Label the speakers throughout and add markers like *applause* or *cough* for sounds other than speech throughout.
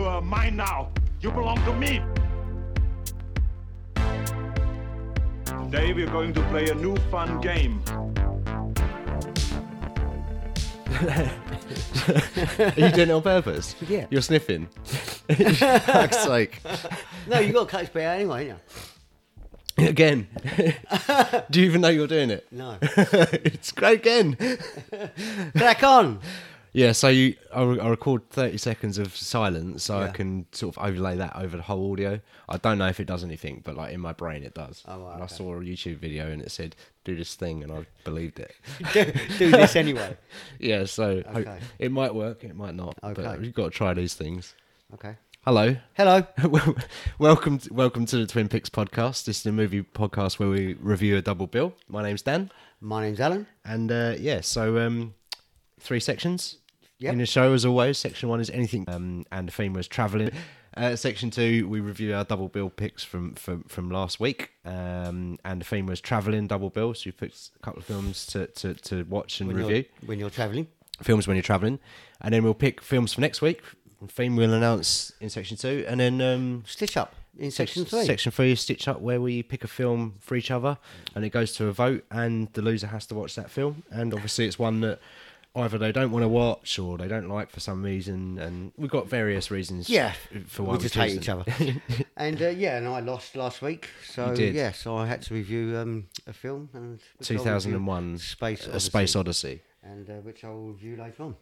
Speaker 1: are mine now. You belong to me. Today we're going to play a new fun game.
Speaker 2: Are you doing it on purpose?
Speaker 3: *laughs* Yeah.
Speaker 2: You're sniffing. *laughs* Fuck's sake.
Speaker 3: No, you got catch bear anyway, ain't
Speaker 2: Again. *laughs* Do you even know you're doing it? *laughs*
Speaker 3: you? No.
Speaker 2: it's great again.
Speaker 3: Crack on.
Speaker 2: Yeah, so you, I, re- I record 30 seconds of silence so I
Speaker 3: Yeah.
Speaker 2: can sort of overlay that over the whole audio. I don't know if it does anything, but like in my brain it does.
Speaker 3: Oh, right,
Speaker 2: and I
Speaker 3: okay.
Speaker 2: saw a YouTube video and it said, do this thing, and I believed it.
Speaker 3: *laughs*
Speaker 2: *laughs*
Speaker 3: do, do this anyway.
Speaker 2: yeah, so ho-
Speaker 3: Okay.
Speaker 2: it might work, it might not.
Speaker 3: Okay.
Speaker 2: But you've got to try these things.
Speaker 3: Okay.
Speaker 2: Hello.
Speaker 3: Hello.
Speaker 2: Well, *laughs* welcome, to, welcome to the Twin Peaks podcast. This is a movie podcast where we review a double bill. My name's Dan,
Speaker 3: My name's Alan.
Speaker 2: and uh, yeah, so um, three sections
Speaker 3: Yep.
Speaker 2: in the show as always. Section one is anything, um, and the theme was traveling. Uh, section two, we review our double bill picks from from, from last week, um, and the theme was traveling double bill. So you picked a couple of films to, to, to watch and
Speaker 3: When
Speaker 2: review
Speaker 3: You're, when you're travelling.
Speaker 2: films when you're traveling, and then we'll pick films for next week. Theme we'll announce in section two, and then um,
Speaker 3: Stitch up in section three.
Speaker 2: Section three, stitch up where we pick a film for each other, and it goes to a vote, and the loser has to watch that film. And obviously, it's one that either they don't want to watch or they don't like for some reason, and we've got various reasons.
Speaker 3: Yeah.
Speaker 2: f- for why
Speaker 3: we just hate
Speaker 2: choose
Speaker 3: each
Speaker 2: them. *laughs*
Speaker 3: other. and uh, yeah, and I lost last week. So
Speaker 2: You did.
Speaker 3: yeah, so I had to review um, a film. and which I'll review
Speaker 2: 2001,
Speaker 3: Space
Speaker 2: A uh, Space
Speaker 3: Odyssey,
Speaker 2: Odyssey.
Speaker 3: And uh, which I will review later on.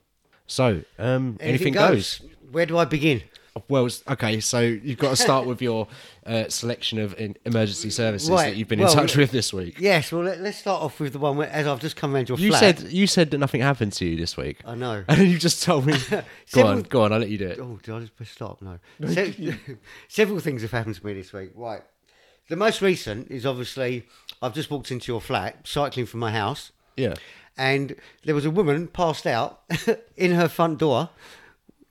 Speaker 2: So, um, anything, goes.
Speaker 3: Where do I begin?
Speaker 2: Well, s- okay, so you've got to start with your uh, selection of in- emergency services
Speaker 3: *laughs* Right,
Speaker 2: that you've been
Speaker 3: well,
Speaker 2: in touch
Speaker 3: we-
Speaker 2: with this week.
Speaker 3: Yes, well, let, let's start off with the one where, as I've just come round your
Speaker 2: You
Speaker 3: flat.
Speaker 2: said you said that nothing happened to you this week.
Speaker 3: I know.
Speaker 2: *laughs* And then you just told
Speaker 3: *laughs*
Speaker 2: me, go
Speaker 3: Several-
Speaker 2: on, go on, I'll let you do it.
Speaker 3: Oh, did I just press stop? No.
Speaker 2: *laughs*
Speaker 3: Se- *laughs* several things have happened to me this week. Right. The most recent is obviously I've just walked into your flat, cycling from my house,
Speaker 2: Yeah.
Speaker 3: and there was a woman passed out *laughs* in her front door,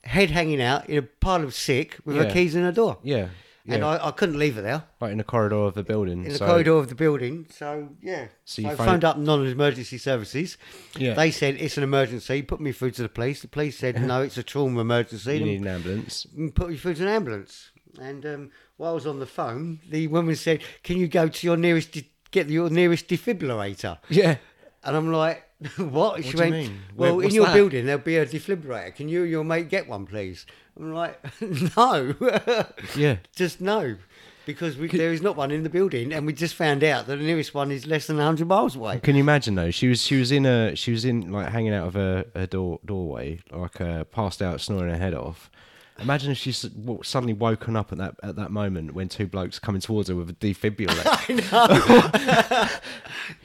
Speaker 3: head hanging out in a pile of sick with her
Speaker 2: Yeah.
Speaker 3: keys in her door.
Speaker 2: Yeah. Yeah.
Speaker 3: And I, I couldn't leave her there
Speaker 2: right in the corridor of the building.
Speaker 3: in the
Speaker 2: so-
Speaker 3: corridor of the building. So yeah,
Speaker 2: So
Speaker 3: so,
Speaker 2: you
Speaker 3: I
Speaker 2: phoned-
Speaker 3: phoned up non-emergency services.
Speaker 2: Yeah.
Speaker 3: They said it's an emergency. Put me through to the police. The
Speaker 2: *laughs*
Speaker 3: police said no, it's a trauma emergency.
Speaker 2: You
Speaker 3: and
Speaker 2: need an
Speaker 3: *laughs*
Speaker 2: ambulance.
Speaker 3: and put me through to an ambulance. And um, while I was on the phone, the woman said, "Can you go to your nearest de- get your nearest defibrillator?"
Speaker 2: Yeah.
Speaker 3: And I'm like, *laughs* "What?" she
Speaker 2: do you
Speaker 3: went,
Speaker 2: mean? Where-
Speaker 3: "Well, in
Speaker 2: what's
Speaker 3: your
Speaker 2: that?"
Speaker 3: building there'll be a defibrillator. Can you and your mate get one, please?" I'm like, *laughs* "No,
Speaker 2: Yeah.
Speaker 3: just no." Because we, there is not one in the building, and we just found out that the nearest one is less than 100 miles away.
Speaker 2: Can you imagine though? She was she was in a she was in like hanging out of a, a door doorway, like uh, passed out snoring her head off. Imagine if she's w- suddenly woken up at that at that moment when two blokes coming towards her with a defibrillator.
Speaker 3: *laughs* I know.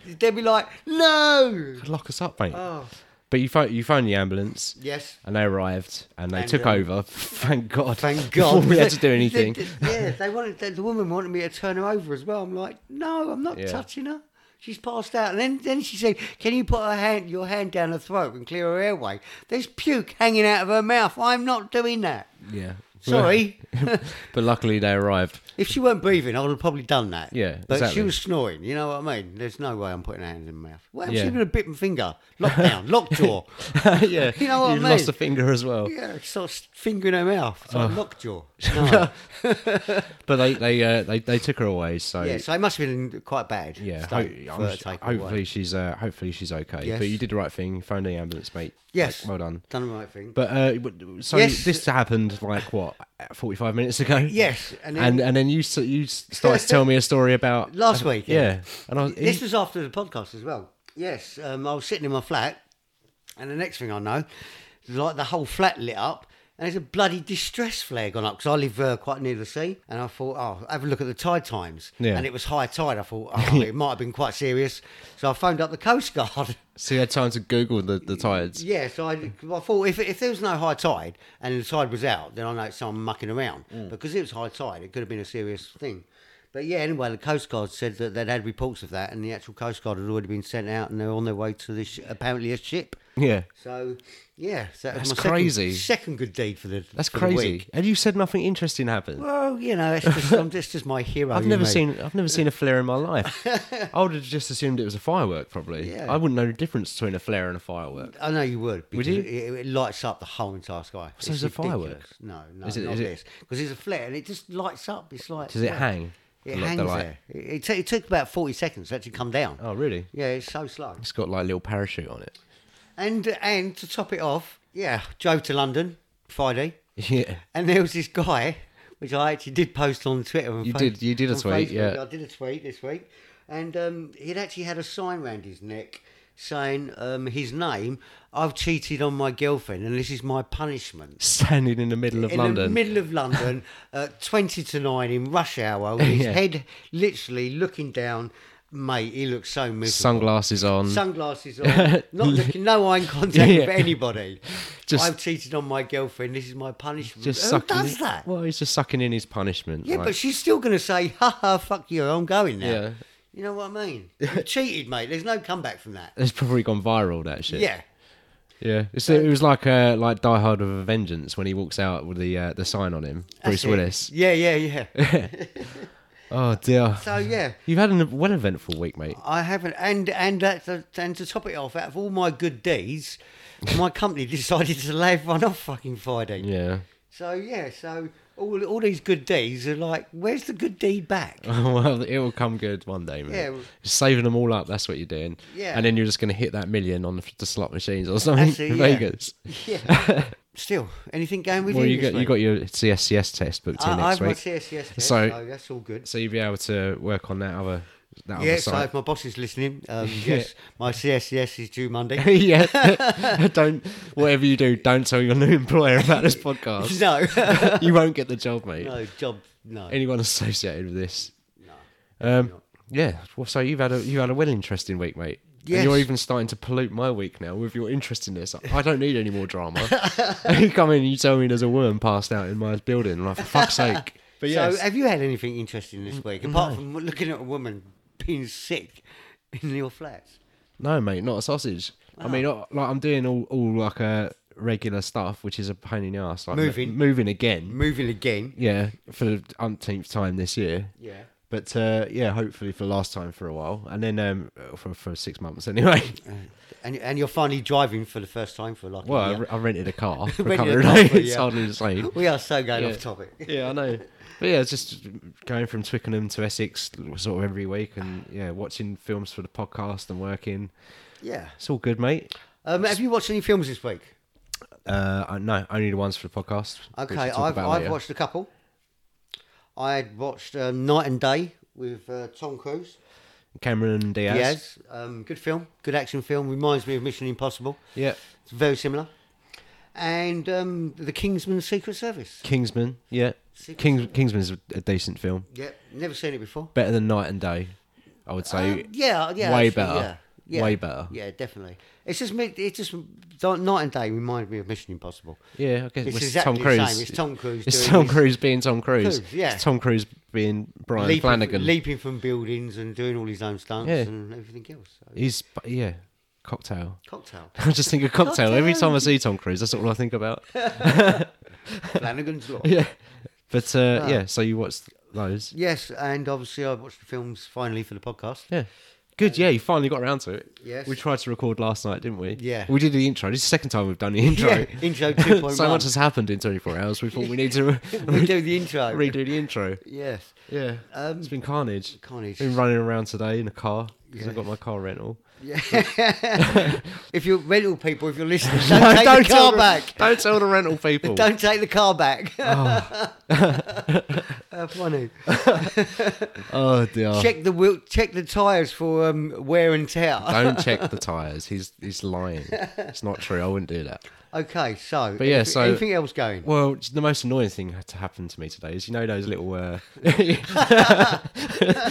Speaker 3: They'd be like, "No."
Speaker 2: Could lock us up, mate.
Speaker 3: Oh.
Speaker 2: But you phone you phoned the ambulance.
Speaker 3: Yes.
Speaker 2: And they arrived and they
Speaker 3: And,
Speaker 2: took
Speaker 3: uh,
Speaker 2: over. *laughs* Thank God. *laughs*
Speaker 3: Thank
Speaker 2: Before
Speaker 3: God.
Speaker 2: we had to do
Speaker 3: They- *laughs*
Speaker 2: anything.
Speaker 3: they- yeah, they wanted the, the woman wanted me to turn her over as well. I'm like, no, I'm not
Speaker 2: Yeah.
Speaker 3: touching her. She's passed out. And then, then she said, Can you put her hand your hand down her throat and clear her airway? There's puke hanging out of her mouth. I'm not doing that.
Speaker 2: Yeah.
Speaker 3: Sorry.
Speaker 2: *laughs* but luckily they arrived.
Speaker 3: *laughs* if she weren't breathing, I would have probably done that.
Speaker 2: Yeah,
Speaker 3: But
Speaker 2: exactly.
Speaker 3: she was snoring, you know what I mean? There's no way I'm putting her hand in her mouth. Well,
Speaker 2: Yeah.
Speaker 3: she would have bitten finger. Lockdown,
Speaker 2: *laughs*
Speaker 3: lockjaw.
Speaker 2: yeah.
Speaker 3: You know what I
Speaker 2: you lost
Speaker 3: mean?
Speaker 2: a finger as well.
Speaker 3: yeah, sort of finger in her mouth. It's
Speaker 2: Oh. *laughs*
Speaker 3: like lockjaw. No.
Speaker 2: But they they uh, they, they took her away, so
Speaker 3: yeah,
Speaker 2: yeah.
Speaker 3: so it must have been quite bad. state for her
Speaker 2: ho-
Speaker 3: to take her away.
Speaker 2: hopefully she's uh, hopefully she's okay.
Speaker 3: Yes.
Speaker 2: But you did the right thing. You phoned the ambulance, mate.
Speaker 3: Yes.
Speaker 2: Like, well done.
Speaker 3: Done the right thing.
Speaker 2: But uh, w- so
Speaker 3: Yes.
Speaker 2: this happened like what forty five minutes ago.
Speaker 3: Yes,
Speaker 2: and
Speaker 3: and
Speaker 2: then,
Speaker 3: then-
Speaker 2: and, then you s- you s- started to tell me a story about
Speaker 3: *laughs* Last week,
Speaker 2: Yeah,
Speaker 3: yeah.
Speaker 2: and I was,
Speaker 3: this was after the podcast as well. Yes, um, I was sitting in my flat, and the next thing I know, like the whole flat lit up, and there's a bloody distress flare gone up because I live uh, quite near the sea, and I thought, oh, have a look at the tide times,
Speaker 2: Yeah.
Speaker 3: and it was high tide.
Speaker 2: *laughs*
Speaker 3: I thought, oh, it might have been quite serious, so I phoned up the coast guard.
Speaker 2: so you had time to Google the the tides.
Speaker 3: Yeah, so I, I thought if, if there was no high tide
Speaker 2: Mm.
Speaker 3: and the tide was out, then I know it's someone mucking around. Because it was high tide, it could have been a serious thing. But yeah, anyway, the Coast Guard said that they'd had reports of that, and the actual Coast Guard had already been sent out, and they're on their way to this sh- apparently a ship.
Speaker 2: Yeah.
Speaker 3: So yeah, so that
Speaker 2: That's
Speaker 3: was my second-
Speaker 2: crazy.
Speaker 3: Second, good deed for the.
Speaker 2: That's
Speaker 3: for the
Speaker 2: crazy.
Speaker 3: week.
Speaker 2: And you said nothing interesting happened.
Speaker 3: Well, you know, it's just, I'm just, just my hero.
Speaker 2: I've
Speaker 3: you
Speaker 2: never
Speaker 3: know.
Speaker 2: seen I've never seen a flare in my
Speaker 3: *laughs*
Speaker 2: life. I would have just assumed it was a firework probably.
Speaker 3: Yeah.
Speaker 2: I wouldn't know the difference between a flare and a firework.
Speaker 3: I know you would. Because
Speaker 2: you?
Speaker 3: It, it lights up the whole entire sky.
Speaker 2: So it's a firework?
Speaker 3: ridiculous. No, no,
Speaker 2: Is it-
Speaker 3: not
Speaker 2: is it-
Speaker 3: this. Because it's a flare and it just lights up. It's like
Speaker 2: Does it
Speaker 3: yeah.
Speaker 2: hang?
Speaker 3: It
Speaker 2: The li-
Speaker 3: hangs
Speaker 2: the light?
Speaker 3: there. It, it, ta- it took about forty seconds to actually come down.
Speaker 2: Oh really?
Speaker 3: Yeah, it's so slow.
Speaker 2: It's got like a little parachute on it. *laughs*
Speaker 3: And and to top it off, yeah, drove to London Friday,
Speaker 2: Yeah.
Speaker 3: and there was this guy, which I actually did post on Twitter. And
Speaker 2: You did- you did a
Speaker 3: on
Speaker 2: tweet,
Speaker 3: Facebook.
Speaker 2: yeah.
Speaker 3: I did a tweet this week, and um, he'd actually had a sign round his neck saying um, his name. I've cheated on my girlfriend, and this is my punishment.
Speaker 2: Standing in the middle of
Speaker 3: in the
Speaker 2: London.
Speaker 3: middle
Speaker 2: *laughs*
Speaker 3: of London, at twenty to nine in rush hour, with his
Speaker 2: Yeah.
Speaker 3: head literally looking down. Mate, he looks so miserable.
Speaker 2: sunglasses on.
Speaker 3: sunglasses on,
Speaker 2: *laughs*
Speaker 3: not looking, no eye contact
Speaker 2: Yeah.
Speaker 3: with anybody.
Speaker 2: *laughs* Just-
Speaker 3: I've cheated on my girlfriend. This is my punishment.
Speaker 2: just
Speaker 3: Who
Speaker 2: sucking
Speaker 3: does
Speaker 2: in-
Speaker 3: that?
Speaker 2: Well, he's just sucking in his punishment.
Speaker 3: yeah,
Speaker 2: like-
Speaker 3: but she's still going to say, "Ha ha, fuck you, I'm going now."
Speaker 2: Yeah.
Speaker 3: You know what
Speaker 2: *laughs*
Speaker 3: I mean? You cheated, mate. There's no comeback from that.
Speaker 2: it's probably gone viral that shit.
Speaker 3: Yeah.
Speaker 2: Yeah, it's, it was like uh, like Die Hard with a Vengeance when he walks out with the uh, the sign on him, Bruce
Speaker 3: that's it.
Speaker 2: Willis.
Speaker 3: Yeah, yeah, yeah.
Speaker 2: Oh dear.
Speaker 3: so yeah.
Speaker 2: You've had an well eventful week, mate.
Speaker 3: I haven't, and and that's a, and to top it off, out of all my
Speaker 2: *laughs*
Speaker 3: good deeds, my company decided to lay everyone off fucking Friday.
Speaker 2: Yeah. *laughs*
Speaker 3: So yeah, so all all these good deeds are like, where's the good deed back?
Speaker 2: *laughs* well, it will come good one day, mate.
Speaker 3: Yeah, well-
Speaker 2: Just saving them all up. That's what you're doing.
Speaker 3: Yeah.
Speaker 2: And then you're just going to hit that million on the, the slot machines or something *laughs*
Speaker 3: That's it,
Speaker 2: in
Speaker 3: yeah.
Speaker 2: Vegas.
Speaker 3: Yeah. Still, anything going with
Speaker 2: Well,
Speaker 3: you?
Speaker 2: you
Speaker 3: this
Speaker 2: got you
Speaker 3: week?
Speaker 2: got your CSCS test booked in
Speaker 3: I, I
Speaker 2: next
Speaker 3: have my
Speaker 2: week,
Speaker 3: CSCS test,
Speaker 2: So- Oh,
Speaker 3: so, that's all good.
Speaker 2: so you'll be able to work on that other that other
Speaker 3: Yes, so
Speaker 2: side.
Speaker 3: if my boss is listening, um, yes, my CSCS is
Speaker 2: *laughs*
Speaker 3: due Monday.
Speaker 2: *laughs* yeah. *laughs* don't whatever you do, don't tell your new employer about
Speaker 3: *laughs*
Speaker 2: this podcast.
Speaker 3: *laughs*
Speaker 2: *laughs*
Speaker 3: no,
Speaker 2: you won't get the job, mate.
Speaker 3: no job, no.
Speaker 2: Anyone associated with this. Um, yeah. Well, so you've had a you had a well interesting week, mate. And
Speaker 3: Yes.
Speaker 2: you're even starting to pollute my week now with your
Speaker 3: *laughs*
Speaker 2: interestingness. I don't need any more drama. *laughs* you come in and you tell me there's a worm passed out in my building. and I'm like, for fuck's
Speaker 3: *laughs*
Speaker 2: sake. But yes.
Speaker 3: So, have you had anything interesting this week apart from looking at a woman being sick in your flats?
Speaker 2: No, mate, not a sausage. I mean, uh, like I'm doing all, all like uh, regular stuff, which is a pain in the ass. Like
Speaker 3: Moving.
Speaker 2: moving again.
Speaker 3: Moving again.
Speaker 2: Yeah, for the umpteenth time this year.
Speaker 3: Yeah.
Speaker 2: But uh, yeah, hopefully for the last time for a while, and then um, for for six months anyway. *laughs*
Speaker 3: Uh, And, and you're finally driving for the first time for like
Speaker 2: Well, I
Speaker 3: a year.
Speaker 2: I, I rented a
Speaker 3: *laughs*
Speaker 2: car. For a
Speaker 3: Rented
Speaker 2: couple
Speaker 3: a
Speaker 2: of
Speaker 3: car
Speaker 2: days.
Speaker 3: for a
Speaker 2: It's
Speaker 3: year.
Speaker 2: hardly the same.
Speaker 3: *laughs* we are so going off topic.
Speaker 2: *laughs* yeah, I know. But yeah, it's just going from Twickenham to Essex sort of every week, and yeah, watching films for the podcast and working.
Speaker 3: Yeah.
Speaker 2: It's all good, mate.
Speaker 3: Um, have you watched any films this week?
Speaker 2: Uh, I- no, only the ones for the podcast. which
Speaker 3: Okay,
Speaker 2: we'll talk
Speaker 3: I've,
Speaker 2: about
Speaker 3: I've
Speaker 2: later.
Speaker 3: watched a couple. I had watched um, Night and Day with uh, Tom Cruise.
Speaker 2: Cameron Diaz.
Speaker 3: Diaz. Um, good film, good action film. Reminds me of Mission Impossible.
Speaker 2: Yeah,
Speaker 3: It's very similar. And um, The Kingsman Secret Service.
Speaker 2: Kingsman. Yeah,
Speaker 3: Secret
Speaker 2: Kings Kingsman's a a decent film,
Speaker 3: Yeah, never seen it before.
Speaker 2: better than Night and Day. I would say.
Speaker 3: Um, yeah, yeah.
Speaker 2: way
Speaker 3: actually,
Speaker 2: better.
Speaker 3: Yeah. Yeah.
Speaker 2: Way better.
Speaker 3: Yeah, definitely. It's just me. It just Night and Day reminded me of Mission Impossible.
Speaker 2: Yeah, I guess
Speaker 3: It's
Speaker 2: it's Tom
Speaker 3: exactly the
Speaker 2: Cruise.
Speaker 3: same. It's Tom Cruise
Speaker 2: It's
Speaker 3: doing
Speaker 2: Tom
Speaker 3: his-
Speaker 2: Cruise being Tom Cruise.
Speaker 3: Cruise, yeah.
Speaker 2: It's Tom Cruise being Brian
Speaker 3: leaping,
Speaker 2: Flanagan.
Speaker 3: leaping from buildings and doing all his own stunts
Speaker 2: Yeah.
Speaker 3: and everything else. So,
Speaker 2: He's yeah, cocktail. *laughs*
Speaker 3: cocktail.
Speaker 2: I just think of cocktail every time I see Tom Cruise. That's all I think about.
Speaker 3: *laughs* Flanagan's Law.
Speaker 2: yeah, but uh, yeah. So you watched those?
Speaker 3: Yes, and obviously I watched the films finally for the podcast.
Speaker 2: Yeah, good. Yeah, you finally got around to it.
Speaker 3: Um, Yes.
Speaker 2: we tried to record last night, didn't we?
Speaker 3: Yeah.
Speaker 2: we did the intro. This is the second time we've done the *laughs* intro.
Speaker 3: Yeah, intro 2.1.
Speaker 2: *laughs* so much has happened in 24 hours. We thought we need to
Speaker 3: *laughs*
Speaker 2: *laughs*
Speaker 3: we do the intro.
Speaker 2: redo the intro.
Speaker 3: Yes.
Speaker 2: Yeah,
Speaker 3: Um,
Speaker 2: it's been carnage.
Speaker 3: Carnage. *laughs*
Speaker 2: Been running around today in a car because I got my car rental.
Speaker 3: *laughs* If you're rental
Speaker 2: *laughs*
Speaker 3: people, if you're listening, don't take the
Speaker 2: tell
Speaker 3: car
Speaker 2: the-
Speaker 3: back.
Speaker 2: Don't tell the
Speaker 3: *laughs*
Speaker 2: rental people.
Speaker 3: Don't take the
Speaker 2: *laughs*
Speaker 3: car back. *laughs* How funny.
Speaker 2: oh dear.
Speaker 3: Check the wheel, check the tires for um, wear and tear.
Speaker 2: Don't check the tires. He's he's lying. It's not true. I wouldn't do that.
Speaker 3: Okay, so
Speaker 2: But yeah,
Speaker 3: anything,
Speaker 2: so-
Speaker 3: anything else going?
Speaker 2: Well, the most annoying thing had to happen to me today is you know those little uh, *laughs*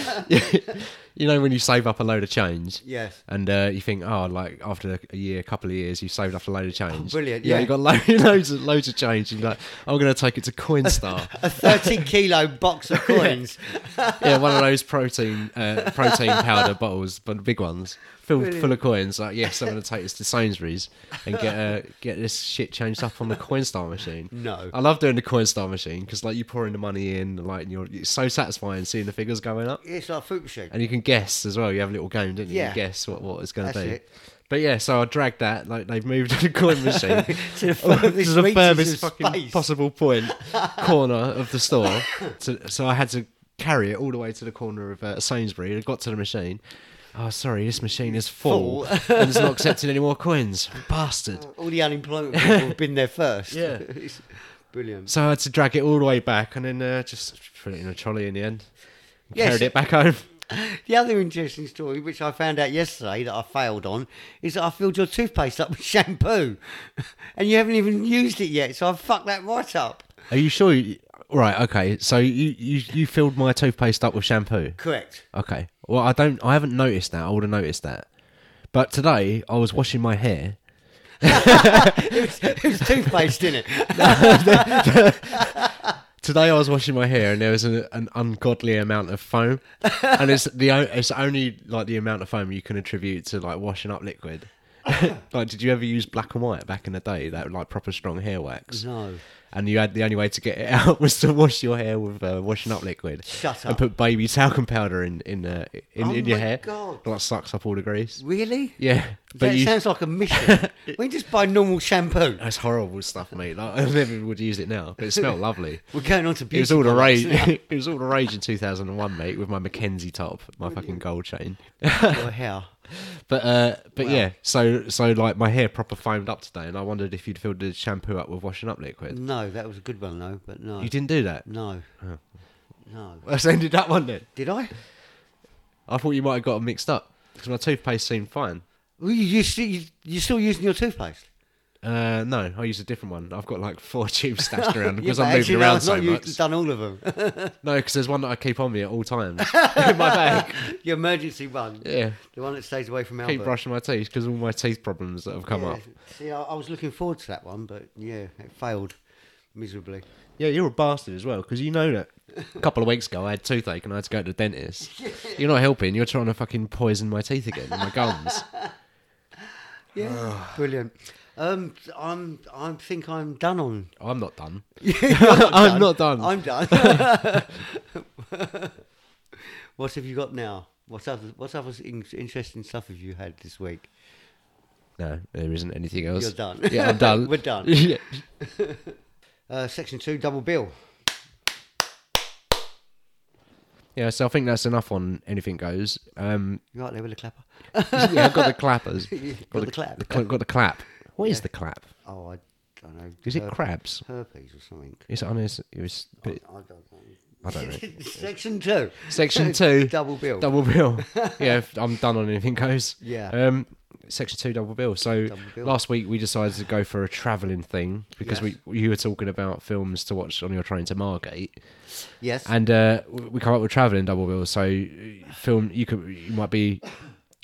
Speaker 2: you know when you save up a load of change.
Speaker 3: Yes.
Speaker 2: And uh, you think, oh, like after a year, a couple of years, you've saved up a load of change.
Speaker 3: Oh, brilliant,
Speaker 2: Yeah, *laughs* *laughs*
Speaker 3: yeah.
Speaker 2: you got lo- loads, of, loads of change. You're like, I'm going to take it to Coinstar.
Speaker 3: A 30 kilo box of coins.
Speaker 2: yeah, one of those protein uh, protein powder bottles, but the big ones filled full of coins. Like, yes, I'm going to take this to Sainsbury's and get uh, get this shit changed up on the Coinstar machine.
Speaker 3: No.
Speaker 2: I love doing the Coinstar machine because like you pouring the money in, like and you're it's so satisfying seeing the figures going up,
Speaker 3: it's like a fruit machine.
Speaker 2: *laughs* and you can guess as well. You have a little game, don't you?
Speaker 3: Yeah.
Speaker 2: You guess what what it's going to
Speaker 3: That's
Speaker 2: be.
Speaker 3: it.
Speaker 2: But yeah, so I dragged that like they've moved *laughs* the coin
Speaker 3: *laughs*
Speaker 2: machine
Speaker 3: To the
Speaker 2: *laughs*
Speaker 3: furthest
Speaker 2: to the
Speaker 3: reaches
Speaker 2: furthest
Speaker 3: of
Speaker 2: fucking
Speaker 3: space.
Speaker 2: possible
Speaker 3: *laughs*
Speaker 2: point corner of the store. To, so I had to carry it all the way to the corner of uh, Sainsbury. I got to the machine. Oh, sorry, this machine is full, and it's not accepting any more
Speaker 3: *laughs*
Speaker 2: coins. Bastard.
Speaker 3: All the
Speaker 2: *laughs*
Speaker 3: unemployment people have been there first.
Speaker 2: Yeah.
Speaker 3: *laughs* It's brilliant.
Speaker 2: So I had to drag it all the way back, and then uh, just put it in a trolley in the end.
Speaker 3: Yes.
Speaker 2: Carried it back
Speaker 3: *laughs*
Speaker 2: home.
Speaker 3: The other interesting story, which I found out yesterday that I failed on, is that I filled your toothpaste up with *laughs* shampoo, and you haven't even used it yet. So I fucked that right up.
Speaker 2: Are you sure? You, right. Okay. So you, you you filled my toothpaste up with shampoo.
Speaker 3: Correct.
Speaker 2: Okay. Well, I don't. I haven't noticed that. I would have noticed that. But today I was washing my hair. *laughs*
Speaker 3: It was toothpaste in it.
Speaker 2: Today I was washing my hair, and there was an, an ungodly amount of foam, and it's the o- it's only like the amount of foam you can attribute to like washing up liquid. *laughs* like, did you ever use black and white back in the day? That like proper strong hair wax.
Speaker 3: No.
Speaker 2: And you had the only way to get it *laughs* out was to wash your hair with uh, washing up liquid.
Speaker 3: Shut
Speaker 2: And
Speaker 3: up.
Speaker 2: put baby talcum powder in in uh, in,
Speaker 3: Oh
Speaker 2: in your
Speaker 3: my
Speaker 2: hair.
Speaker 3: God.
Speaker 2: Like sucks up all the grease.
Speaker 3: *laughs* Really?
Speaker 2: Yeah,
Speaker 3: that sounds like
Speaker 2: *laughs*
Speaker 3: a mission. we just buy normal shampoo.
Speaker 2: That's horrible stuff, mate. Like, *laughs* I never would use it now, but it smelled lovely.
Speaker 3: We're going on to beauty.
Speaker 2: It was all the
Speaker 3: products
Speaker 2: rage. *laughs*
Speaker 3: now.
Speaker 2: it was all the rage in 2001, mate, with my Mackenzie top, my fucking gold chain.
Speaker 3: Your hair.
Speaker 2: But uh, but yeah, so so like my hair proper foamed up today, and I wondered if you'd filled the shampoo up with washing up liquid.
Speaker 3: No, that was a good one though, but no.
Speaker 2: You Oh. didn't do that. *laughs*
Speaker 3: No. No.
Speaker 2: Let's ended that one then.
Speaker 3: Did I?
Speaker 2: I thought you might have got 'em mixed up because my toothpaste seemed fine.
Speaker 3: Well, you, you still, you, you're still using your toothpaste.
Speaker 2: Uh, no, I used a different one. I've got like four tubes *laughs* stashed around because
Speaker 3: Yeah, but
Speaker 2: I'm
Speaker 3: actually,
Speaker 2: moving
Speaker 3: no,
Speaker 2: around
Speaker 3: I've
Speaker 2: so
Speaker 3: not
Speaker 2: much.
Speaker 3: used- done all of them. *laughs*
Speaker 2: No, because there's one that I keep on me at all *laughs* times in my bag.
Speaker 3: your emergency one.
Speaker 2: Yeah.
Speaker 3: The one that stays away from Albert.
Speaker 2: keep brushing my teeth because all my teeth problems that have come
Speaker 3: Yeah.
Speaker 2: up.
Speaker 3: See, I, I was looking forward to that one, but yeah, it failed miserably.
Speaker 2: Yeah, you're a bastard as well because you know that a couple of weeks ago I had toothache and I had to go to the dentist. You're not helping. You're trying to fucking poison my teeth again, and my gums.
Speaker 3: Yeah. Brilliant. Um, I'm. I think I'm done on.
Speaker 2: I'm not *laughs* done.
Speaker 3: I'm
Speaker 2: I'm not done.
Speaker 3: I'm done. *laughs* what have you got now? What other What other in- interesting stuff have you had this week?
Speaker 2: No, there isn't anything else.
Speaker 3: You're done.
Speaker 2: Yeah, I'm *laughs* done.
Speaker 3: We're done.
Speaker 2: Yeah.
Speaker 3: Uh, section two, double bill.
Speaker 2: yeah, so I think that's enough on anything goes. Um,
Speaker 3: You right there with a clapper? *laughs*
Speaker 2: yeah, I've got the *laughs* clappers.
Speaker 3: Got the clap.
Speaker 2: cl- got the clap. What is the clap?
Speaker 3: Oh, I don't know.
Speaker 2: Is it
Speaker 3: herp-
Speaker 2: crabs?
Speaker 3: herpes or something?
Speaker 2: It's on his. It was. but-
Speaker 3: I don't know.
Speaker 2: I don't know.
Speaker 3: *laughs* Section two.
Speaker 2: Section
Speaker 3: *laughs*
Speaker 2: two,
Speaker 3: Double bill.
Speaker 2: double
Speaker 3: *laughs*
Speaker 2: bill. Yeah, if I'm done on anything goes.
Speaker 3: Yeah.
Speaker 2: Um, section two, double bill. So
Speaker 3: bill.
Speaker 2: last week we decided to go for a travelling thing because
Speaker 3: Yes.
Speaker 2: we you were talking about films to watch on your train to Margate,
Speaker 3: Yes.
Speaker 2: and uh, w- we come up with travelling double bill. So uh, film you could you might be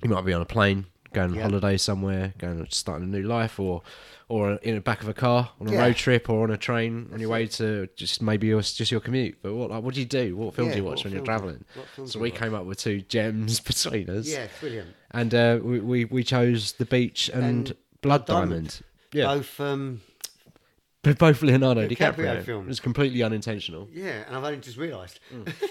Speaker 2: you might be on a plane going on
Speaker 3: Yeah.
Speaker 2: holiday somewhere, going starting a new life, or or in the back of a car on a
Speaker 3: Yeah.
Speaker 2: road trip or on a train on your way to just maybe your just your commute. But what like, what do you do? What film
Speaker 3: Yeah,
Speaker 2: do you
Speaker 3: what
Speaker 2: watch when you're
Speaker 3: film do you-
Speaker 2: travelling?
Speaker 3: what film do
Speaker 2: So
Speaker 3: you
Speaker 2: we
Speaker 3: watch?
Speaker 2: came up with two gems *laughs* between us.
Speaker 3: yeah, brilliant.
Speaker 2: And uh, we, we we chose the beach and,
Speaker 3: And
Speaker 2: Blood,
Speaker 3: Diamond.
Speaker 2: Diamond. Yeah, both,
Speaker 3: Both. Um,
Speaker 2: but both Leonardo
Speaker 3: DiCaprio
Speaker 2: DiCaprio.
Speaker 3: films.
Speaker 2: It was completely unintentional.
Speaker 3: yeah, and I've only just realised.
Speaker 2: Mm.
Speaker 3: *laughs*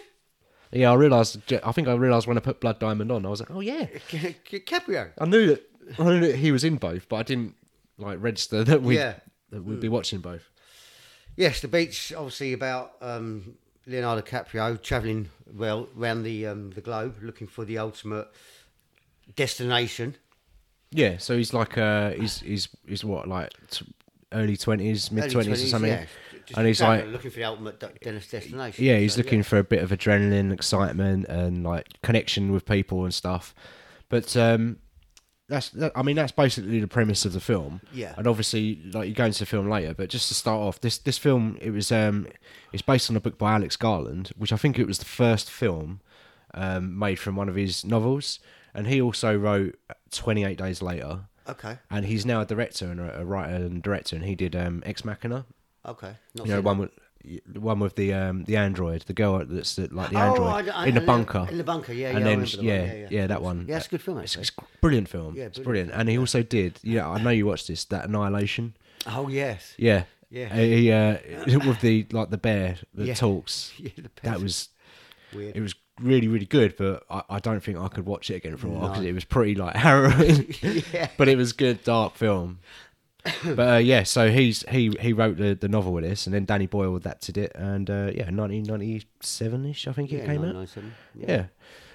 Speaker 2: Yeah, I realised. I think I realised when I put Blood Diamond on, I was like, oh yeah,
Speaker 3: DiCaprio.
Speaker 2: I knew that I knew that he was in both, but I didn't like register that we
Speaker 3: Yeah.
Speaker 2: that we'd be watching both.
Speaker 3: Yes, the beach. Obviously about um, Leonardo DiCaprio travelling well round the um, the globe, looking for the ultimate destination.
Speaker 2: Yeah, so he's like uh he's he's he's what like t- early twenties, mid
Speaker 3: Early
Speaker 2: twenties or
Speaker 3: 20s,
Speaker 2: something,
Speaker 3: yeah. Just
Speaker 2: and he's
Speaker 3: travelling,
Speaker 2: like.
Speaker 3: looking for the ultimate de- destination.
Speaker 2: Yeah, he's
Speaker 3: So,
Speaker 2: looking for a bit of adrenaline, excitement, and like connection with people and stuff. But um, that's that, I mean that's basically the premise of the film.
Speaker 3: Yeah.
Speaker 2: And obviously, like you go into the film later, but just to start off, this this film it was um it's based on a book by Alex Garland, which I think it was the first film um, made from one of his novels, and he also wrote Twenty Eight Days Later.
Speaker 3: Okay.
Speaker 2: And he's now a director and a a writer and director, and he did um, Ex Machina.
Speaker 3: Okay. Not
Speaker 2: You know,
Speaker 3: seen
Speaker 2: one with the one with the um, the android, the girl that's the, like the android
Speaker 3: Oh, I- I-
Speaker 2: in the
Speaker 3: I-
Speaker 2: bunker.
Speaker 3: In the bunker, yeah.
Speaker 2: and
Speaker 3: yeah, I
Speaker 2: then
Speaker 3: remember
Speaker 2: sh-
Speaker 3: the one,
Speaker 2: yeah, yeah, that one.
Speaker 3: Yeah, it's a good film.
Speaker 2: It's,
Speaker 3: Actually.
Speaker 2: it's a brilliant film.
Speaker 3: Yeah,
Speaker 2: it's
Speaker 3: brilliant
Speaker 2: brilliant. And he also did. Yeah, I know you watched this. That Annihilation.
Speaker 3: Oh yes,
Speaker 2: Yeah.
Speaker 3: Yeah.
Speaker 2: He uh, *laughs* with the like the bear that
Speaker 3: Yeah.
Speaker 2: talks.
Speaker 3: *laughs* Yeah, the
Speaker 2: that
Speaker 3: bear's
Speaker 2: was
Speaker 3: weird.
Speaker 2: It was really really good, but I, I don't think I could watch it again for a while because it was pretty like *laughs* harrowing.
Speaker 3: *laughs* Yeah.
Speaker 2: But it was good dark
Speaker 3: *coughs*
Speaker 2: film. but uh, yeah, so he's he he wrote the, the novel with this, and then Danny Boyle adapted it, and uh, yeah, nineteen ninety seven ish, I think
Speaker 3: yeah,
Speaker 2: it came out.
Speaker 3: 997,
Speaker 2: Yeah.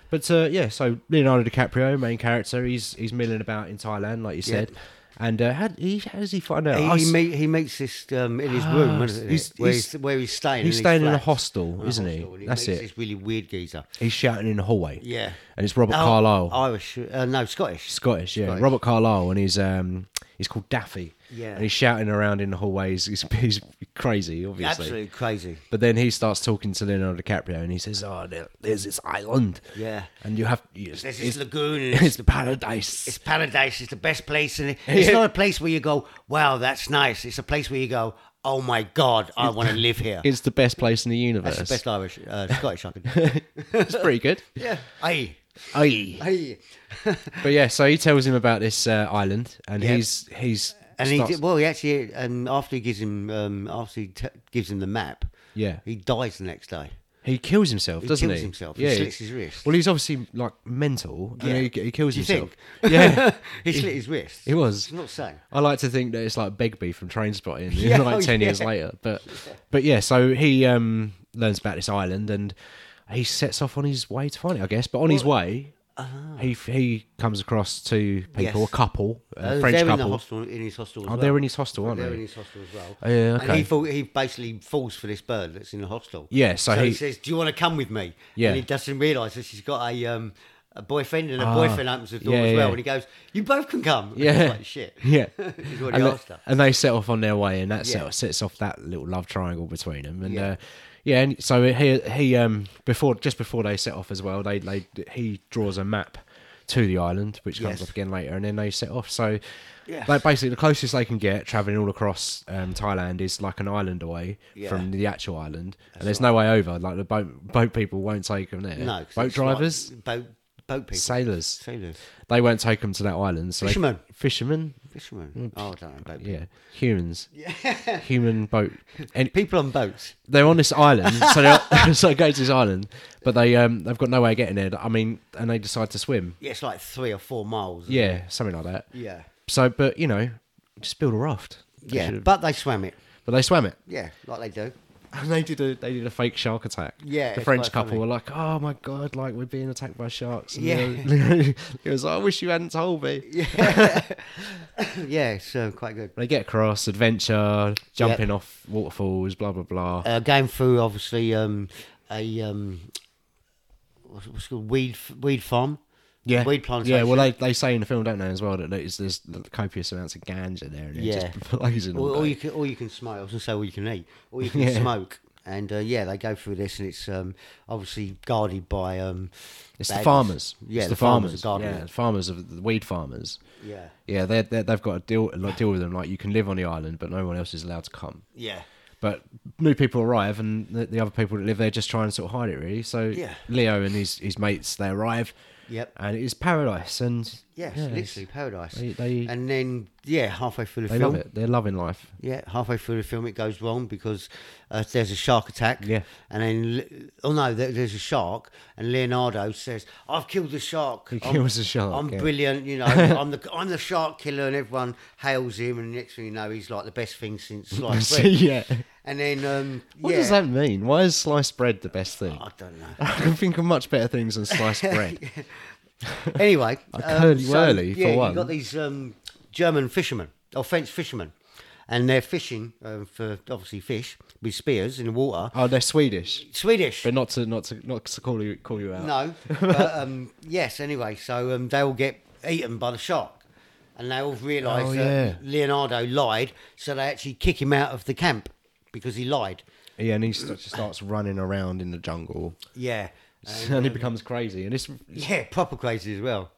Speaker 2: But uh, yeah, so Leonardo DiCaprio, main character, he's he's milling about in Thailand, like you said. And uh, how, he, how does he find out?
Speaker 3: He,
Speaker 2: Oh, I s-
Speaker 3: meet, he meets this um, in his
Speaker 2: Ah,
Speaker 3: room, isn't
Speaker 2: he's-
Speaker 3: it? Where
Speaker 2: he's-
Speaker 3: he's, where he's staying.
Speaker 2: he's
Speaker 3: in his
Speaker 2: staying in a
Speaker 3: flat.
Speaker 2: hostel,
Speaker 3: On a
Speaker 2: isn't he?
Speaker 3: hostel, and
Speaker 2: That's
Speaker 3: meets
Speaker 2: it.
Speaker 3: This really weird geezer.
Speaker 2: he's shouting in the hallway.
Speaker 3: Yeah.
Speaker 2: And it's Robert
Speaker 3: Oh,
Speaker 2: Carlyle.
Speaker 3: Irish, uh, no Scottish.
Speaker 2: Scottish, yeah.
Speaker 3: Scottish.
Speaker 2: Robert Carlyle, and he's um, he's called Daffy.
Speaker 3: Yeah.
Speaker 2: And he's shouting around in the hallways. He's, *laughs* he's crazy, obviously.
Speaker 3: Absolutely crazy.
Speaker 2: But then he starts talking to Leonardo DiCaprio, and he says, "Oh, there- there's this island.
Speaker 3: Yeah.
Speaker 2: And you have it's,
Speaker 3: There's
Speaker 2: it's,
Speaker 3: this lagoon
Speaker 2: *laughs*
Speaker 3: and
Speaker 2: it's
Speaker 3: it's,
Speaker 2: the paradise.
Speaker 3: it's paradise. It's the best place,
Speaker 2: *laughs*
Speaker 3: and it- it's not a place where you go, "Wow, that's nice." It's a place where you go, "Oh my God, I want to live
Speaker 2: *laughs*
Speaker 3: here."
Speaker 2: It's the best place in the universe.
Speaker 3: That's the
Speaker 2: *laughs*
Speaker 3: best Irish, uh, Scottish I could do.
Speaker 2: it's pretty good.
Speaker 3: yeah. Aye.
Speaker 2: Aye.
Speaker 3: *laughs* Aye.
Speaker 2: But yeah, so he tells him about this uh, island, and
Speaker 3: Yeah.
Speaker 2: he's he's
Speaker 3: And
Speaker 2: starts-
Speaker 3: he did, well, he actually, and after he gives him, um, after he t- gives him the map,
Speaker 2: Yeah.
Speaker 3: he dies the next day.
Speaker 2: He kills himself, doesn't
Speaker 3: kills
Speaker 2: he?
Speaker 3: himself. He slits his wrist.
Speaker 2: Well, he's obviously like mental,
Speaker 3: Yeah.
Speaker 2: and he, he kills
Speaker 3: You
Speaker 2: himself.
Speaker 3: think? *laughs*
Speaker 2: Yeah,
Speaker 3: he slit his wrist.
Speaker 2: he was.
Speaker 3: It's not sane.
Speaker 2: I like to think that it's like Begbie from Trainspotting,
Speaker 3: *laughs* Yeah,
Speaker 2: like
Speaker 3: oh,
Speaker 2: ten years
Speaker 3: yeah.
Speaker 2: later. But but yeah, so he um, learns about this island and he sets off on his way to find it, I guess. But on his way, he he comes across two people,
Speaker 3: uh-huh. Yes.
Speaker 2: a couple, a
Speaker 3: Uh,
Speaker 2: French
Speaker 3: they're in the
Speaker 2: couple.
Speaker 3: hostel, in his hostel. As
Speaker 2: Oh,
Speaker 3: well.
Speaker 2: they're in his hostel, aren't
Speaker 3: They're
Speaker 2: they?
Speaker 3: in his hostel as well.
Speaker 2: Oh, yeah,
Speaker 3: And
Speaker 2: okay.
Speaker 3: he, fall, he basically falls for this bird that's in the hostel.
Speaker 2: Yeah, so
Speaker 3: he,
Speaker 2: he-
Speaker 3: says, "Do you want to come with me?"
Speaker 2: Yeah.
Speaker 3: And he doesn't realise that she's got a um, a boyfriend, and a
Speaker 2: Ah.
Speaker 3: boyfriend opens the door
Speaker 2: Yeah,
Speaker 3: as well.
Speaker 2: yeah.
Speaker 3: And he goes, "You both can come." And
Speaker 2: Yeah.
Speaker 3: it's like, shit.
Speaker 2: *laughs* Yeah.
Speaker 3: *laughs* He's already
Speaker 2: and,
Speaker 3: asked
Speaker 2: they,
Speaker 3: her.
Speaker 2: and they set off on their way, and that
Speaker 3: Yeah.
Speaker 2: set, sets off that little love triangle between them. And
Speaker 3: Yeah.
Speaker 2: uh, yeah, and so he he um before just before they set off as well, they they he draws a map to the island, which comes
Speaker 3: Yes.
Speaker 2: up again later, and then they set off. So.
Speaker 3: Yes.
Speaker 2: Like basically, the closest they can get traveling all across um, Thailand is like an island away
Speaker 3: Yeah.
Speaker 2: from the actual island, and there's no way over. Like the boat, boat people won't take them there.
Speaker 3: No, 'cause
Speaker 2: boat
Speaker 3: it's like
Speaker 2: drivers,
Speaker 3: boat, boat people,
Speaker 2: sailors,
Speaker 3: sailors,
Speaker 2: they won't take them to that island. So they-
Speaker 3: Fishermen.
Speaker 2: fishermen,
Speaker 3: fishermen. Oh, I don't know. Boat people.
Speaker 2: Mm. yeah, humans.
Speaker 3: *laughs*
Speaker 2: Human boat. And
Speaker 3: People on boats.
Speaker 2: they're on this island, so
Speaker 3: *laughs*
Speaker 2: they *laughs* so they go to this island, but they um they've got no way of getting there. I mean, and they decide to swim.
Speaker 3: Yeah, it's like three or four miles.
Speaker 2: Yeah, something like that.
Speaker 3: Yeah.
Speaker 2: So, but you know, just build a raft. They
Speaker 3: Yeah.
Speaker 2: should've-
Speaker 3: But they swam it.
Speaker 2: but they swam it. *laughs*
Speaker 3: Yeah, like they do. *clears throat*
Speaker 2: And they did a they did a fake shark attack.
Speaker 3: Yeah,
Speaker 2: the
Speaker 3: it's
Speaker 2: French
Speaker 3: quite
Speaker 2: couple
Speaker 3: funny.
Speaker 2: were like, "Oh my god, like we're being attacked by sharks." And
Speaker 3: Yeah.
Speaker 2: *laughs* Leo- Leo was like, "I wish you hadn't told me."
Speaker 3: yeah, it's uh, quite good.
Speaker 2: They get across, adventure, jumping off waterfalls, blah blah blah.
Speaker 3: uh, going through obviously um, a um, what's, what's it called weed weed farm.
Speaker 2: Yeah,
Speaker 3: weed plantation.
Speaker 2: Yeah, well, they, they say in the film, don't they, as well, that there's, there's copious amounts of ganja there, and yeah.
Speaker 3: Yeah.
Speaker 2: just *laughs* blazing all,
Speaker 3: all, all
Speaker 2: day.
Speaker 3: you can all you can smoke. I was gonna say all you can eat,
Speaker 2: *laughs*
Speaker 3: all you can
Speaker 2: Yeah.
Speaker 3: smoke. And uh, yeah, they go through this, and it's um, obviously guarded by um,
Speaker 2: It's the
Speaker 3: baggers.
Speaker 2: farmers.
Speaker 3: Yeah,
Speaker 2: it's
Speaker 3: the, farmers, are guarding
Speaker 2: yeah,
Speaker 3: it.
Speaker 2: the farmers of the weed farmers.
Speaker 3: Yeah,
Speaker 2: Yeah, they they they've got to deal like, deal with them. Like you can live on the island, but no one else is allowed to come.
Speaker 3: yeah,
Speaker 2: But new people arrive, and the, the other people that live there just try and sort of hide it, really. So
Speaker 3: Yeah.
Speaker 2: Leo and his his mates they arrive.
Speaker 3: Yep.
Speaker 2: And it is paradise, and
Speaker 3: yes,
Speaker 2: Uh, yeah,
Speaker 3: literally paradise.
Speaker 2: They- they-
Speaker 3: and then yeah, halfway through the
Speaker 2: they
Speaker 3: film,
Speaker 2: love it. They're loving life. *laughs*
Speaker 3: Yeah, halfway through the film, it goes wrong because uh, there's a shark attack.
Speaker 2: Yeah.
Speaker 3: and then Le- oh no, there, there's a shark, and Leonardo says, "I've killed the shark.
Speaker 2: He kills the shark,
Speaker 3: I'm
Speaker 2: yeah. *laughs*
Speaker 3: brilliant. You know, I'm the I'm the shark killer." And everyone hails him, and next thing you know, he's like the best
Speaker 2: *laughs*
Speaker 3: thing since sliced bread.
Speaker 2: yeah.
Speaker 3: And then um,
Speaker 2: What
Speaker 3: yeah,
Speaker 2: does that mean? Why is sliced bread the best thing?
Speaker 3: I don't know.
Speaker 2: *laughs* I can think of much better things than
Speaker 3: *laughs*
Speaker 2: sliced bread. *laughs*
Speaker 3: anyway, um,
Speaker 2: curly whirly, for
Speaker 3: yeah,
Speaker 2: one.
Speaker 3: You've got these um, German fishermen or French fishermen, and they're fishing um, for obviously fish with spears in the water.
Speaker 2: Oh, they're Swedish,
Speaker 3: Swedish.
Speaker 2: but not to not to not to call you call you out.
Speaker 3: No, but um, yes. Anyway, so um, they all get eaten by the shark, and they all realise
Speaker 2: Oh, yeah.
Speaker 3: that Leonardo lied, so they actually kick him out of the camp because he lied.
Speaker 2: Yeah, and he st- just starts running around in the jungle,
Speaker 3: Yeah, Uh,
Speaker 2: and he becomes crazy. And it's *laughs*
Speaker 3: yeah, proper crazy as well.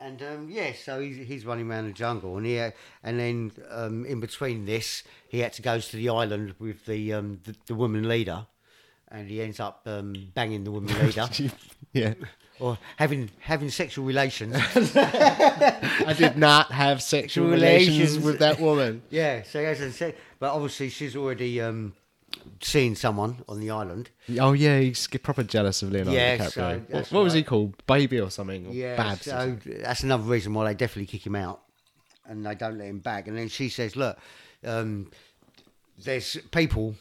Speaker 3: And um, yeah, so he's, he's running around the jungle, and he had, and then um, in between this, he had to go to the island with the um, the, the woman leader, and he ends up um, banging the
Speaker 2: *laughs*
Speaker 3: woman leader
Speaker 2: yeah.
Speaker 3: or having having sexual relations.
Speaker 2: I did not have sexual
Speaker 3: Relations.
Speaker 2: relations with that woman.
Speaker 3: yeah, so he has a se- but obviously she's already um, seen someone on the island.
Speaker 2: Oh yeah, he's g- proper jealous of Leonardo
Speaker 3: Yeah,
Speaker 2: DiCaprio.
Speaker 3: so
Speaker 2: what
Speaker 3: that's
Speaker 2: what was he
Speaker 3: right.
Speaker 2: called? Baby or something? Or
Speaker 3: Yeah,
Speaker 2: Babs or
Speaker 3: so
Speaker 2: something?
Speaker 3: that's another reason why they definitely kick him out, and they don't let him back. And then she says, "Look, um, there's people,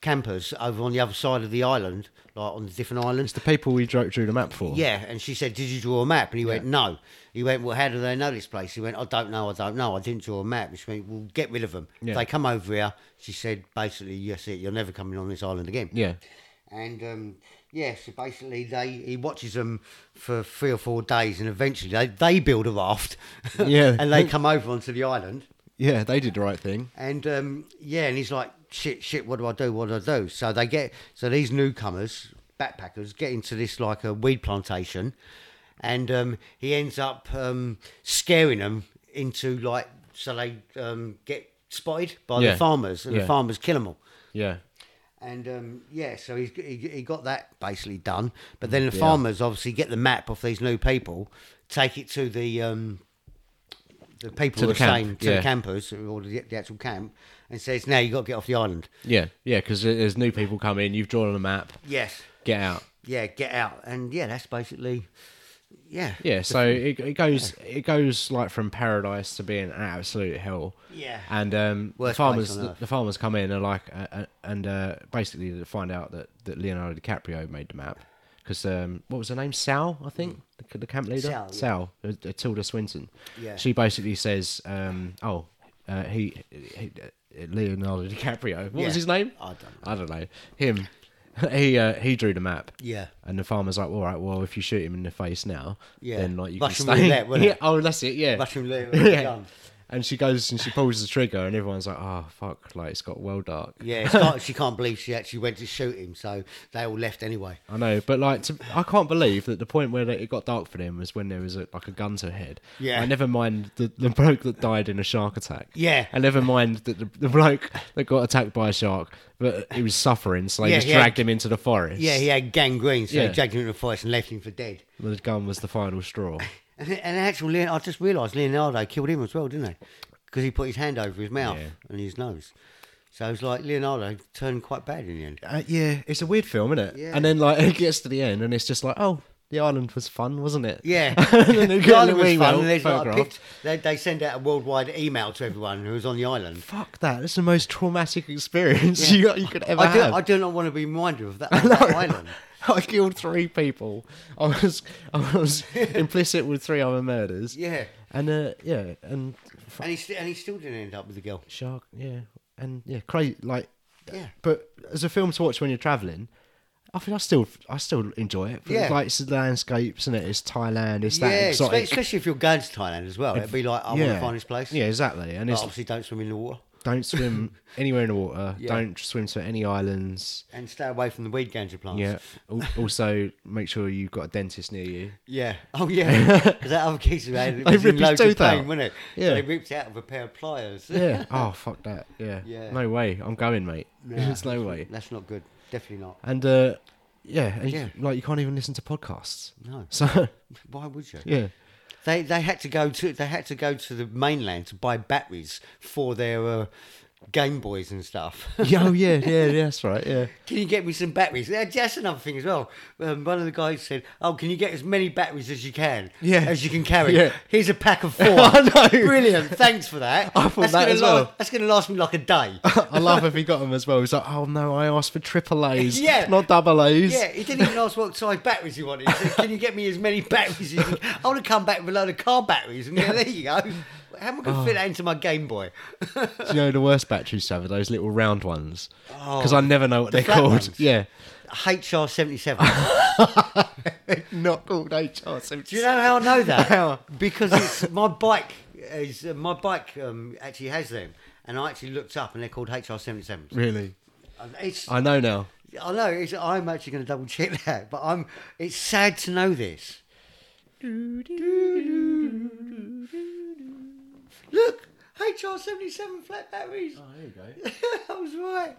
Speaker 3: campers over on the other side of the island, like on the different
Speaker 2: It's
Speaker 3: islands."
Speaker 2: the people we drew, drew the map for.
Speaker 3: Yeah, and she said, "Did you draw a map?" And he went, "No." He went, "Well, how do they know this place?" He went, "I don't know. I don't know. I didn't draw a map." And she went, "Well, get rid of them.
Speaker 2: Yeah.
Speaker 3: If they come over here." She said, "Basically, that's it. You're never coming on this island again."
Speaker 2: Yeah.
Speaker 3: and um, yeah, so basically they he watches them for three or four days, and eventually they, they build a raft, *laughs*
Speaker 2: Yeah.
Speaker 3: and they come over onto the island,
Speaker 2: Yeah, they did the right thing.
Speaker 3: and um, yeah, and he's like, shit, shit, what do I do? What do I do? So they get so these newcomers, backpackers, get into this like a weed plantation, and um, he ends up um, scaring them into like so they um, get spotted by
Speaker 2: Yeah.
Speaker 3: the farmers, and
Speaker 2: Yeah.
Speaker 3: the farmers kill them all.
Speaker 2: Yeah.
Speaker 3: And um, yeah, so he's, he, he got that basically done. But then the farmers obviously get the map off these new people, take it to the um, the people
Speaker 2: To the
Speaker 3: who are
Speaker 2: camp,
Speaker 3: staying to
Speaker 2: yeah.
Speaker 3: the campers or the, the actual camp, and says, "Now you got to get off the island."
Speaker 2: Yeah. Yeah, because there's new people come in. You've drawn a map.
Speaker 3: Yes,
Speaker 2: Get out.
Speaker 3: yeah, get out. And yeah, that's basically yeah,
Speaker 2: Yeah, so it, it goes it goes like from paradise to being an absolute hell.
Speaker 3: Yeah.
Speaker 2: and um, the
Speaker 3: Worst place
Speaker 2: farmers
Speaker 3: on
Speaker 2: the,
Speaker 3: earth.
Speaker 2: the farmers come in and like uh, uh, and uh, basically they find out that, that Leonardo DiCaprio made the map because um, what was her name Sal I think the, the camp leader
Speaker 3: Mm. Sal, yeah.
Speaker 2: Sal uh, uh, Tilda Swinton.
Speaker 3: Yeah.
Speaker 2: she basically says, um, "Oh, uh, he, he uh, Leonardo *laughs* DiCaprio. What was
Speaker 3: Yeah.
Speaker 2: his name?
Speaker 3: I don't
Speaker 2: know. I don't know him." *laughs* he uh, he drew the map.
Speaker 3: Yeah.
Speaker 2: And the farmer's like, all right, well, if you shoot him in the face now,
Speaker 3: Yeah.
Speaker 2: then like you
Speaker 3: Russian
Speaker 2: can stay.
Speaker 3: roulette,
Speaker 2: *laughs*
Speaker 3: wasn't
Speaker 2: yeah.
Speaker 3: it?
Speaker 2: Oh, that's it. Yeah. *laughs*
Speaker 3: Russian roulette with a
Speaker 2: yeah.
Speaker 3: gun.
Speaker 2: And she goes and she pulls the trigger, and everyone's like, oh fuck, like it's got well dark.
Speaker 3: yeah. It's not, she can't believe she actually went to shoot him, so they all left anyway.
Speaker 2: I know, but like, to, I can't believe that the point where it got dark for them was when there was a, like a gun to her head.
Speaker 3: Yeah.
Speaker 2: Like, never mind the, the bloke that died in a shark attack.
Speaker 3: Yeah.
Speaker 2: And never mind that the, the bloke that got attacked by a shark, but he was suffering, so they
Speaker 3: Yeah,
Speaker 2: just
Speaker 3: he had-
Speaker 2: dragged him into the forest.
Speaker 3: Yeah, he had gangrene, so
Speaker 2: Yeah.
Speaker 3: they dragged him in the forest and left him for dead.
Speaker 2: The gun was the final straw.
Speaker 3: And, and actual Leon, I just realised Leonardo killed him as well, didn't he? Because he put his hand over his mouth
Speaker 2: Yeah.
Speaker 3: and his nose. So it's like Leonardo turned quite bad in the end.
Speaker 2: Uh, yeah, it's a weird film, isn't it?
Speaker 3: Yeah.
Speaker 2: And then like *laughs* it gets to the end, and it's just like, oh, the island was fun, wasn't it?
Speaker 3: Yeah,
Speaker 2: *laughs* then they get
Speaker 3: the island
Speaker 2: the
Speaker 3: was
Speaker 2: email
Speaker 3: fun. And there's like a
Speaker 2: photograph.
Speaker 3: pict- they, they send out a worldwide email to everyone who was on the island.
Speaker 2: Fuck that! It's the most traumatic experience *laughs* you you could ever
Speaker 3: I do,
Speaker 2: have.
Speaker 3: I do not want to be reminded of that, of that island.
Speaker 2: *laughs* I killed three people. I was I was
Speaker 3: *laughs*
Speaker 2: implicit with three other murders.
Speaker 3: Yeah.
Speaker 2: And uh, yeah, and f-
Speaker 3: And he, st- and he still didn't end up with the girl.
Speaker 2: shark. Yeah, and yeah, crazy. Like,
Speaker 3: Yeah.
Speaker 2: But as a film to watch when you're traveling. I think I still, I still enjoy it.
Speaker 3: Yeah.
Speaker 2: Like it's the landscapes and it? it's Thailand, it's
Speaker 3: Yeah,
Speaker 2: that
Speaker 3: espe-
Speaker 2: exotic.
Speaker 3: especially if you're going to Thailand as well. It'd be like, I want to find this place.
Speaker 2: Yeah, exactly. And
Speaker 3: But
Speaker 2: it's
Speaker 3: obviously, don't swim in the water
Speaker 2: don't
Speaker 3: *laughs*
Speaker 2: swim anywhere in the water.
Speaker 3: Yeah.
Speaker 2: Don't swim to any islands.
Speaker 3: and stay away from the weed ganja plants.
Speaker 2: Yeah. Al- also, make sure you've got a dentist near
Speaker 3: *laughs*
Speaker 2: you.
Speaker 3: Yeah.
Speaker 2: *laughs*
Speaker 3: Oh, yeah. 'Cause that other kid's around. It
Speaker 2: They
Speaker 3: was in
Speaker 2: ripped his
Speaker 3: loads of
Speaker 2: tooth
Speaker 3: pain,
Speaker 2: out.
Speaker 3: wasn't it?
Speaker 2: Yeah.
Speaker 3: They ripped it out of a pair of pliers.
Speaker 2: Yeah. oh fuck that. Yeah.
Speaker 3: Yeah.
Speaker 2: No way. I'm going, mate. *laughs* There's no way.
Speaker 3: *laughs* That's not good. Definitely not.
Speaker 2: And uh, yeah, and
Speaker 3: Yeah.
Speaker 2: You, like you can't even listen to podcasts. *laughs*
Speaker 3: No.
Speaker 2: So
Speaker 3: Why would you?
Speaker 2: yeah.
Speaker 3: They they had to go to they had to go to the mainland to buy batteries for their uh, Game Boys and stuff. *laughs*
Speaker 2: Yeah, oh yeah, yeah, yeah, that's right. Yeah,
Speaker 3: can you get me some batteries? Yeah, That's another thing as well. Um, one of the guys said, "Oh, can you get as many batteries as you can?
Speaker 2: Yeah.
Speaker 3: as you can carry.
Speaker 2: Yeah.
Speaker 3: Here's a pack of four.
Speaker 2: *laughs* I know.
Speaker 3: Brilliant. Thanks for that.
Speaker 2: *laughs* I thought
Speaker 3: that's
Speaker 2: that
Speaker 3: gonna
Speaker 2: as
Speaker 3: la-
Speaker 2: well.
Speaker 3: that's going to last me like a day.
Speaker 2: I love if he got them as well. He's like, oh no, I asked for triple A's,
Speaker 3: *laughs* Yeah.
Speaker 2: not double A's.
Speaker 3: Yeah, he didn't even ask what size batteries he wanted. He said, Can you get me as many batteries as you can? I want to come back with a load of car batteries. And yeah, there you go. How am I going to fit that into my Game Boy?
Speaker 2: Do you know the worst batteries to have are those little round ones?
Speaker 3: Oh.
Speaker 2: Because I never know what they're
Speaker 3: flat
Speaker 2: called.
Speaker 3: ones?
Speaker 2: *laughs* Yeah.
Speaker 3: HR77.
Speaker 2: Not called HR. So
Speaker 3: Do you know how I know that?
Speaker 2: How?
Speaker 3: Because it's my bike is uh, my bike um, actually has them. And I actually looked up and they're called HR77.
Speaker 2: Really?
Speaker 3: It's,
Speaker 2: I know now.
Speaker 3: *laughs* I know, it's, I'm actually going to double check that, but I'm. it's sad to know this. Look, HR seventy seven flat batteries. *laughs*
Speaker 2: there you go.
Speaker 3: I was right.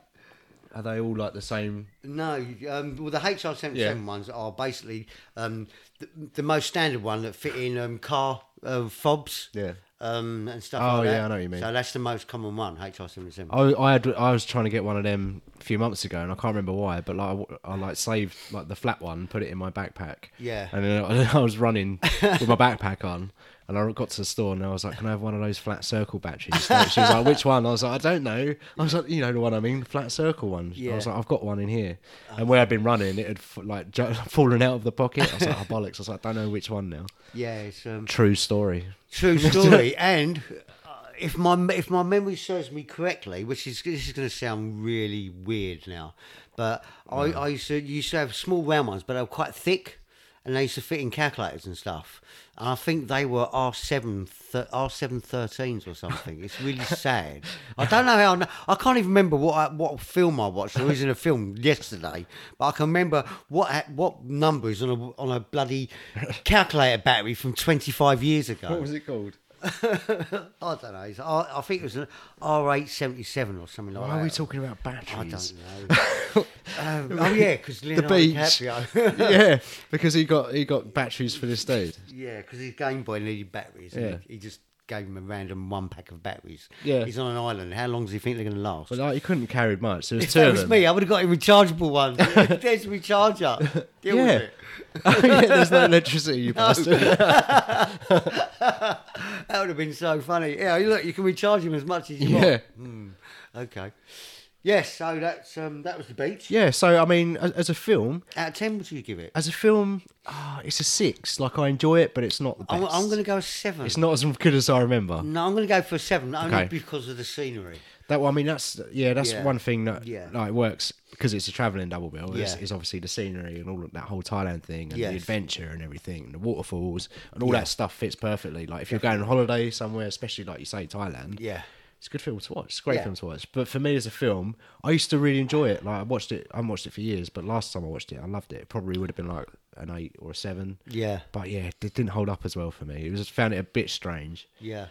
Speaker 2: Are they all like the same?
Speaker 3: No, you- um, well, the HR seventy
Speaker 2: Yeah.
Speaker 3: seven ones are basically um, the, the most standard one that fit in um, car uh, fobs.
Speaker 2: Yeah.
Speaker 3: Um, and stuff
Speaker 2: Oh,
Speaker 3: like that.
Speaker 2: yeah, I know what you mean. Oh.
Speaker 3: So that's the most common one, HR seventy seven.
Speaker 2: I, I had I was trying to get one of them a few months ago, and I can't remember why. But like I w- I, like saved like the flat one, put it in my backpack.
Speaker 3: Yeah.
Speaker 2: And then I, *laughs* I was running with my backpack on, and I got to the store, and I was like, "Can I have one of those flat circle batteries?" So she was like, "Which one?" I was like, "I don't know." I was like, "You know the one I mean, the flat circle one." I was
Speaker 3: Yeah.
Speaker 2: like, "I've got one in here," and where I'd been running, it had f- like ju- *laughs* fallen out of the pocket. I was like, "Oh bollocks!" I was like, "I don't know which one now."
Speaker 3: Yeah, it's um,
Speaker 2: True story.
Speaker 3: True story. and uh, if my if my memory serves me correctly, which is this is going to sound really weird now, but I, I used to used to have small round ones, but they were quite thick, and they used to fit in calculators and stuff. And I think they were R seven R seven thirteens or something. It's really sad. I don't know how. I, kn- I can't even remember what I, what film I watched. I was in a film yesterday, but I can remember what ha- what numbers on a on a bloody calculator battery from twenty five years ago.
Speaker 2: it called?
Speaker 3: I don't know. It's R, I think it was an R877 or something like
Speaker 2: Why
Speaker 3: that.
Speaker 2: are we talking about
Speaker 3: I
Speaker 2: batteries?
Speaker 3: don't know.
Speaker 2: *laughs*
Speaker 3: um, oh yeah, because Leonardo
Speaker 2: beach. *laughs*
Speaker 3: DiCaprio. *laughs*
Speaker 2: yeah, because he got he got batteries for this dude.
Speaker 3: yeah, because his Game Boy needed batteries. and
Speaker 2: Yeah.
Speaker 3: he, he just gave him a random one pack of batteries.
Speaker 2: Yeah.
Speaker 3: He's on an island. How long does he think they're going to last? *laughs*
Speaker 2: But like, he couldn't carry much. There was
Speaker 3: if
Speaker 2: two
Speaker 3: that
Speaker 2: of
Speaker 3: was
Speaker 2: them. *laughs*
Speaker 3: me, I would have got him a rechargeable one. There's my charger. Deal
Speaker 2: Yeah.
Speaker 3: with it.
Speaker 2: yeah, there's no electricity,
Speaker 3: *laughs*
Speaker 2: you bastard.
Speaker 3: That would have been so funny. Yeah, look, you can recharge him as much as you
Speaker 2: Yeah.
Speaker 3: want. Hmm. Okay. Yes, so that's um, that was the beach.
Speaker 2: Yeah, Uh, so I mean, as, as a film,
Speaker 3: Out of ten, would you give it?
Speaker 2: as a film, ah, it's a six. Like I enjoy it, but it's not the best.
Speaker 3: I'm, I'm going to go a seven.
Speaker 2: It's not as good as I remember.
Speaker 3: No, I'm going to go for a seven only
Speaker 2: Okay.
Speaker 3: because of the scenery.
Speaker 2: That one, I mean, that's yeah, that's
Speaker 3: Yeah.
Speaker 2: one thing that
Speaker 3: Yeah.
Speaker 2: like works because it's a traveling double bill. Is,
Speaker 3: Yeah.
Speaker 2: is obviously the scenery and all of that whole Thailand thing and
Speaker 3: Yes.
Speaker 2: the adventure and everything and the waterfalls and all that stuff fits perfectly. Like if you're going on holiday somewhere, especially like you say Thailand,
Speaker 3: Yeah.
Speaker 2: it's a good film to watch. It's a great
Speaker 3: Yeah.
Speaker 2: film to watch. But for me as a film, I used to really enjoy it. Like I watched it, I haven't watched it for years, but last time I watched it, I loved it. It probably would have been like an eight or a seven.
Speaker 3: Yeah.
Speaker 2: But yeah, it didn't hold up as well for me. It was found it a bit strange.
Speaker 3: Yeah.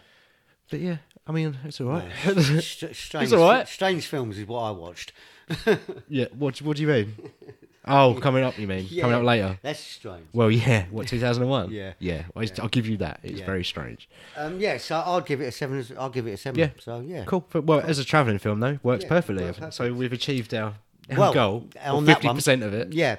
Speaker 2: But yeah, I mean, it's all right. *laughs*
Speaker 3: St- strange,
Speaker 2: all right.
Speaker 3: strange films is what I watched.
Speaker 2: Yeah, what what do you
Speaker 3: *laughs*
Speaker 2: mean? Oh, coming up, you mean? Coming up later.
Speaker 3: That's strange.
Speaker 2: Well, yeah. What, 2001?
Speaker 3: Yeah.
Speaker 2: Yeah. I, I'll give you that. It's
Speaker 3: Yeah.
Speaker 2: very strange.
Speaker 3: Um, yeah, so I'll give it a seven. as- I'll give it a seven.
Speaker 2: Yeah.
Speaker 3: Hmm. So yeah.
Speaker 2: Cool. But, well, as a travelling film, though, works
Speaker 3: Yeah,
Speaker 2: perfectly.
Speaker 3: works
Speaker 2: I think. So we've achieved our, our
Speaker 3: Well,
Speaker 2: goal. Or
Speaker 3: on that one-
Speaker 2: 50% of it.
Speaker 3: Yeah.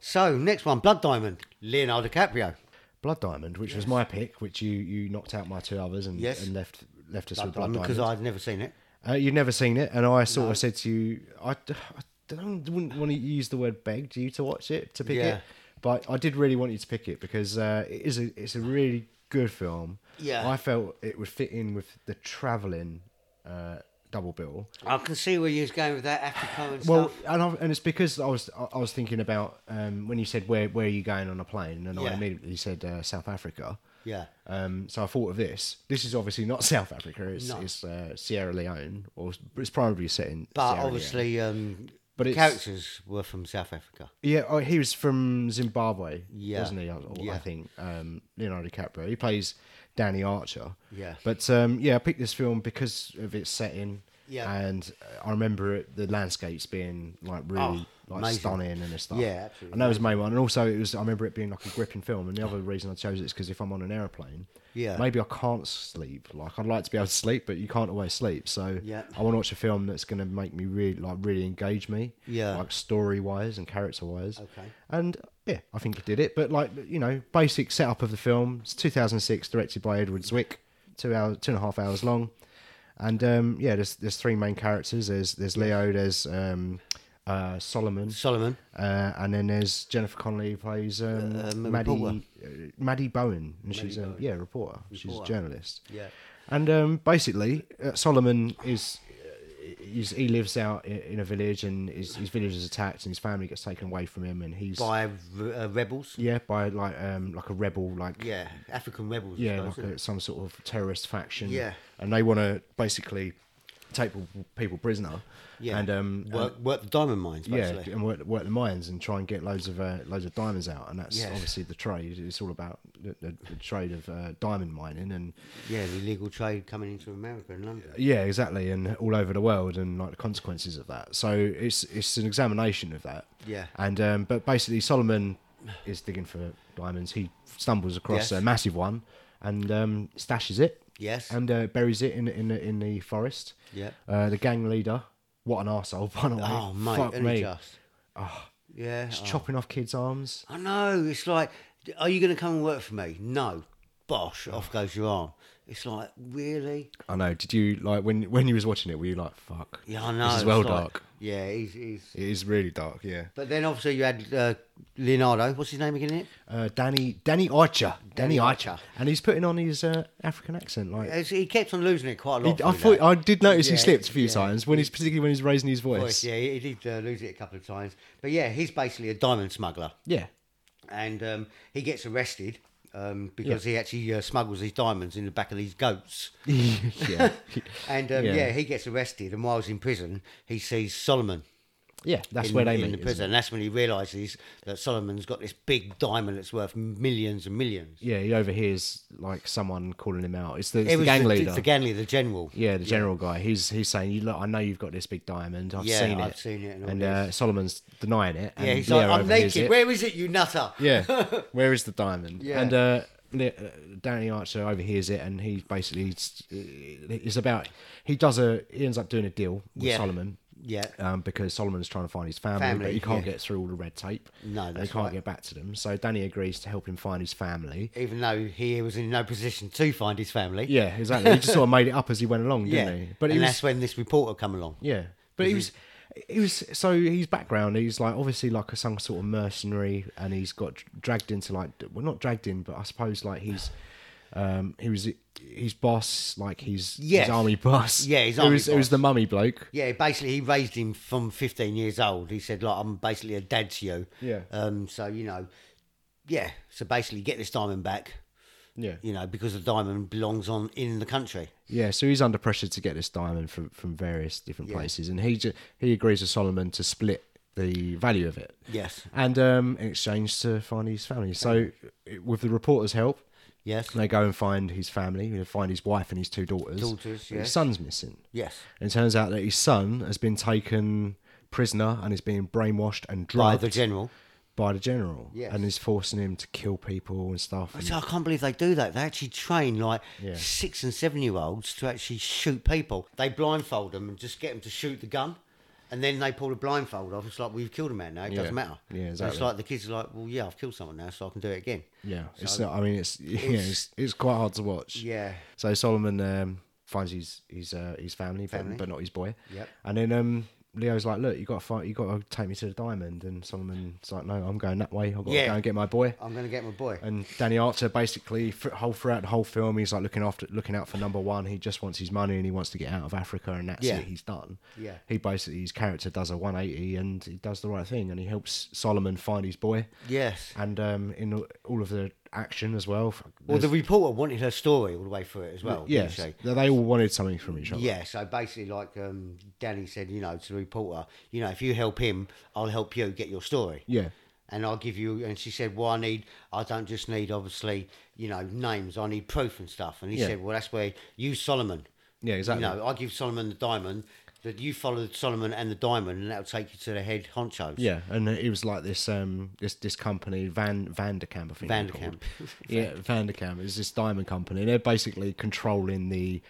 Speaker 3: So next one, Blood Diamond, Leonardo DiCaprio.
Speaker 2: Blood Diamond, which was my pick, which you, you knocked out my two others and,
Speaker 3: Yes.
Speaker 2: and left left us
Speaker 3: Blood
Speaker 2: with Blood
Speaker 3: Diamond, because
Speaker 2: Diamond.
Speaker 3: I've never seen it.
Speaker 2: Uh, you've never seen it, and I sort of said to you, I, d- I don't, wouldn't want to use the word begged you to watch it to pick
Speaker 3: Yeah.
Speaker 2: it, but I did really want you to pick it because uh, it is a it's a really good film.
Speaker 3: Yeah.
Speaker 2: I felt it would fit in with the traveling uh, double bill.
Speaker 3: I can see where you was going with that Africa and
Speaker 2: Well,
Speaker 3: stuff.
Speaker 2: and, I, and it's because I was I I was thinking about um, when you said where where are you going on a plane, and I
Speaker 3: Yeah.
Speaker 2: immediately said uh, South Africa.
Speaker 3: Yeah.
Speaker 2: Um, so I thought of this. This is obviously not *laughs* South Africa. It's,
Speaker 3: No.
Speaker 2: it's uh, Sierra Leone, or it's primarily set in.
Speaker 3: But
Speaker 2: Sierra Leone.
Speaker 3: obviously, um,
Speaker 2: But
Speaker 3: the
Speaker 2: it's-
Speaker 3: characters were from South Africa.
Speaker 2: Yeah, oh, he was from Zimbabwe,
Speaker 3: Yeah.
Speaker 2: wasn't he? I, or I
Speaker 3: Yeah.
Speaker 2: think um, Leonardo DiCaprio. He plays Danny Archer.
Speaker 3: Yeah.
Speaker 2: But um, yeah, I picked this film because of its setting.
Speaker 3: Yeah.
Speaker 2: And uh, I remember it, the landscapes being like really
Speaker 3: Oh,
Speaker 2: like
Speaker 3: amazing.
Speaker 2: stunning and stuff.
Speaker 3: Yeah, absolutely
Speaker 2: And that was the main one. And also, it was I remember it being like a gripping film. And the other reason I chose it is because if I'm on an airplane,
Speaker 3: Yeah.
Speaker 2: maybe I can't sleep. Like I'd like to be able to sleep, but you can't always sleep. So
Speaker 3: Yeah.
Speaker 2: I want to watch a film that's going to make me really like really engage me.
Speaker 3: Yeah.
Speaker 2: Like story wise and character wise.
Speaker 3: Okay.
Speaker 2: And yeah, I think he did it. But like you know, basic setup of the film. It's 2006, directed by Edward Zwick. Two hours, two and a half hours long. And um, yeah, there's there's three main characters. There's there's Leo. There's um, uh, Solomon.
Speaker 3: Solomon.
Speaker 2: Uh, and then there's Jennifer Connelly who plays um,
Speaker 3: um,
Speaker 2: Maddie
Speaker 3: reporter.
Speaker 2: uh, Maddie Bowen, and she's a yeah reporter. She's a
Speaker 3: Reporter.
Speaker 2: journalist.
Speaker 3: Yeah.
Speaker 2: And um, basically, uh, Solomon is. He's, he lives out i- in a village, and his, his village is attacked, and his family gets taken away from him, and he's
Speaker 3: By uh, rebels.
Speaker 2: yeah by like um like a rebel like
Speaker 3: Yeah, African rebels. I
Speaker 2: yeah
Speaker 3: suppose,
Speaker 2: like
Speaker 3: isn't it?
Speaker 2: a, some sort of terrorist faction
Speaker 3: Yeah.
Speaker 2: and they want to basically take people prisoner
Speaker 3: Yeah.
Speaker 2: and um
Speaker 3: work, work the diamond mines,
Speaker 2: yeah, um,
Speaker 3: basically.
Speaker 2: and work, work the mines and try and get loads of uh, loads of diamonds out, and that's
Speaker 3: Yes.
Speaker 2: obviously the trade. It's all about the, the, the trade of uh, diamond mining, and
Speaker 3: Yeah. the illegal trade coming into America and London.
Speaker 2: yeah, exactly, and all over the world, and like the consequences of that. So it's it's an examination of that.
Speaker 3: Yeah.
Speaker 2: and um, but basically Solomon is digging for diamonds. He stumbles across
Speaker 3: Yes.
Speaker 2: a massive one and um, stashes it.
Speaker 3: Yes.
Speaker 2: and uh, buries it in in the, in the forest.
Speaker 3: Yep.
Speaker 2: uh, the gang leader. What an arsehole, *laughs* by the way.
Speaker 3: Oh, mate,
Speaker 2: Fuck
Speaker 3: only
Speaker 2: me. Ah,
Speaker 3: just. yeah.
Speaker 2: It's
Speaker 3: oh.
Speaker 2: chopping off kids' arms.
Speaker 3: I know. It's like, are you going to come and work for me? No. Bosh,
Speaker 2: Ah.
Speaker 3: off goes your arm. It's like, really?
Speaker 2: I know. Did you like when when you was watching it? Were you like, "Fuck"?
Speaker 3: Yeah, I know.
Speaker 2: This is
Speaker 3: it's
Speaker 2: well
Speaker 3: like-
Speaker 2: dark.
Speaker 3: Yeah, he's, he's.
Speaker 2: It is really dark. Yeah.
Speaker 3: But then obviously you had uh, Leonardo. What's his name again? Nick?
Speaker 2: Uh, Danny Danny Archer. Danny
Speaker 3: Danny
Speaker 2: Archer.
Speaker 3: Archer.
Speaker 2: And he's putting on his uh, African accent. Like
Speaker 3: As He kept on losing it quite a
Speaker 2: he,
Speaker 3: lot.
Speaker 2: I
Speaker 3: through
Speaker 2: thought
Speaker 3: that.
Speaker 2: I did notice he
Speaker 3: Yeah,
Speaker 2: slipped a few
Speaker 3: yeah.
Speaker 2: times when he's particularly when he's raising his voice.
Speaker 3: Voice,
Speaker 2: yeah.
Speaker 3: yeah, he he did uh, lose it a couple of times. But yeah, he's basically a diamond smuggler. *laughs* and um, he gets arrested um, because he actually uh, smuggles his diamonds in the back of
Speaker 2: *laughs*
Speaker 3: these goats.
Speaker 2: yeah,
Speaker 3: And um,
Speaker 2: Yeah.
Speaker 3: yeah. he gets arrested, and while he's in prison, he sees Solomon.
Speaker 2: yeah. That's
Speaker 3: in,
Speaker 2: where they
Speaker 3: in
Speaker 2: meet.
Speaker 3: the
Speaker 2: isn't
Speaker 3: prison.
Speaker 2: it?
Speaker 3: And that's when he realizes that Solomon's got this big diamond that's worth millions and millions.
Speaker 2: Yeah, he overhears like someone calling him out. It's the, it's
Speaker 3: It
Speaker 2: the
Speaker 3: was
Speaker 2: gang
Speaker 3: the,
Speaker 2: leader.
Speaker 3: the gang leader, the general.
Speaker 2: yeah, the general guy. He's he's saying, "You look, I know you've got this big diamond. I've
Speaker 3: Yeah,
Speaker 2: seen it.
Speaker 3: I've seen it and all
Speaker 2: uh,
Speaker 3: this.
Speaker 2: Solomon's denying it. And
Speaker 3: Yeah, he's
Speaker 2: Leo
Speaker 3: like, I'm
Speaker 2: overhears
Speaker 3: naked.
Speaker 2: it.
Speaker 3: Where is it, you nutter? *laughs*
Speaker 2: Yeah. Where is the diamond?
Speaker 3: Yeah.
Speaker 2: And uh, Le- uh, Danny Archer overhears it, and he basically it's, it's about he does a he ends up doing a deal with
Speaker 3: Yeah.
Speaker 2: Solomon.
Speaker 3: Yeah.
Speaker 2: Um, because Solomon's trying to find his family, but
Speaker 3: Family,
Speaker 2: he can't
Speaker 3: yeah.
Speaker 2: get through all the red tape.
Speaker 3: No,
Speaker 2: and he
Speaker 3: that's
Speaker 2: can't
Speaker 3: right.
Speaker 2: get back to them. So Danny agrees to help him find his family.
Speaker 3: Even though he was in no position to find his family.
Speaker 2: Yeah, exactly. he just sort of made it up as he went along,
Speaker 3: Yeah.
Speaker 2: didn't he? But he
Speaker 3: and
Speaker 2: was
Speaker 3: that's when this reporter come along.
Speaker 2: Yeah, but he was. He was so his background. He's like obviously like a some sort of mercenary, and he's got dr- dragged into like well not dragged in, but I suppose like he's um he was his boss, like his
Speaker 3: Yes.
Speaker 2: his army boss.
Speaker 3: Yeah, his
Speaker 2: It
Speaker 3: army
Speaker 2: was, It was
Speaker 3: boss.
Speaker 2: the mummy bloke.
Speaker 3: Yeah, basically, he raised him from 15 years old. He said, like, I'm basically a dad to you.
Speaker 2: Yeah.
Speaker 3: Um. So, you know, yeah. So basically, get this diamond back,
Speaker 2: Yeah,
Speaker 3: you know, because the diamond belongs on in the country.
Speaker 2: yeah. So he's under pressure to get this diamond from from various different places, and he ju- he agrees with Solomon to split the value of it.
Speaker 3: Yes.
Speaker 2: and um in exchange to find his family. So with the reporter's help,
Speaker 3: Yes.
Speaker 2: They go and find his family, they find his wife and his two daughters.
Speaker 3: Daughters,
Speaker 2: But His
Speaker 3: yes.
Speaker 2: son's missing.
Speaker 3: Yes.
Speaker 2: And it turns out that his son has been taken prisoner and is being brainwashed and
Speaker 3: By
Speaker 2: drugged
Speaker 3: the general.
Speaker 2: by the general.
Speaker 3: Yes.
Speaker 2: And is forcing him to kill people and stuff.
Speaker 3: I
Speaker 2: and-
Speaker 3: say, I can't believe they do that. They actually train like
Speaker 2: Yeah.
Speaker 3: six and seven year olds to actually shoot people. They blindfold them and just get them to shoot the gun. And then they pull the blindfold off. It's like, we've killed a man now. It
Speaker 2: Yeah.
Speaker 3: doesn't matter.
Speaker 2: Yeah,
Speaker 3: So
Speaker 2: exactly.
Speaker 3: It's like the kids are like, well, yeah, I've killed someone now, so I can do it again.
Speaker 2: yeah. It's not, I mean, it's, *laughs* yeah, it's it's quite hard to watch.
Speaker 3: Yeah.
Speaker 2: So Solomon um, finds his his uh, his family, but-
Speaker 3: Family.
Speaker 2: But, not his boy.
Speaker 3: Yep.
Speaker 2: And then um, Leo's like, "Look, you got to fight. You got to take me to the diamond." And Solomon's like, "No, I'm going that way. I've got to
Speaker 3: Yeah.
Speaker 2: go and get my boy."
Speaker 3: I'm going to get my boy.
Speaker 2: And Danny Archer basically fr- whole throughout the whole film, he's like looking after, looking out for number one. He just wants his money and he wants to get out of Africa, and that's
Speaker 3: Yeah.
Speaker 2: it. He's done.
Speaker 3: Yeah.
Speaker 2: He basically his character does a 180 and he does the right thing, and he helps Solomon find his boy.
Speaker 3: Yes.
Speaker 2: And um, in all- all of the action as well. f-
Speaker 3: Well, the
Speaker 2: there's-
Speaker 3: reporter wanted her story all the way through it as well. didn't
Speaker 2: yes,
Speaker 3: she?
Speaker 2: they they all wanted something from each other.
Speaker 3: Yeah, so basically, like um, Danny said, you know, to the reporter, you know, if you help him, I'll help you get your story.
Speaker 2: Yeah.
Speaker 3: And I'll give you, and she said, well, I need, I don't just need, obviously, you know, names, I need proof and stuff. And he
Speaker 2: Yeah.
Speaker 3: said, well, that's where you, Solomon.
Speaker 2: Yeah, exactly.
Speaker 3: You know, I give Solomon the diamond, that you follow Solomon and the diamond, and that'll take you to the head honchos.
Speaker 2: Yeah, and it was like this um this this company Van Vanderkamp I think they're
Speaker 3: *laughs* Vanderkamp.
Speaker 2: called. yeah, Vanderkamp is this diamond company. They're basically controlling the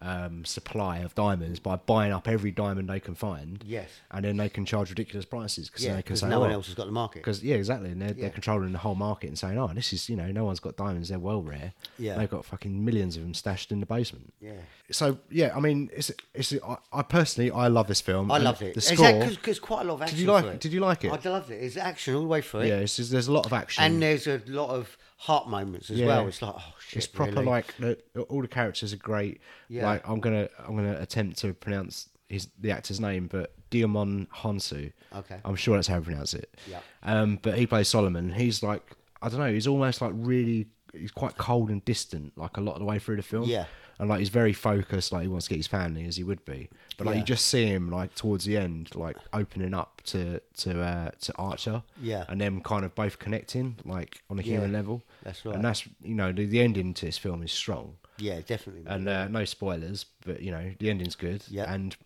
Speaker 2: um, supply of diamonds by buying up every diamond they can find.
Speaker 3: Yes.
Speaker 2: and then they can charge ridiculous prices because
Speaker 3: Yeah,
Speaker 2: they can
Speaker 3: because
Speaker 2: say
Speaker 3: no one
Speaker 2: "Oh,"
Speaker 3: else has got the market.
Speaker 2: Because yeah, exactly, and they're,
Speaker 3: Yeah.
Speaker 2: they're controlling the whole market and saying, "Oh, this is you know, no one's got diamonds; they're well rare.
Speaker 3: Yeah.
Speaker 2: they've got fucking millions of them stashed in the basement."
Speaker 3: Yeah.
Speaker 2: So yeah, I mean, it's it's I, I personally I love this film.
Speaker 3: I
Speaker 2: and
Speaker 3: loved it.
Speaker 2: The
Speaker 3: Is that
Speaker 2: score,
Speaker 3: 'cause- 'cause quite a lot of action.
Speaker 2: you like-
Speaker 3: for it.
Speaker 2: did you like it?
Speaker 3: I loved it. It's action all the way through.
Speaker 2: yeah,
Speaker 3: it.
Speaker 2: it's just, there's a lot of action
Speaker 3: and there's a lot of heart moments as
Speaker 2: Yeah.
Speaker 3: well. It's like, oh shit,
Speaker 2: it's proper
Speaker 3: really?
Speaker 2: like the, all the characters are great.
Speaker 3: Yeah.
Speaker 2: Like I'm gonna I'm gonna attempt to pronounce his the actor's name, but Diamon Hansu.
Speaker 3: Okay.
Speaker 2: I'm sure that's how you pronounce it.
Speaker 3: Yeah.
Speaker 2: Um, but he plays Solomon. He's like I don't know. He's almost like really he's quite cold and distant, like a lot of the way through the film.
Speaker 3: Yeah.
Speaker 2: And like he's very focused, like he wants to get his family as he would be. But like
Speaker 3: Yeah.
Speaker 2: you just see him like towards the end, like opening up to to uh, to Archer.
Speaker 3: Yeah.
Speaker 2: And them kind of both connecting, like on a human level.
Speaker 3: that's right.
Speaker 2: And that's you know the, the ending to this film is strong.
Speaker 3: Yeah, definitely. mate.
Speaker 2: And uh, no spoilers, but you know the ending's good.
Speaker 3: Yeah.
Speaker 2: And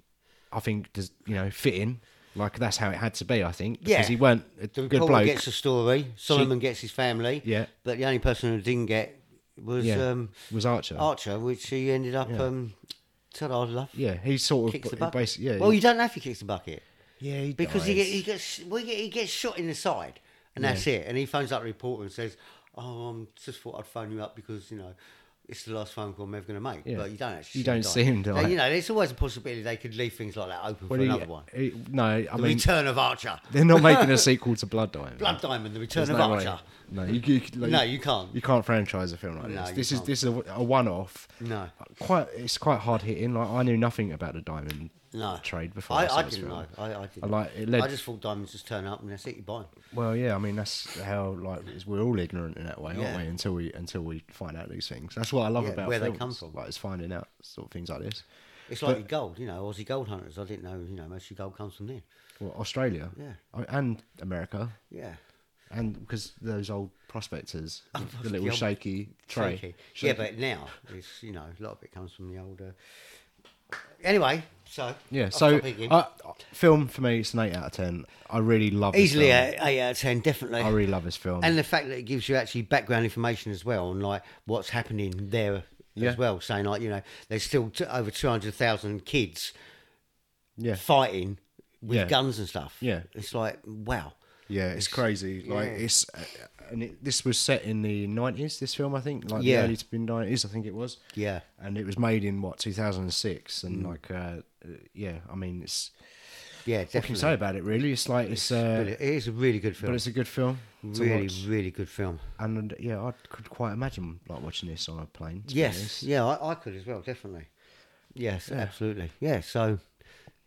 Speaker 2: I think does you know fitting like that's how it had to be. I think because
Speaker 3: Yeah.
Speaker 2: he weren't a
Speaker 3: the
Speaker 2: good
Speaker 3: reporter
Speaker 2: bloke.
Speaker 3: gets a story. Solomon gets his family.
Speaker 2: Yeah.
Speaker 3: But the only person who didn't get was
Speaker 2: yeah.
Speaker 3: um,
Speaker 2: was Archer.
Speaker 3: Archer, which he ended up.
Speaker 2: Yeah.
Speaker 3: Um, said I love.
Speaker 2: Yeah, he sort
Speaker 3: Kicks the
Speaker 2: of
Speaker 3: bucket.
Speaker 2: basically, yeah.
Speaker 3: well, you don't know if he kicks the bucket
Speaker 2: yeah, he
Speaker 3: because he,
Speaker 2: dies.
Speaker 3: get, he gets well, he get- he gets shot in the side, and that's it. And he phones up the reporter and says, "Oh, um, just thought I'd phone you up because you know." It's the last phone call I'm ever going to make,
Speaker 2: Yeah.
Speaker 3: but you don't actually.
Speaker 2: You don't see him die.
Speaker 3: Now, you know, there's always a possibility they could leave things like that open
Speaker 2: Well,
Speaker 3: for
Speaker 2: he-
Speaker 3: another one.
Speaker 2: he- no,
Speaker 3: *laughs*
Speaker 2: I
Speaker 3: The
Speaker 2: mean
Speaker 3: return of Archer.
Speaker 2: they're not making
Speaker 3: *laughs*
Speaker 2: a sequel to Blood Diamond.
Speaker 3: Blood Diamond. The return
Speaker 2: There's
Speaker 3: of
Speaker 2: no way.
Speaker 3: Archer.
Speaker 2: No, you, you, like,
Speaker 3: No, you can't.
Speaker 2: You can't franchise a film like
Speaker 3: No,
Speaker 2: this.
Speaker 3: you
Speaker 2: This
Speaker 3: can't.
Speaker 2: is this is a, a one-off.
Speaker 3: No.
Speaker 2: quite it's quite hard hitting. Like I knew nothing about the diamond
Speaker 3: No.
Speaker 2: trade before.
Speaker 3: I,
Speaker 2: saw
Speaker 3: I
Speaker 2: this
Speaker 3: didn't
Speaker 2: film.
Speaker 3: know. I, I didn't.
Speaker 2: I like- it
Speaker 3: know.
Speaker 2: led-
Speaker 3: I just thought diamonds just turn up and that's it. You buy 'em.
Speaker 2: Well, yeah, I mean that's how like it's- we're all ignorant in that way,
Speaker 3: Yeah.
Speaker 2: aren't we? Until we until we find out these things. That's what I love
Speaker 3: Yeah,
Speaker 2: about
Speaker 3: where they
Speaker 2: films.
Speaker 3: come from.
Speaker 2: Like it's finding out sort of things like this.
Speaker 3: It's like your gold, you know, Aussie gold hunters. I didn't know, you know, most of your gold comes from there.
Speaker 2: Well, Australia,
Speaker 3: Yeah.
Speaker 2: Oh, and America,
Speaker 3: Yeah.
Speaker 2: and because those old
Speaker 3: *laughs*
Speaker 2: prospectors, the
Speaker 3: the
Speaker 2: little
Speaker 3: old
Speaker 2: shaky tray,
Speaker 3: Shaky. Yeah,
Speaker 2: shaky-
Speaker 3: but now it's you know a lot of it comes from the older. Anyway, so
Speaker 2: yeah.
Speaker 3: off
Speaker 2: So,
Speaker 3: topic again.
Speaker 2: uh, film for me, it's an eight out of ten. I really love this
Speaker 3: easily
Speaker 2: film.
Speaker 3: a eight out of ten, definitely.
Speaker 2: I really love this film.
Speaker 3: and the fact that it gives you actually background information as well on like what's happening there
Speaker 2: Yeah.
Speaker 3: as well, saying like you know there's still t- over two hundred thousand kids
Speaker 2: yeah,
Speaker 3: fighting with
Speaker 2: Yeah.
Speaker 3: guns and stuff.
Speaker 2: Yeah.
Speaker 3: it's like wow.
Speaker 2: yeah, it's, crazy. Like
Speaker 3: yeah.
Speaker 2: it's, uh, and it, this was set in the nineties. This film, I think, like
Speaker 3: Yeah.
Speaker 2: the early to mid nineties, I think it was.
Speaker 3: Yeah.
Speaker 2: and it was made in what two thousand and six,
Speaker 3: Mm.
Speaker 2: and like, uh, uh, yeah, I mean, it's
Speaker 3: Yeah,
Speaker 2: what can
Speaker 3: definitely.
Speaker 2: you say about it? Really, it's like it's, uh,
Speaker 3: But it is a really good
Speaker 2: but
Speaker 3: film.
Speaker 2: it's a good film. to
Speaker 3: really,
Speaker 2: watch.
Speaker 3: really good film.
Speaker 2: and uh, yeah, I could quite imagine like watching this on a plane. to be
Speaker 3: Yes,
Speaker 2: honest.
Speaker 3: yeah, I, I could as well, definitely. Yes, absolutely. Yeah, so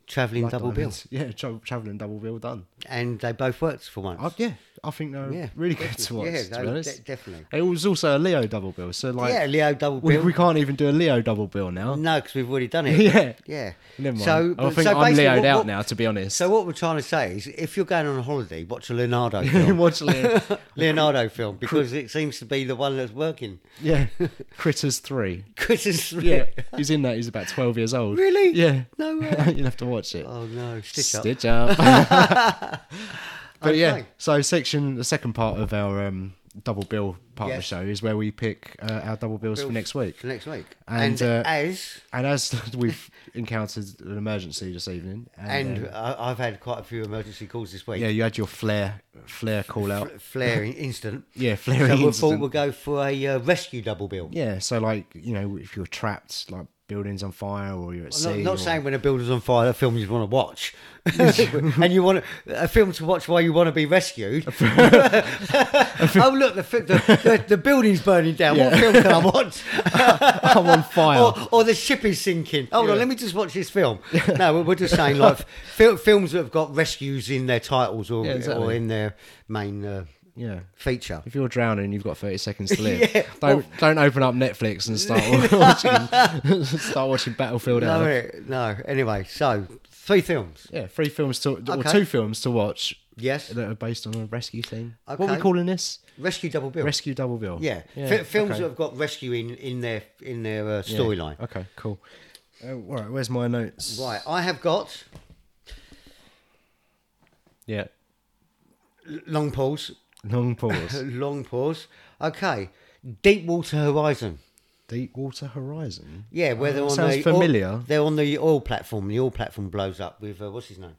Speaker 3: traveling
Speaker 2: Blood
Speaker 3: double bill,
Speaker 2: Diamonds. *laughs* Yeah, tra- traveling double bill done.
Speaker 3: and they both worked for once.
Speaker 2: I, yeah, I think they're
Speaker 3: Yeah,
Speaker 2: really good to
Speaker 3: definitely.
Speaker 2: watch.
Speaker 3: Yeah,
Speaker 2: to
Speaker 3: they-
Speaker 2: be honest.
Speaker 3: de- definitely.
Speaker 2: It was also a Leo double bill, so like,
Speaker 3: yeah, Leo double
Speaker 2: we,
Speaker 3: bill.
Speaker 2: we can't even do a Leo double bill now.
Speaker 3: No, because we've already done
Speaker 2: *laughs*
Speaker 3: it.
Speaker 2: Yeah.
Speaker 3: yeah.
Speaker 2: Never mind.
Speaker 3: So,
Speaker 2: I
Speaker 3: but-
Speaker 2: think
Speaker 3: so
Speaker 2: I'm
Speaker 3: basically
Speaker 2: Leo'd
Speaker 3: what-
Speaker 2: out
Speaker 3: what-
Speaker 2: now, to be honest. *laughs*
Speaker 3: So what we're trying to say is, if you're going on a holiday, watch a Leonardo film,
Speaker 2: Watch Leo.
Speaker 3: Leonardo film, because it seems to be the one that's working.
Speaker 2: *laughs*
Speaker 3: *laughs*
Speaker 2: yeah, Critters Three.
Speaker 3: Christmas,
Speaker 2: Yeah, he's in that. He's about twelve years old.
Speaker 3: Really?
Speaker 2: Yeah.
Speaker 3: No way.
Speaker 2: *laughs* You'll have to watch it.
Speaker 3: Oh no, stitch up.
Speaker 2: Stitch up. *laughs* but
Speaker 3: *laughs*
Speaker 2: yeah,
Speaker 3: Okay.
Speaker 2: so section the second part of our um, double bill part of the
Speaker 3: Yes.
Speaker 2: show is where we pick uh, our double bills for next week.
Speaker 3: For next week.
Speaker 2: And,
Speaker 3: And,
Speaker 2: uh,
Speaker 3: as
Speaker 2: And as *laughs* we've encountered an emergency this evening, and,
Speaker 3: and
Speaker 2: uh,
Speaker 3: I, I've had quite a few emergency calls this week.
Speaker 2: yeah, you had your flare flare call out.
Speaker 3: Fl- flaring incident.
Speaker 2: *laughs* Yeah,
Speaker 3: So
Speaker 2: flaring
Speaker 3: we thought
Speaker 2: incident.
Speaker 3: we'll go for a uh, rescue double bill.
Speaker 2: Yeah, so like you know, if you're trapped, like buildings on fire, or you're at
Speaker 3: I'm
Speaker 2: sea,
Speaker 3: not, not
Speaker 2: or- *laughs*
Speaker 3: saying when a building's on fire, a film you want to watch, *laughs* and you want to, a film to watch while you want to be rescued.
Speaker 2: *laughs*
Speaker 3: oh look, the, fi- the, the the building's burning down. What
Speaker 2: Yeah.
Speaker 3: film can
Speaker 2: *laughs*
Speaker 3: I watch?
Speaker 2: I'm on fire.
Speaker 3: Or, or the ship is sinking. Hold on,
Speaker 2: Yeah.
Speaker 3: let me just watch
Speaker 2: *laughs*
Speaker 3: this film. No, we're- we're just saying like fil- films that have got rescues in their titles or,
Speaker 2: Yeah,
Speaker 3: or
Speaker 2: exactly.
Speaker 3: in their main uh,
Speaker 2: yeah.
Speaker 3: feature.
Speaker 2: If you're drowning, you've got 30 seconds
Speaker 3: *laughs*
Speaker 2: to live.
Speaker 3: Yeah,
Speaker 2: don't don't open up Netflix and
Speaker 3: *laughs*
Speaker 2: start *laughs* watching *laughs* start watching Battlefield.
Speaker 3: No,
Speaker 2: Earth.
Speaker 3: eh, no. Anyway, so three films.
Speaker 2: Yeah, three films to or
Speaker 3: Okay.
Speaker 2: two films to watch
Speaker 3: Yes,
Speaker 2: that are based on a rescue theme. What are we
Speaker 3: Okay.
Speaker 2: calling this?
Speaker 3: rescue double bill.
Speaker 2: Rescue Double Bill.
Speaker 3: Yeah, Fi films
Speaker 2: okay.
Speaker 3: that have got rescue in, in their in their uh,
Speaker 2: Yeah.
Speaker 3: storyline.
Speaker 2: Okay, cool. Uh, all right, where's my notes?
Speaker 3: Right, I have got
Speaker 2: Yeah,
Speaker 3: l- long pause,
Speaker 2: long pause. *laughs*
Speaker 3: long pause. Okay, Deep Water Horizon.
Speaker 2: Deep Water Horizon.
Speaker 3: Yeah, where
Speaker 2: that
Speaker 3: they're on
Speaker 2: Oh, sounds
Speaker 3: the
Speaker 2: familiar.
Speaker 3: Oil, they're on the oil platform. The oil platform blows up with uh, what's his name?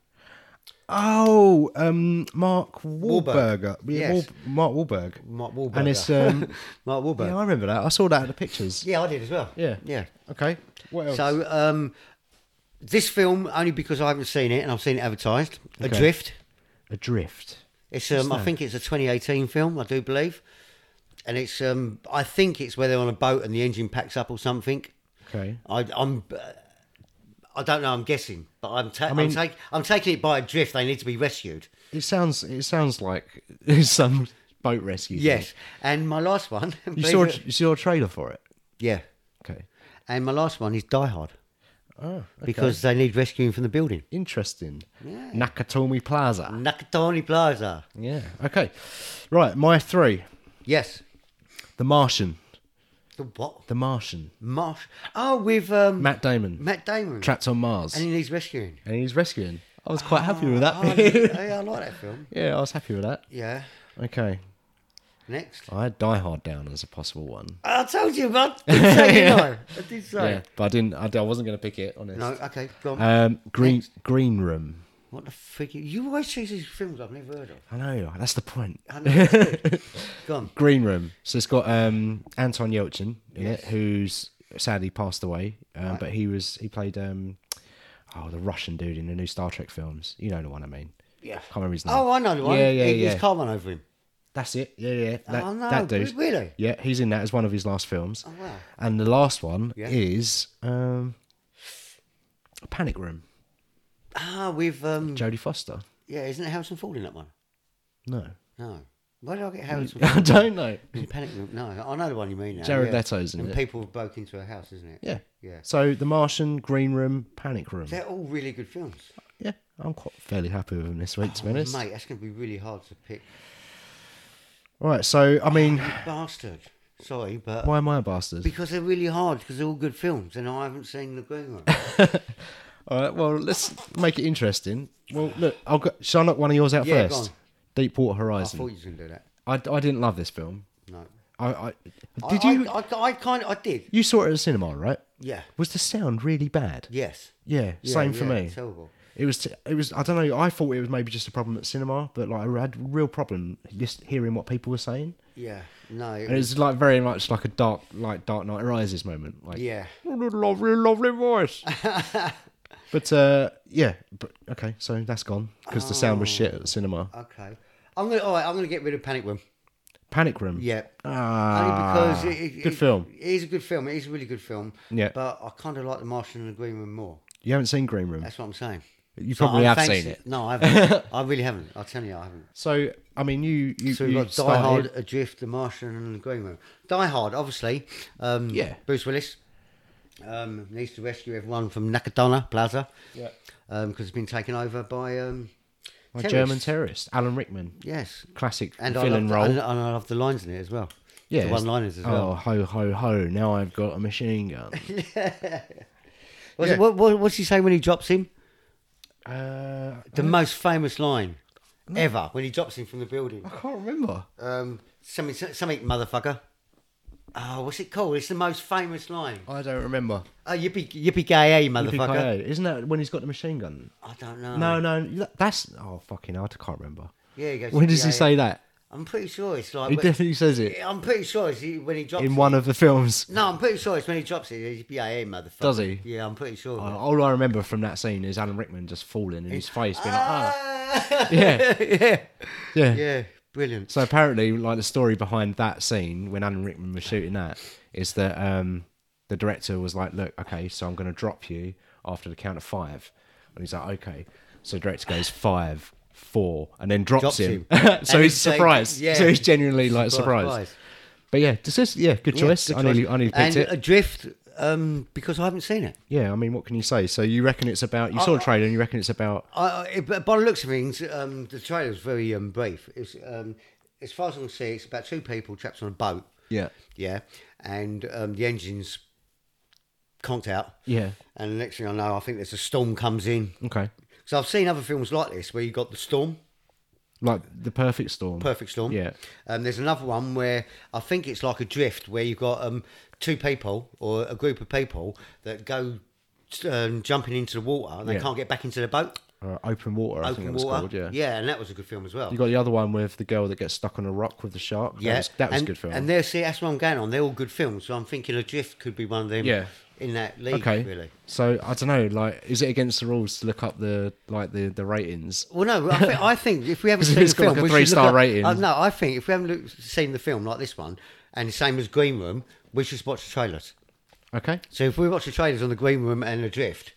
Speaker 2: Oh, um, Mark Wahlberger.
Speaker 3: Wahlberg.
Speaker 2: Yeah,
Speaker 3: Yes.
Speaker 2: Wahl- Mark Wahlberg.
Speaker 3: Mark *laughs* Wahlberg.
Speaker 2: And it's um,
Speaker 3: Mark Wahlberg.
Speaker 2: yeah,
Speaker 3: Yeah,
Speaker 2: I remember that. I saw that in the pictures.
Speaker 3: I did as well.
Speaker 2: Yeah. Oh.
Speaker 3: yeah.
Speaker 2: Okay. What else?
Speaker 3: So um, this film only because I haven't seen it and I've seen it advertised. Adrift.
Speaker 2: Adrift.
Speaker 3: It's um, I
Speaker 2: that?
Speaker 3: think it's a 2018 film, I do believe, and it's um, I think it's where they're on a boat and the engine packs up or something.
Speaker 2: Okay.
Speaker 3: I, I'm, uh, I don't know. I'm guessing, but I'm, ta- I
Speaker 2: mean-
Speaker 3: am take, I'm taking it by a drift. They need to be rescued.
Speaker 2: It sounds it sounds like *laughs* some boat rescue. thing.
Speaker 3: Yes. And my last one. *laughs*
Speaker 2: You
Speaker 3: believe
Speaker 2: saw
Speaker 3: it-
Speaker 2: you saw a trailer for it.
Speaker 3: Yeah.
Speaker 2: Okay.
Speaker 3: And my last one is Die Hard
Speaker 2: Oh, okay.
Speaker 3: because they need rescuing from the building.
Speaker 2: interesting. Nakatomi Plaza.
Speaker 3: Nakatani Plaza.
Speaker 2: Yeah. Okay. Right. My three.
Speaker 3: Yes.
Speaker 2: The Martian.
Speaker 3: The what?
Speaker 2: The Martian.
Speaker 3: Marsh. Oh, with um,
Speaker 2: Matt Damon.
Speaker 3: Matt Damon.
Speaker 2: Trapped on Mars.
Speaker 3: and
Speaker 2: And,
Speaker 3: he
Speaker 2: *laughs*
Speaker 3: needs rescuing.
Speaker 2: he's rescuing. I was quite happy with
Speaker 3: Oh,
Speaker 2: that.
Speaker 3: yeah, I like that film.
Speaker 2: *laughs* yeah, I was happy with that.
Speaker 3: Yeah.
Speaker 2: Okay.
Speaker 3: Next.
Speaker 2: I had Die Hard down as a possible one.
Speaker 3: Oh. I told you, bud. *laughs* I did say, you know. I did say. Uh,
Speaker 2: Yeah, but I didn't. I, I wasn't going to pick it. Honest.
Speaker 3: No, okay, go on.
Speaker 2: Um, green Green Room.
Speaker 3: what the frig? You always choose these films I've never heard of.
Speaker 2: I know. That's the point.
Speaker 3: I know, it's *laughs* good. go on.
Speaker 2: Green Room. So it's got um, Anton Yelchin in
Speaker 3: Yes.
Speaker 2: it, who's sadly passed away. Um, But he was he played um, oh the Russian dude in the new Star Trek films. You know the one I mean.
Speaker 3: Yeah.
Speaker 2: Can't remember his name.
Speaker 3: Oh, I know the one.
Speaker 2: Yeah, yeah,
Speaker 3: he,
Speaker 2: yeah.
Speaker 3: His car went over him.
Speaker 2: That's it. Yeah, yeah. That,
Speaker 3: Oh, no,
Speaker 2: that dude.
Speaker 3: really?
Speaker 2: Yeah, he's in that as one of his last films. Oh,
Speaker 3: wow.
Speaker 2: And the last one
Speaker 3: Yeah.
Speaker 2: is um, Panic Room.
Speaker 3: Ah, with um,
Speaker 2: Jodie Foster.
Speaker 3: yeah, isn't it Harrison Ford in that one? *laughs*
Speaker 2: No. *laughs*
Speaker 3: No. Where did I get Harrison
Speaker 2: I
Speaker 3: *laughs* Ford?
Speaker 2: don't know.
Speaker 3: In Panic Room? No, I know the one you mean now.
Speaker 2: Jared
Speaker 3: yeah.
Speaker 2: Leto's in
Speaker 3: and
Speaker 2: it.
Speaker 3: people broke into a house, isn't it?
Speaker 2: Yeah.
Speaker 3: Yeah.
Speaker 2: So The Martian, Green Room, Panic Room.
Speaker 3: They're all really good films.
Speaker 2: Yeah, I'm quite fairly happy with him this week, to be honest.
Speaker 3: Oh, Mate, that's going to be really hard to pick.
Speaker 2: All right, so I mean,
Speaker 3: Bastard. Sorry, but.
Speaker 2: why am I a bastard?
Speaker 3: Because they're really hard, because they're all good films, and I haven't seen The Green Room.
Speaker 2: All right, well, let's make it interesting. Well, look, I'll go, shall I knock one of yours out
Speaker 3: Yeah, go
Speaker 2: first?
Speaker 3: on.
Speaker 2: Deepwater
Speaker 3: I
Speaker 2: Horizon.
Speaker 3: thought you was going to do that.
Speaker 2: I, I didn't love this film.
Speaker 3: No.
Speaker 2: I, I
Speaker 3: I-
Speaker 2: did
Speaker 3: I,
Speaker 2: you
Speaker 3: I, I, kind of, I did.
Speaker 2: you saw it at the cinema, right?
Speaker 3: Yeah.
Speaker 2: Was the sound really bad?
Speaker 3: Yes.
Speaker 2: Yeah,
Speaker 3: Yeah,
Speaker 2: same for
Speaker 3: yeah,
Speaker 2: me.
Speaker 3: Terrible.
Speaker 2: It was t- it was I don't know. I thought it was maybe just a problem at cinema, but like I had a real problem just hearing what people were saying.
Speaker 3: Yeah. No. it
Speaker 2: And
Speaker 3: was-
Speaker 2: it's like very much like a dark, like Dark Knight Rises moment. Like,
Speaker 3: Yeah.
Speaker 2: "Oh, what a lovely, lovely
Speaker 3: *laughs*
Speaker 2: voice. but uh, yeah, but okay, so that's gone because the sound
Speaker 3: Oh.
Speaker 2: was shit at the cinema.
Speaker 3: okay. I'm going to, all right, I'm going to get rid of Panic Room.
Speaker 2: Panic Room.
Speaker 3: Yeah.
Speaker 2: Ah,
Speaker 3: Only because it, it,
Speaker 2: good
Speaker 3: it-
Speaker 2: film.
Speaker 3: It is a good film. It is a really good film.
Speaker 2: Yeah.
Speaker 3: But I kind of like The Martian and The Green Room more.
Speaker 2: You haven't seen Green Room.
Speaker 3: That's what I'm saying.
Speaker 2: You
Speaker 3: So
Speaker 2: probably
Speaker 3: I'm
Speaker 2: have
Speaker 3: thanks-
Speaker 2: seen it.
Speaker 3: No,
Speaker 2: *laughs*
Speaker 3: I haven't. I really haven't. I'll tell you, I haven't.
Speaker 2: So I mean, you you,
Speaker 3: So
Speaker 2: you
Speaker 3: we've got Die
Speaker 2: started-
Speaker 3: Hard, Adrift, The Martian, and The Green Room. Die Hard, obviously. Um,
Speaker 2: Yeah.
Speaker 3: Bruce Willis um, needs to rescue everyone from Nakadona Plaza. Yeah. Because it's been taken over by. Um,
Speaker 2: by
Speaker 3: terrorists.
Speaker 2: German terrorist Alan Rickman,
Speaker 3: Yes.
Speaker 2: classic
Speaker 3: And I
Speaker 2: villain
Speaker 3: love
Speaker 2: role.
Speaker 3: The, and, and I love the lines in it as well.
Speaker 2: yeah,
Speaker 3: The
Speaker 2: it's-
Speaker 3: one liners as
Speaker 2: Oh
Speaker 3: well.
Speaker 2: ho ho ho! Now I've got a machine
Speaker 3: *laughs*
Speaker 2: gun.
Speaker 3: What's,
Speaker 2: yeah.
Speaker 3: What, what, what's he say when he drops him?
Speaker 2: uh,
Speaker 3: The most famous line ever when he drops him from the building.
Speaker 2: I can't remember.
Speaker 3: Um, something, something, motherfucker. Oh, what's it called? It's the most famous line.
Speaker 2: I don't remember.
Speaker 3: Oh, yippee, yippee gay, eh, motherfucker.
Speaker 2: PKO. Isn't that when he's got the machine gun?
Speaker 3: I don't know.
Speaker 2: No, no, that- that's oh fucking, hell, I can't remember.
Speaker 3: Yeah, he goes,
Speaker 2: When does he
Speaker 3: "Yeah, Uh,
Speaker 2: say that?
Speaker 3: I'm pretty sure it's like.
Speaker 2: He
Speaker 3: when-
Speaker 2: definitely says it
Speaker 3: I'm pretty sure it's he- when he drops.
Speaker 2: in one of the films.
Speaker 3: It. No, I'm pretty sure it's when he drops it. He's BAA motherfucker.
Speaker 2: Does he? Oh,
Speaker 3: Yeah, I'm pretty sure.
Speaker 2: All I remember from that scene is Alan Rickman just falling in his face, being like, ah,
Speaker 3: *laughs* Ah!
Speaker 2: yeah,
Speaker 3: yeah,
Speaker 2: yeah.
Speaker 3: yeah, brilliant.
Speaker 2: So apparently, like the story behind that scene when Alan Rickman was shooting that is that um, the director was like, "Look, okay, so I'm going to drop you after the count of five. and he's like, "Okay." So the director goes five, four, and then drops,
Speaker 3: Drops
Speaker 2: him.
Speaker 3: him.
Speaker 2: *laughs* so he's
Speaker 3: And he's like,
Speaker 2: surprised.
Speaker 3: yeah.
Speaker 2: So he's genuinely like
Speaker 3: Surprise,
Speaker 2: surprised.
Speaker 3: surprise.
Speaker 2: But yeah, this is yeah, good
Speaker 3: Yeah,
Speaker 2: choice.
Speaker 3: good
Speaker 2: I
Speaker 3: choice.
Speaker 2: nearly, I nearly picked
Speaker 3: and uh,
Speaker 2: it.
Speaker 3: Adrift, um, because I haven't seen it.
Speaker 2: yeah, I mean, what can you say? So you reckon it's about? You saw the trailer, and you reckon it's about?
Speaker 3: I, I- it, but by the looks of things, um, the trailer was very um, brief. It's, um, as far as I can see, it's about two people trapped on a boat.
Speaker 2: Yeah,
Speaker 3: Yeah, and um, the engine's conked out.
Speaker 2: yeah,
Speaker 3: And the next thing I know, I think there's a storm comes in.
Speaker 2: okay.
Speaker 3: So I've seen other films like this where you got the storm,
Speaker 2: Like the perfect storm.
Speaker 3: perfect storm.
Speaker 2: Yeah.
Speaker 3: Um, there's another one where I think it's like a drift where you've got um, two people or a group of people that go um, jumping into the water and they
Speaker 2: Yeah.
Speaker 3: can't get back into the boat.
Speaker 2: Uh, open water. I think it
Speaker 3: Open
Speaker 2: was
Speaker 3: water.
Speaker 2: called. Yeah.
Speaker 3: and that was a good film as well.
Speaker 2: You got the other one with the girl that gets stuck on a rock with the shark.
Speaker 3: yeah,
Speaker 2: that was, that was
Speaker 3: and,
Speaker 2: a good film.
Speaker 3: And there, see, that's what I'm going on. They're all good films, so I'm thinking Adrift could be one of them.
Speaker 2: Yeah.
Speaker 3: in that league,
Speaker 2: okay,
Speaker 3: really.
Speaker 2: so I don't know. Like, is it against the rules to look up the like the the ratings?
Speaker 3: Well, no, I, think I think if we
Speaker 2: *laughs*
Speaker 3: haven't
Speaker 2: 'Cause
Speaker 3: seen
Speaker 2: it's
Speaker 3: the
Speaker 2: got like
Speaker 3: film,
Speaker 2: a
Speaker 3: we should
Speaker 2: three-star
Speaker 3: look up-
Speaker 2: rating.
Speaker 3: Uh, no, I think if we haven't look, seen the film like this one, and the same as Green Room, we should watch the trailers.
Speaker 2: Okay,
Speaker 3: So if we watch the trailers on the Green Room and Adrift,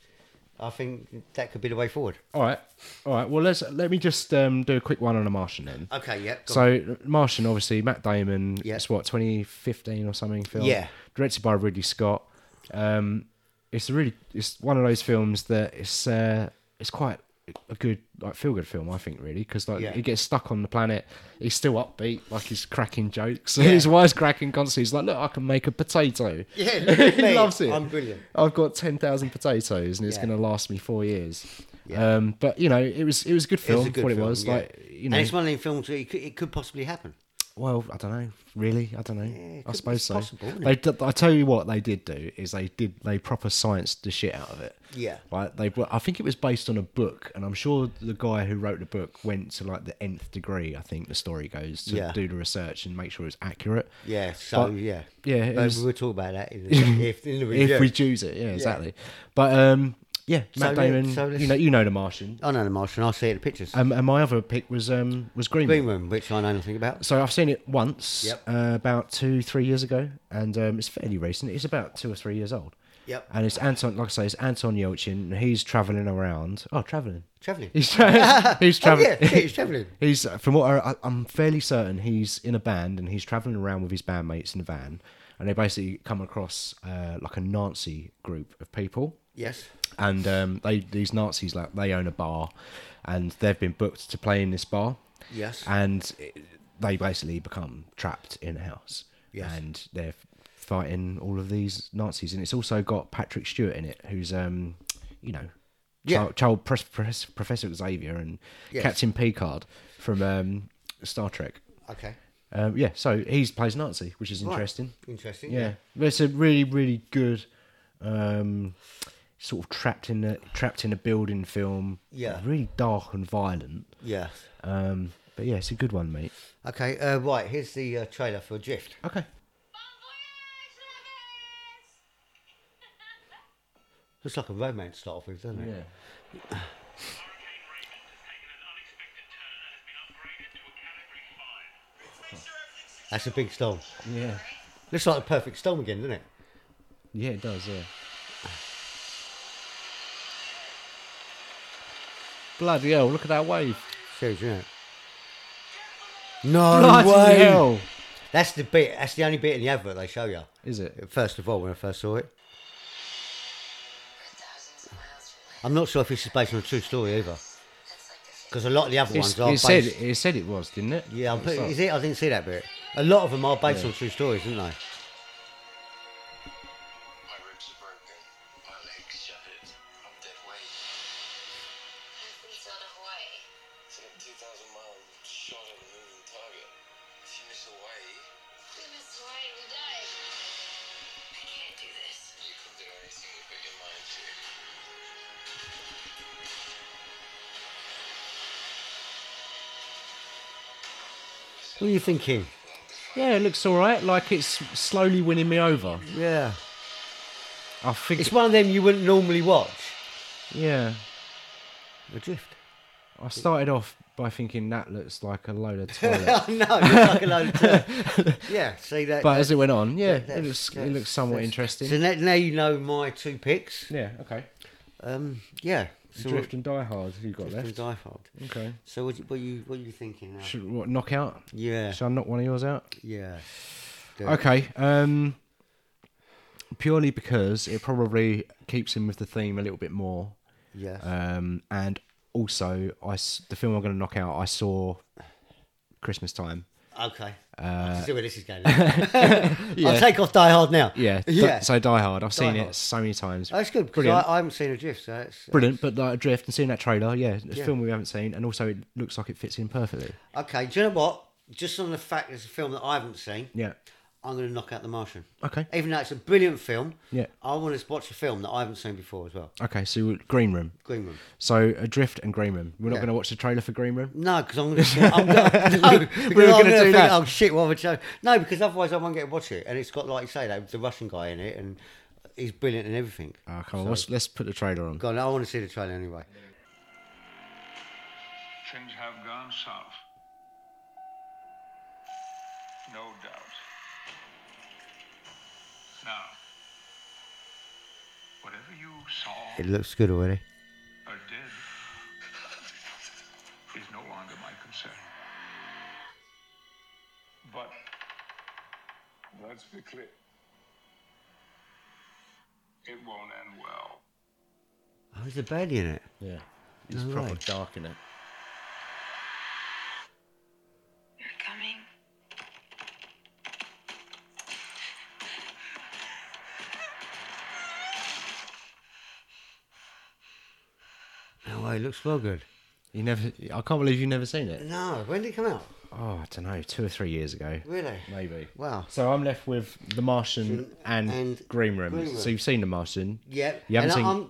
Speaker 3: I think that could be the way forward.
Speaker 2: All right, all right. Well, let's let me just um, do a quick one on a Martian then.
Speaker 3: Okay, yep. go on.
Speaker 2: So Martian, obviously Matt Damon.
Speaker 3: Yeah.
Speaker 2: It's what 2015 or something film.
Speaker 3: Yeah.
Speaker 2: Directed by Ridley Scott. Um, it's a really it's one of those films that it's uh, it's quite a good like feel good film I think really because like
Speaker 3: Yeah.
Speaker 2: he gets stuck on the planet. He's still upbeat, like he's cracking jokes. *laughs* His wise cracking constantly. He's like, look, I can make a potato.
Speaker 3: *laughs* *laughs* Yeah, look at
Speaker 2: *laughs* he
Speaker 3: me.
Speaker 2: loves it.
Speaker 3: I'm brilliant.
Speaker 2: I've got ten thousand potatoes, and it's
Speaker 3: Yeah.
Speaker 2: going to last me four years.
Speaker 3: Yeah.
Speaker 2: Um, but you know, it was it was a good
Speaker 3: It's a
Speaker 2: film.
Speaker 3: good
Speaker 2: what
Speaker 3: film,
Speaker 2: it was
Speaker 3: yeah.
Speaker 2: like, you know,
Speaker 3: and it's one of those films that it could, it could possibly happen.
Speaker 2: well, I don't know. Really, I don't know.
Speaker 3: it
Speaker 2: I
Speaker 3: could-
Speaker 2: suppose
Speaker 3: it's
Speaker 2: so.
Speaker 3: possible, isn't
Speaker 2: they, did, I tell you what, they did do is they did they proper scienced the shit out of it.
Speaker 3: Yeah.
Speaker 2: Like they, were- I think it was based on a book, and I'm sure the guy who wrote the book went to like the nth degree. I think the story goes to
Speaker 3: Yeah.
Speaker 2: do the research and make sure it's accurate.
Speaker 3: Yeah, so
Speaker 2: But-
Speaker 3: yeah,
Speaker 2: yeah, it
Speaker 3: But
Speaker 2: was-
Speaker 3: we'll talk about that in
Speaker 2: *laughs*
Speaker 3: the, if, in the review.
Speaker 2: If we choose it, yeah, exactly. But um, yeah, Matt
Speaker 3: yeah,
Speaker 2: Damon,
Speaker 3: so let's-
Speaker 2: you know, you know the Martian.
Speaker 3: I know the Martian. I see it in pictures.
Speaker 2: Um, and my other pick was um was Green. Book.
Speaker 3: Green Room, which I know nothing about.
Speaker 2: So I've seen it once,
Speaker 3: Yep.
Speaker 2: uh, about two, three years ago, and um, it's fairly recent. It's about two or three years old.
Speaker 3: Yep.
Speaker 2: And it's Anton, like I say, it's Anton Yelchin. and He's traveling around. Oh, traveling. *laughs*
Speaker 3: Travelling.
Speaker 2: He's, tra- he's
Speaker 3: *laughs* Oh,
Speaker 2: traveling.
Speaker 3: yeah, yeah, he's travelling.
Speaker 2: *laughs* He's uh, from what I, I- I'm fairly certain he's in a band and he's traveling around with his bandmates in a van, and they basically come across uh, like a Nazi group of people
Speaker 3: Yes.
Speaker 2: and um, they these Nazis like they own a bar, and they've been booked to play in this bar.
Speaker 3: Yes.
Speaker 2: And it, they basically become trapped in a house.
Speaker 3: Yes.
Speaker 2: And they're fighting all of these Nazis, and it's also got Patrick Stewart in it, who's um, you know.
Speaker 3: Yeah.
Speaker 2: Child, child Pres- Pres- Professor Xavier and
Speaker 3: Yes.
Speaker 2: Captain Picard from um, Star Trek.
Speaker 3: Okay.
Speaker 2: Um, yeah, so he plays Nazi, which is interesting.
Speaker 3: Interesting.
Speaker 2: Yeah, But it's a really, really good, um, sort of trapped in a trapped in a building film.
Speaker 3: Yeah.
Speaker 2: really dark and violent.
Speaker 3: Yeah.
Speaker 2: Um, but yeah, it's a good one, mate.
Speaker 3: Okay. Uh, right. Here's the uh, trailer for Drift.
Speaker 2: Okay.
Speaker 3: Looks like a romance to start off with, doesn't it? That's a big storm.
Speaker 2: yeah,
Speaker 3: Looks like a perfect storm again, doesn't it?
Speaker 2: yeah. It does. Yeah. Bloody hell! Look at that wave.
Speaker 3: Huge, isn't it? No
Speaker 2: *laughs* Bloody
Speaker 3: way.
Speaker 2: hell!
Speaker 3: That's the bit. That's the only bit in the advert they show you.
Speaker 2: Is it?
Speaker 3: First of all, when I first saw it, I'm not sure if this is based on a true story either, because a lot of the other
Speaker 2: It's,
Speaker 3: ones are
Speaker 2: it
Speaker 3: based.
Speaker 2: said it said it was, didn't it?
Speaker 3: yeah, I'm
Speaker 2: It's
Speaker 3: pretty,
Speaker 2: like-
Speaker 3: is it? I didn't see that bit. A lot of them are based
Speaker 2: Yeah.
Speaker 3: on true stories, aren't they?
Speaker 4: My ribs are broken. My legs shattered. I'm dead weight. Seventeen thousand miles shot at a moving target. If you miss Hawaii, you can do anything you put your mind to.
Speaker 3: What are you thinking?
Speaker 2: Yeah, it looks all right. Like it's slowly winning me over.
Speaker 3: Yeah,
Speaker 2: I think.
Speaker 3: it's one of them you wouldn't normally watch.
Speaker 2: yeah.
Speaker 3: Adrift.
Speaker 2: I started off by thinking that looks like a load
Speaker 3: *laughs*
Speaker 2: of toilet.
Speaker 3: Oh *laughs* no, it's like a load
Speaker 2: *laughs*
Speaker 3: of dirt. Yeah, see that.
Speaker 2: but as it went on, yeah, it
Speaker 3: that's-
Speaker 2: looks it
Speaker 3: that's-
Speaker 2: looks somewhat
Speaker 3: that's-
Speaker 2: interesting.
Speaker 3: So now, now you know my two picks.
Speaker 2: yeah, okay.
Speaker 3: Um, yeah. So
Speaker 2: Drift and Die Hard, you got
Speaker 3: what-
Speaker 2: left.
Speaker 3: Drift and Diehard.
Speaker 2: Okay.
Speaker 3: So what, you- what you what you thinking now?
Speaker 2: Should what knockout?
Speaker 3: Yeah,
Speaker 2: Should I knock one of yours out?
Speaker 3: yeah.
Speaker 2: Okay. Um, purely because it probably keeps in with the theme a little bit more.
Speaker 3: Yes.
Speaker 2: Um, and also, I s- the film I'm going to knock out, I saw Christmas time.
Speaker 3: okay.
Speaker 2: uh,
Speaker 3: I can see where this
Speaker 2: *laughs*
Speaker 3: is going. I'll take off Die Hard now.
Speaker 2: Yeah. d-
Speaker 3: yeah.
Speaker 2: so Die Hard, I've seen
Speaker 3: Die
Speaker 2: it
Speaker 3: Hard.
Speaker 2: so many times.
Speaker 3: oh, it's good because
Speaker 2: Brilliant.
Speaker 3: I, I haven't seen Adrift, so it's
Speaker 2: Brilliant, but like Adrift and seeing that trailer, yeah, it's
Speaker 3: Yeah.
Speaker 2: a film we haven't seen, and also it looks like it fits in perfectly.
Speaker 3: okay. Do you know what? Just on the fact it's a film that I haven't seen,
Speaker 2: Yeah.
Speaker 3: I'm going to knock out The Martian.
Speaker 2: Okay.
Speaker 3: Even though it's a brilliant film,
Speaker 2: Yeah.
Speaker 3: I want to watch a film that I haven't seen before as well.
Speaker 2: Okay, so Green Room.
Speaker 3: Green Room.
Speaker 2: So Adrift and Green Room. We're not
Speaker 3: Yeah.
Speaker 2: going to watch the trailer for Green Room.
Speaker 3: No, because I'm going to. I'm *laughs* gonna, no, because
Speaker 2: were
Speaker 3: I'm
Speaker 2: gonna
Speaker 3: gonna
Speaker 2: do
Speaker 3: think,
Speaker 2: that.
Speaker 3: Oh shit! What have I chose? No, because otherwise I won't get to watch it. And it's got, like you say, that the Russian guy in it, and he's brilliant and everything.
Speaker 2: Oh, come on, let's, let's put the trailer on.
Speaker 3: God, I want to see the trailer anyway.
Speaker 4: Things have gone south. No doubt. Now, whatever you saw,
Speaker 3: It looks good already.
Speaker 5: are dead is no longer my concern. But let's be clear. It won't end well.
Speaker 3: Oh, there's a baddie in it.
Speaker 2: Yeah. It's
Speaker 3: No
Speaker 2: proper
Speaker 3: way.
Speaker 2: dark in it.
Speaker 6: You're coming.
Speaker 3: No way, it looks well good.
Speaker 2: You never. I can't believe you've never seen it.
Speaker 3: No, when did it come out?
Speaker 2: Oh, I don't know. Two or three years ago.
Speaker 3: Really?
Speaker 2: Maybe.
Speaker 3: Wow.
Speaker 2: So I'm left with The Martian and,
Speaker 3: and
Speaker 2: Green, Room.
Speaker 3: Green Room.
Speaker 2: So you've seen The Martian.
Speaker 3: Yeah.
Speaker 2: You haven't
Speaker 3: and
Speaker 2: seen.
Speaker 3: I- I'm,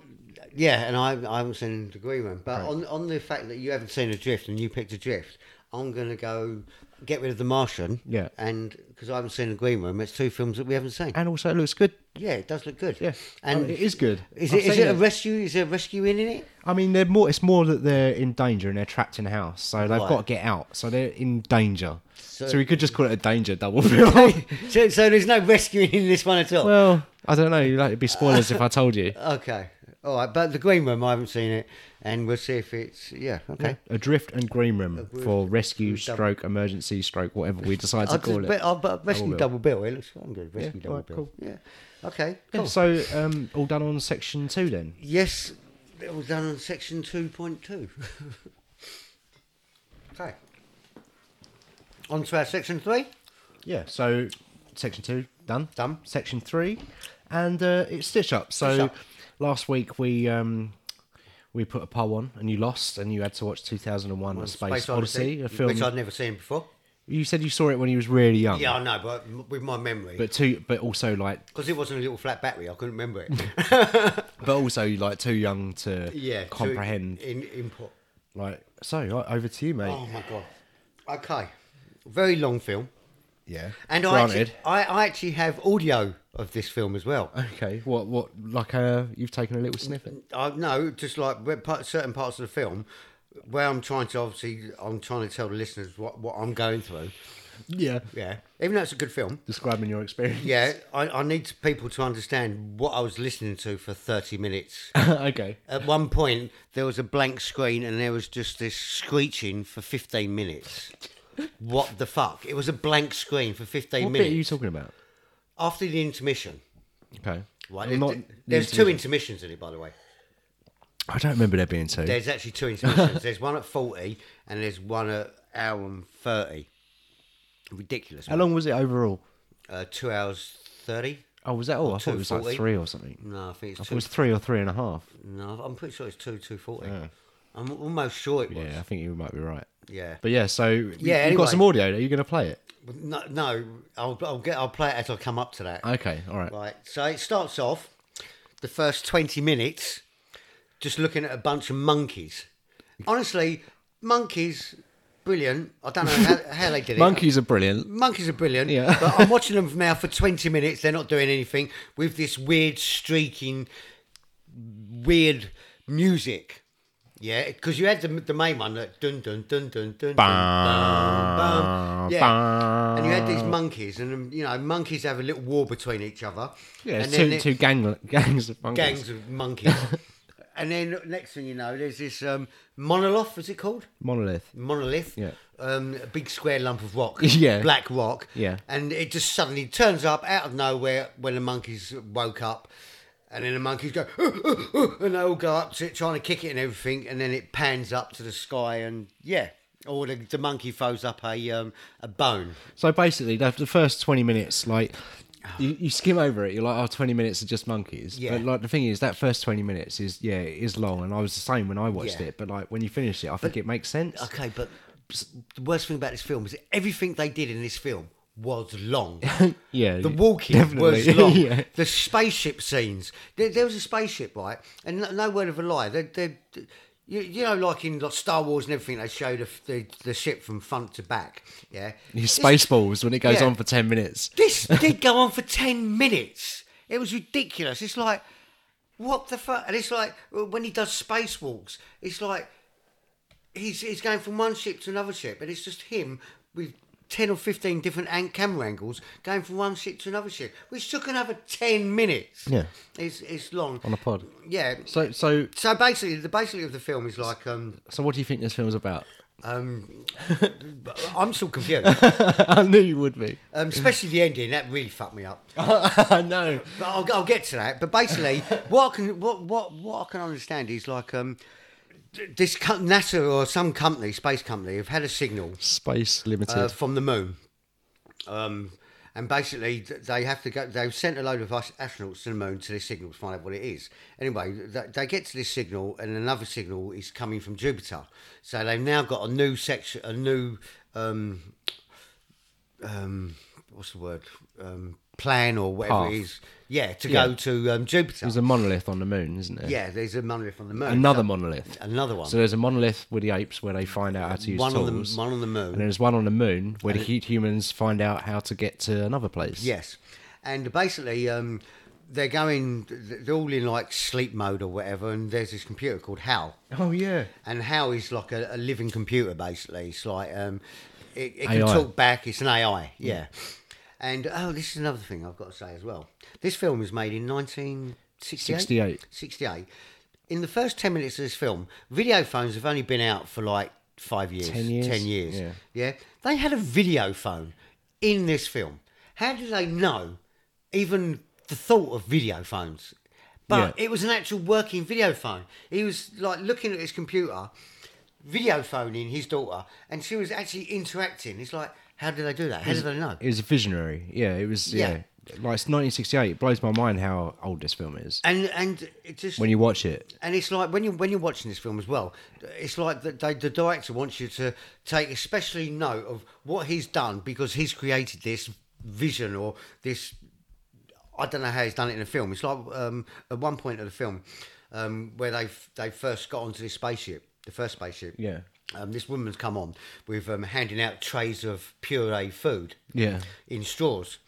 Speaker 3: yeah, and I, I haven't seen the green one. But on on the fact that you haven't seen Adrift and you picked Adrift, I'm gonna go get rid of the Martian.
Speaker 2: Yeah.
Speaker 3: And because I haven't seen the green room, it's two films that we haven't seen.
Speaker 2: and also, it looks good.
Speaker 3: yeah, it does look good.
Speaker 2: Yeah.
Speaker 3: And
Speaker 2: And it is good.
Speaker 3: Is
Speaker 2: I've
Speaker 3: it is
Speaker 2: seen
Speaker 3: it a rescue? Is there a rescue in it?
Speaker 2: I mean, they're more. It's more that they're in danger and they're trapped in a house, so they've
Speaker 3: Right.
Speaker 2: got to get out. So they're in danger. So,
Speaker 3: So-
Speaker 2: we could just call it a danger
Speaker 3: *laughs*
Speaker 2: double film.
Speaker 3: so, so there's no rescuing in this one at all.
Speaker 2: well, I don't know. Like, it'd be spoilers if I told
Speaker 3: *laughs*
Speaker 2: you.
Speaker 3: okay. All right. But the green room, I haven't seen it, and we'll see if it's yeah. Okay.
Speaker 2: Adrift and Green Room
Speaker 3: Adrift
Speaker 2: for rescue,
Speaker 3: double-
Speaker 2: stroke, emergency, stroke, whatever we decide to
Speaker 3: I'll
Speaker 2: call
Speaker 3: just,
Speaker 2: it.
Speaker 3: but, I'll, but rescue
Speaker 2: will.
Speaker 3: double bill. It looks fucking good. Rescue double
Speaker 2: alright,
Speaker 3: bill.
Speaker 2: cool.
Speaker 3: Yeah. Okay.
Speaker 2: Yeah,
Speaker 3: Cool.
Speaker 2: so um, all done on section two then.
Speaker 3: Yes, it was done on section 2.2. *laughs* okay. On to our section three.
Speaker 2: Yeah, so section two done.
Speaker 3: Done.
Speaker 2: Section three, and uh, it's stitch up. So
Speaker 3: Stitch Up.
Speaker 2: last week we um, we put a poll on, and you lost, and you had to watch 2001: A Space, Odyssey, a film.
Speaker 3: Which I'd never seen before.
Speaker 2: You said you saw it when you was really young.
Speaker 3: Yeah, I know, but m- with my memory.
Speaker 2: But two, but also like,
Speaker 3: Because it wasn't a little flat battery, I couldn't remember it.
Speaker 2: but also like too young to
Speaker 3: yeah. to
Speaker 2: comprehend.
Speaker 3: In input.
Speaker 2: Like, so right, over to you, mate.
Speaker 3: Oh my god. Okay. Very long film.
Speaker 2: yeah,
Speaker 3: And I
Speaker 2: granted. Oh.
Speaker 3: actually, I, I actually have audio of this film as well.
Speaker 2: okay, what, what, like, uh, you've taken a little snippet.
Speaker 3: I no, just like where part, certain parts of the film where I'm trying to obviously I'm trying to tell the listeners what, what I'm going through.
Speaker 2: Yeah,
Speaker 3: Yeah, even though it's a good film.
Speaker 2: describing your experience.
Speaker 3: Yeah, I, I need people to understand what I was listening to for 30 minutes.
Speaker 2: *laughs* okay.
Speaker 3: At one point, there was a blank screen and there was just this screeching for 15 minutes. What the fuck? It was a blank screen for 15
Speaker 2: What bit are
Speaker 3: minutes.
Speaker 2: you talking about?
Speaker 3: After the intermission.
Speaker 2: Okay.
Speaker 3: Right,
Speaker 2: I'm
Speaker 3: there-
Speaker 2: not-
Speaker 3: there's two intermissions in it, by the way.
Speaker 2: I don't remember there being two.
Speaker 3: There's actually two
Speaker 2: *laughs*
Speaker 3: intermissions. there's one at 40 and there's one at hour and 30. Ridiculous.
Speaker 2: How
Speaker 3: man.
Speaker 2: long was it overall?
Speaker 3: Uh, two hours 30.
Speaker 2: Oh, was that all? I thought it was like
Speaker 3: 240.
Speaker 2: three or something.
Speaker 3: No, I
Speaker 2: I
Speaker 3: think it's
Speaker 2: thought it
Speaker 3: two.
Speaker 2: was three or three and a half.
Speaker 3: No, I'm pretty sure it's two 240. I'm almost sure it was.
Speaker 2: Yeah, I think you might be right.
Speaker 3: Yeah.
Speaker 2: But yeah, so yeah, you've
Speaker 3: Yeah,
Speaker 2: got
Speaker 3: anyway.
Speaker 2: some audio. Are you going to play it?
Speaker 3: No, no I'll, I'll, get, I'll play it as I come up to that.
Speaker 2: Okay, all right.
Speaker 3: Right. So it starts off the first 20 minutes just looking at a bunch of monkeys. Honestly, monkeys, brilliant. I don't know how, how they did it.
Speaker 2: Monkeys are brilliant.
Speaker 3: Monkeys are brilliant,
Speaker 2: Yeah.
Speaker 3: but I'm watching them now for 20 minutes. They're not doing anything with this weird streaking, weird music. Yeah, because you had the, the main one that dun dun dun dun dun dun bum, bum. yeah, and you had
Speaker 2: Oh.
Speaker 3: these monkeys, and um, you know monkeys have a little war between each other.
Speaker 2: Yeah,
Speaker 3: and
Speaker 2: it's
Speaker 3: then
Speaker 2: two,
Speaker 3: it-
Speaker 2: two gang, *laughs* gangs of monkeys.
Speaker 3: gangs of monkeys.
Speaker 2: *laughs*
Speaker 3: and then next thing you know, there's this um, monolith. Was it called?
Speaker 2: Monolith.
Speaker 3: monolith.
Speaker 2: Yeah.
Speaker 3: Um, a big square lump of rock.
Speaker 2: *laughs* Yeah.
Speaker 3: Black rock.
Speaker 2: Yeah.
Speaker 3: And it just suddenly turns up out of nowhere when the monkeys woke up. And then the monkeys go, "Ooh, ooh, ooh," and they all go up to it, trying to kick it and everything. And then it pans up to the sky, and yeah. Or the, the monkey throws up a um, a bone.
Speaker 2: So basically, the, the first 20 minutes, like, you, you skim over it. You're like, oh, 20 minutes are just monkeys.
Speaker 3: Yeah.
Speaker 2: But like, the thing is, that first 20 minutes is, yeah, it is long. And I was the same when I watched
Speaker 3: Yeah.
Speaker 2: it. But like, when you finish it, I think it makes sense.
Speaker 3: Okay, but the worst thing about this film is everything they did in this film was long.
Speaker 2: *laughs* Yeah.
Speaker 3: The
Speaker 2: you-
Speaker 3: walking was
Speaker 2: definitely. *laughs*
Speaker 3: long.
Speaker 2: yeah.
Speaker 3: The spaceship scenes. There, there was a spaceship, right? And no, no word of a lie. They, they, you, you know, like in like Star Wars and everything, they show the, the, the ship from front to back. Yeah.
Speaker 2: Your
Speaker 3: This-
Speaker 2: Spaceballs when it goes
Speaker 3: Yeah.
Speaker 2: on for 10 minutes.
Speaker 3: This did go on for 10 minutes. It was ridiculous. It's like, what the fuck? And it's like, when he does spacewalks, it's like, he's, he's going from one ship to another ship, and it's just him with ten or fifteen different an- camera angles, going from one shit to another shit, which took another ten minutes.
Speaker 2: Yeah.
Speaker 3: it's it's long.
Speaker 2: on a pod.
Speaker 3: yeah. So,
Speaker 2: So, so,
Speaker 3: so basically, the basically of the film is like um
Speaker 2: so, what do you think this film's about? *laughs*
Speaker 3: um, I'm still confused,
Speaker 2: I knew you would
Speaker 3: *laughs*
Speaker 2: be.
Speaker 3: um, especially the ending. That really fucked me up.
Speaker 2: I know.
Speaker 3: But I'll, I'll get to that. But basically, what I can what what what I can understand is like um, th- this co- NASA or some company, space company, have had a signal
Speaker 2: Space Limited.
Speaker 3: uh, from the moon, um, and basically th- they have to go. They've sent a load of us astronauts to the moon to this signal to find out what it is. Anyway, th- they get to this signal, and another signal is coming from Jupiter. So they've now got a new section, a new um, um, what's the word? Um, plan or whatever
Speaker 2: Path.
Speaker 3: it is. Yeah, to
Speaker 2: Yeah.
Speaker 3: go to um, Jupiter.
Speaker 2: There's a monolith on the moon, isn't there?
Speaker 3: yeah, there's a monolith on the moon.
Speaker 2: Another monolith.
Speaker 3: Another one.
Speaker 2: So there's a monolith with the apes where they find out how to use
Speaker 3: one on
Speaker 2: tools.
Speaker 3: the one on the moon.
Speaker 2: and there's one on the moon where the hu- humans find out how to get to another place.
Speaker 3: Yes, and basically um, they're going. They're all in like sleep mode or whatever. And there's this computer called HAL,
Speaker 2: Oh yeah.
Speaker 3: and HAL is like a, a living computer basically. It's like um, it, it can
Speaker 2: AI.
Speaker 3: talk back. It's an AI. Yeah. And oh, this is another thing I've got to say as well. This film was made in 1968.
Speaker 2: 68.
Speaker 3: 68. In the first 10 minutes of this film, video phones have only been out for like five years.
Speaker 2: 10 years?
Speaker 3: 10 years.
Speaker 2: Yeah.
Speaker 3: Yeah. They had a video phone in this film. How did they know even the thought of video phones? But
Speaker 2: Yeah.
Speaker 3: it was an actual working video phone. He was like looking at his computer, video phoning his daughter, and she was actually interacting. It's like, how did they do that? How did they know?
Speaker 2: It was a visionary. Yeah, it was. Yeah.
Speaker 3: Yeah.
Speaker 2: Like it's 1968. It blows my mind how old this film is.
Speaker 3: And and it just
Speaker 2: When you watch it,
Speaker 3: And it's like when you when you're watching this film as well, it's like the, they, the director wants you to take especially note of what he's done because he's created this vision or this. I don't know how he's done it in the film. It's like um, at one point of the film um, where they they first got onto this spaceship, the first spaceship.
Speaker 2: Yeah.
Speaker 3: Um, this woman's come on with um, handing out trays of puree food
Speaker 2: Yeah.
Speaker 3: in straws.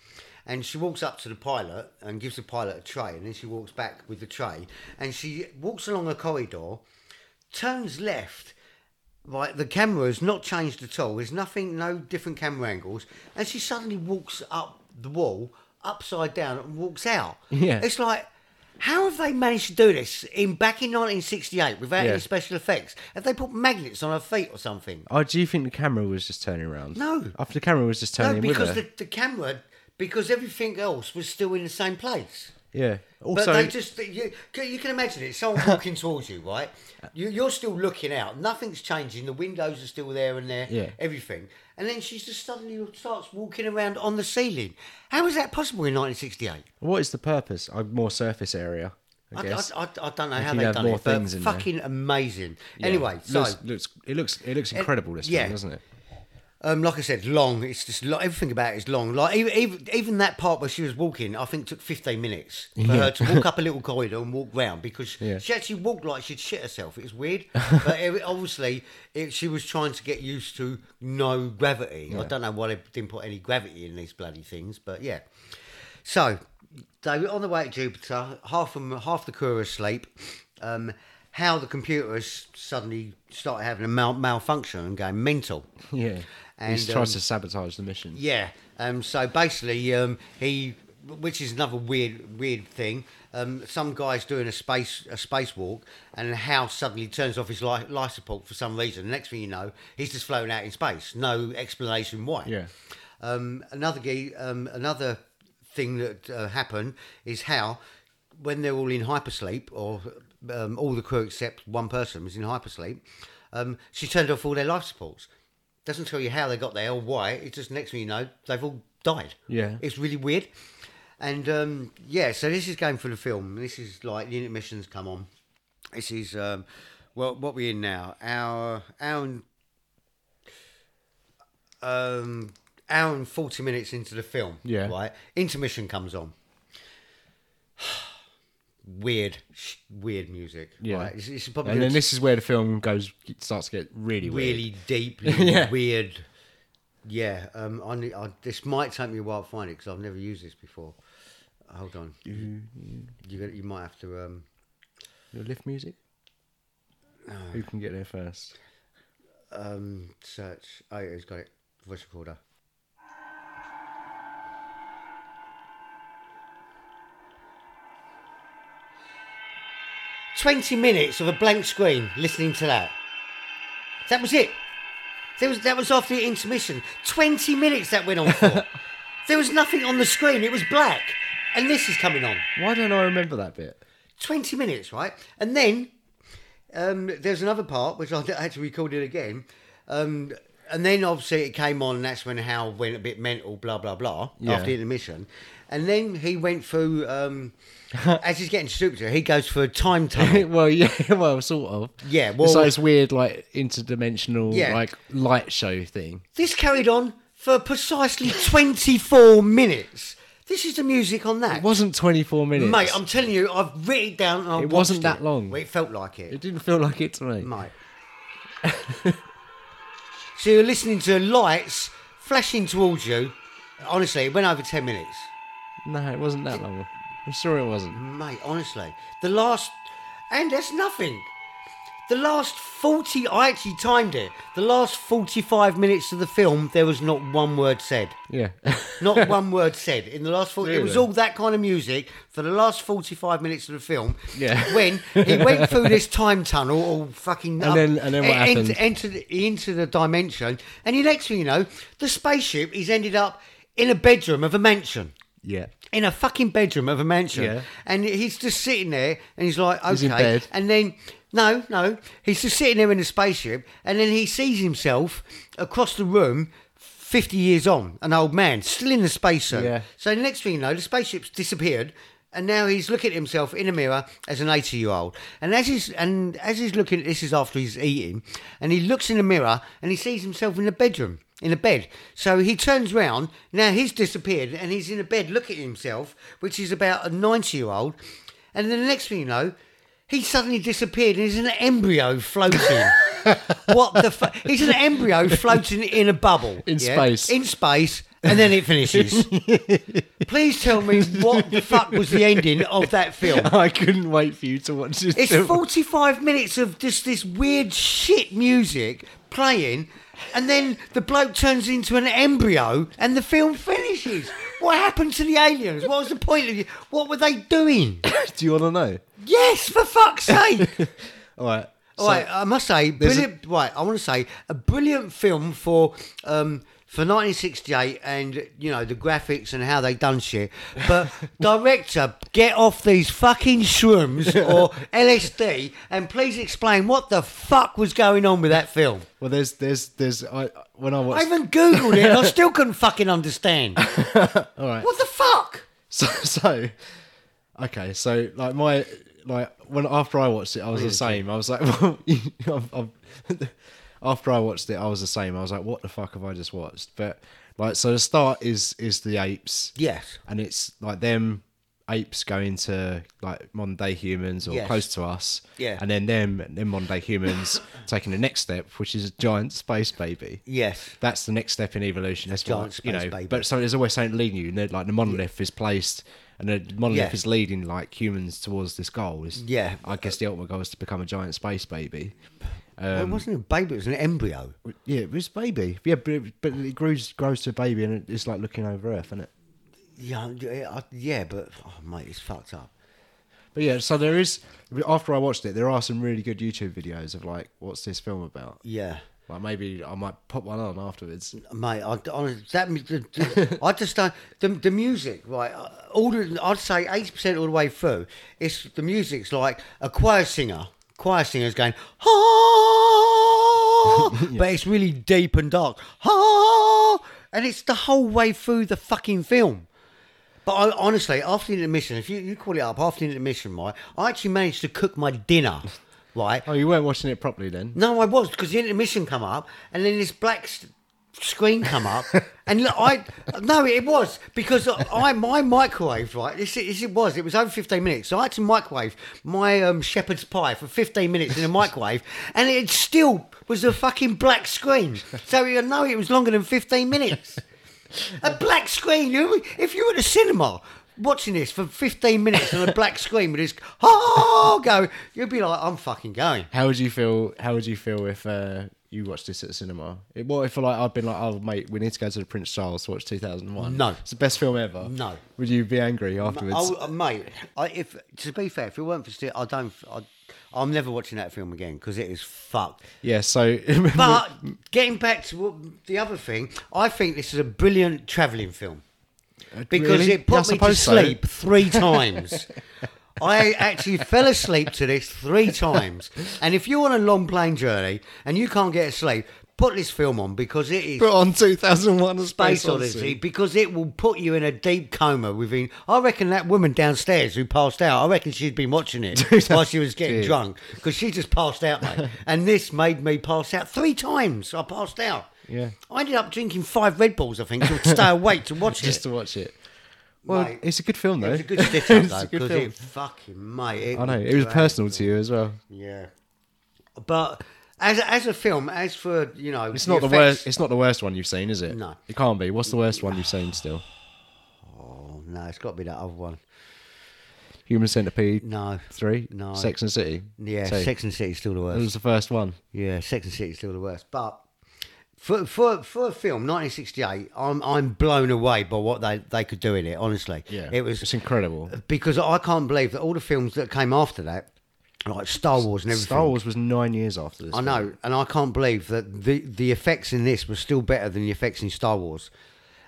Speaker 3: And she walks up to the pilot and gives the pilot a tray, and then she walks back with the tray. And she walks along a corridor, turns left. Right, the camera has not changed at all. There's nothing, no different camera angles. And she suddenly walks up the wall, upside down, and walks out.
Speaker 2: Yeah.
Speaker 3: It's like, how have they managed to do this in back in 1968 without
Speaker 2: Yeah.
Speaker 3: any special effects? Have they put magnets on her feet or something?
Speaker 2: oh, do you think the camera was just turning around?
Speaker 3: No.
Speaker 2: After the camera was just turning
Speaker 3: No,
Speaker 2: with her.
Speaker 3: because the, the camera, because everything else was still in the same place.
Speaker 2: Yeah.
Speaker 3: But
Speaker 2: Also,
Speaker 3: they just, you, you can imagine it. Someone
Speaker 2: *laughs*
Speaker 3: walking towards you, right? You, you're still looking out. Nothing's changing. The windows are still there and there.
Speaker 2: Yeah.
Speaker 3: Everything. And then she just suddenly starts walking around on the ceiling. How is that possible in 1968?
Speaker 2: what is the purpose? i more surface area. I
Speaker 3: I,
Speaker 2: guess.
Speaker 3: I, I, I don't know how
Speaker 2: you
Speaker 3: they've
Speaker 2: have
Speaker 3: done
Speaker 2: more
Speaker 3: it, but
Speaker 2: things in there.
Speaker 3: fucking amazing. Anyway,
Speaker 2: Looks-
Speaker 3: so
Speaker 2: looks, it looks it looks incredible. This
Speaker 3: yeah.
Speaker 2: film, doesn't it?
Speaker 3: Um, like I said, long. It's just lo everything about it is long. Like even, even even that part where she was walking, I think took fifteen minutes for her to walk up a little corridor and walk round because
Speaker 2: Yeah.
Speaker 3: she actually walked like she'd shit herself. It was weird, but it, obviously it, she was trying to get used to no gravity. I don't know why they didn't put any gravity in these bloody things, but yeah. So they were on the way to Jupiter. Half of 'em- half the crew are asleep. Um, how the computer has suddenly started having a mal- malfunction and going mental.
Speaker 2: Yeah.
Speaker 3: And,
Speaker 2: he
Speaker 3: um,
Speaker 2: tries to sabotage the mission.
Speaker 3: Yeah. Um, so basically, um, he, which is another weird, weird thing. Um, some guy's doing a space, a spacewalk, and how suddenly turns off his life, life support for some reason. The next thing you know, he's just floating out in space. No explanation why.
Speaker 2: Yeah.
Speaker 3: Um, another ge- um, another thing that uh, happened is how when they're all in hypersleep, or um, all the crew except one person was in hypersleep, um, she turned off all their life supports. Doesn't tell you how they got there or why. It's just next thing you know, they've all died.
Speaker 2: Yeah.
Speaker 3: it's really weird. And um, yeah, so this is going for the film. This is like the intermissions come on. This is um, well, what we're in now. Our hour and um, hour and 40 minutes into the film.
Speaker 2: Yeah.
Speaker 3: Right? Intermission comes on. *sighs* weird, sh- weird music.
Speaker 2: Yeah.
Speaker 3: Right? It's, it's probably
Speaker 2: And then
Speaker 3: gonna
Speaker 2: this is where the film goes starts to get really weird.
Speaker 3: really deeply
Speaker 2: *laughs* Yeah.
Speaker 3: weird. Yeah. Um, I, ne- I, this might take me a while to find it because I've never used this before. Hold on. You, got- you might have to. Um,
Speaker 2: Your lift music.
Speaker 3: Ah.
Speaker 2: Who can get there first?
Speaker 3: um, search. Oh, yeah, he's got it. Voice recorder. 20 minutes of a blank screen listening to that. That was it. There was that was after the intermission. 20 minutes that went on for. there was nothing on the screen. It was black, and this is coming on.
Speaker 2: Why don't I remember that bit?
Speaker 3: 20 minutes, right? And then um, there's another part which I had to record it again. Um, and then obviously it came on, and that's when Hal went a bit mental, blah, blah, blah,
Speaker 2: Yeah.
Speaker 3: after the intermission. And then he went
Speaker 2: *laughs*
Speaker 3: through, um, as he's getting stupider, he goes for a time
Speaker 2: *laughs*
Speaker 3: tunnel.
Speaker 2: well, yeah, *laughs* well, sort of.
Speaker 3: Yeah,
Speaker 2: It's
Speaker 3: well-
Speaker 2: like this weird, like interdimensional,
Speaker 3: Yeah.
Speaker 2: like light show thing.
Speaker 3: this carried on for precisely 24 minutes. This is the music on that.
Speaker 2: It wasn't 24 minutes,
Speaker 3: Mate, I'm telling you, I've written it down. And I've
Speaker 2: It wasn't
Speaker 3: watched
Speaker 2: that long.
Speaker 3: Well, it felt like it.
Speaker 2: it didn't feel like it to me.
Speaker 3: Mate. *laughs* so you're listening to lights flashing towards you. Honestly, it went over 10 minutes.
Speaker 2: No, it wasn't that long. I'm sure it wasn't.
Speaker 3: Mate, honestly. The last. And that's nothing. The last 40. I actually timed it. The last 45 minutes of the film, there was not one word said.
Speaker 2: Yeah. *laughs*
Speaker 3: Not *laughs* one word said in the last 40. It was
Speaker 2: Really?
Speaker 3: all that kind of music for the last 45 minutes of the film.
Speaker 2: Yeah.
Speaker 3: *laughs* When he went through this time tunnel, all fucking.
Speaker 2: And then- and then what
Speaker 3: en-
Speaker 2: happened?
Speaker 3: Entered into the dimension. And the next thing you know, the spaceship is ended up in a bedroom of a mansion.
Speaker 2: yeah.
Speaker 3: In a fucking bedroom of a mansion.
Speaker 2: Yeah.
Speaker 3: And he's just sitting there and he's like, okay.
Speaker 2: He's in bed.
Speaker 3: And then. No, no. He's just sitting there in a spaceship, and then he sees himself across the room, fifty years on, an old man, still in the spacesuit.
Speaker 2: Yeah.
Speaker 3: So the next thing you know, the spaceship's disappeared, and now he's looking at himself in a mirror as an eighty-year-old. And as he's and as he's looking, this is after he's eating, and he looks in the mirror and he sees himself in the bedroom. In a bed, so he turns round. Now he's disappeared, and he's in a bed looking at himself, which is about a ninety-year-old. And then the next thing you know, he suddenly disappeared and he's an
Speaker 2: *laughs*
Speaker 3: embryo floating. what the fuck? He's an embryo floating in a bubble.
Speaker 2: In space.
Speaker 3: In space. And then
Speaker 2: *laughs*
Speaker 3: it finishes. Please tell me what the fuck was the ending of that film.
Speaker 2: *laughs* I couldn't wait for you to watch this. *laughs*
Speaker 3: It's
Speaker 2: film.
Speaker 3: 45 minutes of just this weird shit music playing, and then the bloke turns into an embryo and the film finishes. What happened to the aliens? What was the point of it? What were they doing?
Speaker 2: Do you want to know?
Speaker 3: Yes, for fuck's sake!
Speaker 2: All right.
Speaker 3: All right, I must say,
Speaker 2: there's a-
Speaker 3: brilliant. right, I want to say a brilliant film for um, for 1968, and you know the graphics and how they done shit. *laughs* But director, get off these fucking *laughs* shrooms or LSD, and please explain what the fuck was going on with that film.
Speaker 2: Well, there's, there's, there's. I when I
Speaker 3: I
Speaker 2: watched.
Speaker 3: even googled it, and I still couldn't fucking *laughs* understand. All right, what the fuck?
Speaker 2: *laughs* So, so okay, so like my like when after I watched it, I was the same. I was like, *laughs* well, I'm, I'm, *laughs* after I watched it, I was the same. I was like, what the fuck have I just watched? But like, so the start is is the apes,
Speaker 3: Yes.
Speaker 2: and it's like them apes going to like modern day humans or
Speaker 3: Yes.
Speaker 2: close to us,
Speaker 3: Yeah.
Speaker 2: and then them them modern day humans
Speaker 3: *laughs*
Speaker 2: taking the next step, which is a giant space baby
Speaker 3: Yes.
Speaker 2: that's the next step in evolution. That's
Speaker 3: Giant
Speaker 2: what, you
Speaker 3: space
Speaker 2: know.
Speaker 3: baby.
Speaker 2: But so there's always something leading you. And they're- like the monolith is placed, and the monolith
Speaker 3: Yeah.
Speaker 2: is leading like humans towards this goal. It's-
Speaker 3: Yeah.
Speaker 2: I guess the ultimate goal is to become a giant space baby.
Speaker 3: Well, it wasn't a baby; it was an embryo.
Speaker 2: Yeah, it was baby. Yeah, but it, but it grows grows to a baby, and it's like looking over Earth, isn't it?
Speaker 3: Yeah, I- yeah, but oh, mate, it's fucked up.
Speaker 2: But yeah, so there is. After I watched it, there are some really good YouTube videos of like, what's this film about?
Speaker 3: Yeah.
Speaker 2: Like maybe I might pop one on afterwards.
Speaker 3: mate. I, I that mu- the, the, I just don't the, the music right. uh, All the, I'd say eighty percent all the way through. It's the music's like a choir singer. Choir singer's going ah, but it's really deep and dark ah, and it's the whole way through the fucking film. But I, honestly, after the intermission, if you, you call it up after the intermission, right, I actually managed to cook my dinner, right,
Speaker 2: Oh, you weren't watching it properly then.
Speaker 3: no, I was because the intermission come up, and then this black s screen come up, and look, I no, it was because I my microwave right. This, this it was. It was over fifteen minutes, so I had to microwave my um, shepherd's pie for fifteen minutes in a microwave, *laughs* and it still was a fucking black screen. So you know it was longer than fifteen minutes. A black screen. You, if you were at a cinema watching this for fifteen minutes on a black screen with this *laughs* oh go, you'd be like, I'm fucking going.
Speaker 2: How would you feel? How would you feel if uh, you watched this at the cinema? It, what if like I've been like, oh mate, we need to go to the Prince Charles to watch 2001?
Speaker 3: No.
Speaker 2: it's the best film ever.
Speaker 3: No.
Speaker 2: would you be angry afterwards?
Speaker 3: Oh, uh, mate, I, if to be fair, if it weren't for Steve, I don't. I, I'm never watching that film again because it is fucked.
Speaker 2: Yeah, so *laughs*
Speaker 3: But getting back to what, the other thing, I think this is a brilliant travelling film because
Speaker 2: Really?
Speaker 3: it
Speaker 2: Yeah, I
Speaker 3: put me to
Speaker 2: suppose so.
Speaker 3: sleep three times. I actually *laughs* fell asleep to this three times. And if you're on a long plane journey and you can't get asleep, put this film on because it is
Speaker 2: *laughs* put on 2001 A
Speaker 3: Space Odyssey because it will put you in a deep coma within. I reckon that woman downstairs who passed out, I reckon she's been
Speaker 2: *laughs*
Speaker 3: watching it while she was getting
Speaker 2: Dude.
Speaker 3: drunk because she just passed out, mate.
Speaker 2: *laughs*
Speaker 3: and this made me pass out three times. I passed out.
Speaker 2: Yeah.
Speaker 3: I ended up drinking five Red Bulls, I think, to stay awake to
Speaker 2: *laughs*
Speaker 3: watch
Speaker 2: just to
Speaker 3: it.
Speaker 2: watch it. Well,
Speaker 3: Mate,
Speaker 2: it's a good film
Speaker 3: It
Speaker 2: though.
Speaker 3: was
Speaker 2: *laughs*
Speaker 3: a good
Speaker 2: It's
Speaker 3: stitch up,
Speaker 2: a
Speaker 3: though,
Speaker 2: good
Speaker 3: because
Speaker 2: film.
Speaker 3: it fucking, mate. It
Speaker 2: I know it was
Speaker 3: dragged
Speaker 2: personal
Speaker 3: on.
Speaker 2: to you as well.
Speaker 3: Yeah. But as, as a film, as for, you know.
Speaker 2: It's not the
Speaker 3: effects-
Speaker 2: worst. It's not the worst one you've seen, is it?
Speaker 3: No.
Speaker 2: it can't be. What's the worst one you've seen? Still,
Speaker 3: Oh, no, it's got to be that other one.
Speaker 2: Human Centipede.
Speaker 3: No.
Speaker 2: Three.
Speaker 3: No.
Speaker 2: Sex and the City.
Speaker 3: Yeah,
Speaker 2: Two.
Speaker 3: Sex and the City's still the
Speaker 2: That
Speaker 3: worst.
Speaker 2: was the first one.
Speaker 3: Yeah, Sex and the City's still the worst. But for for for a film, 1968, I'm I'm blown away by what they they could do in it. Honestly, it
Speaker 2: It's
Speaker 3: was
Speaker 2: incredible.
Speaker 3: because I can't believe that all the films that came after that, like Star Wars and everything.
Speaker 2: Star Wars was nine years after this.
Speaker 3: I know, and I can't believe that the the effects in this were still better than the effects in Star Wars.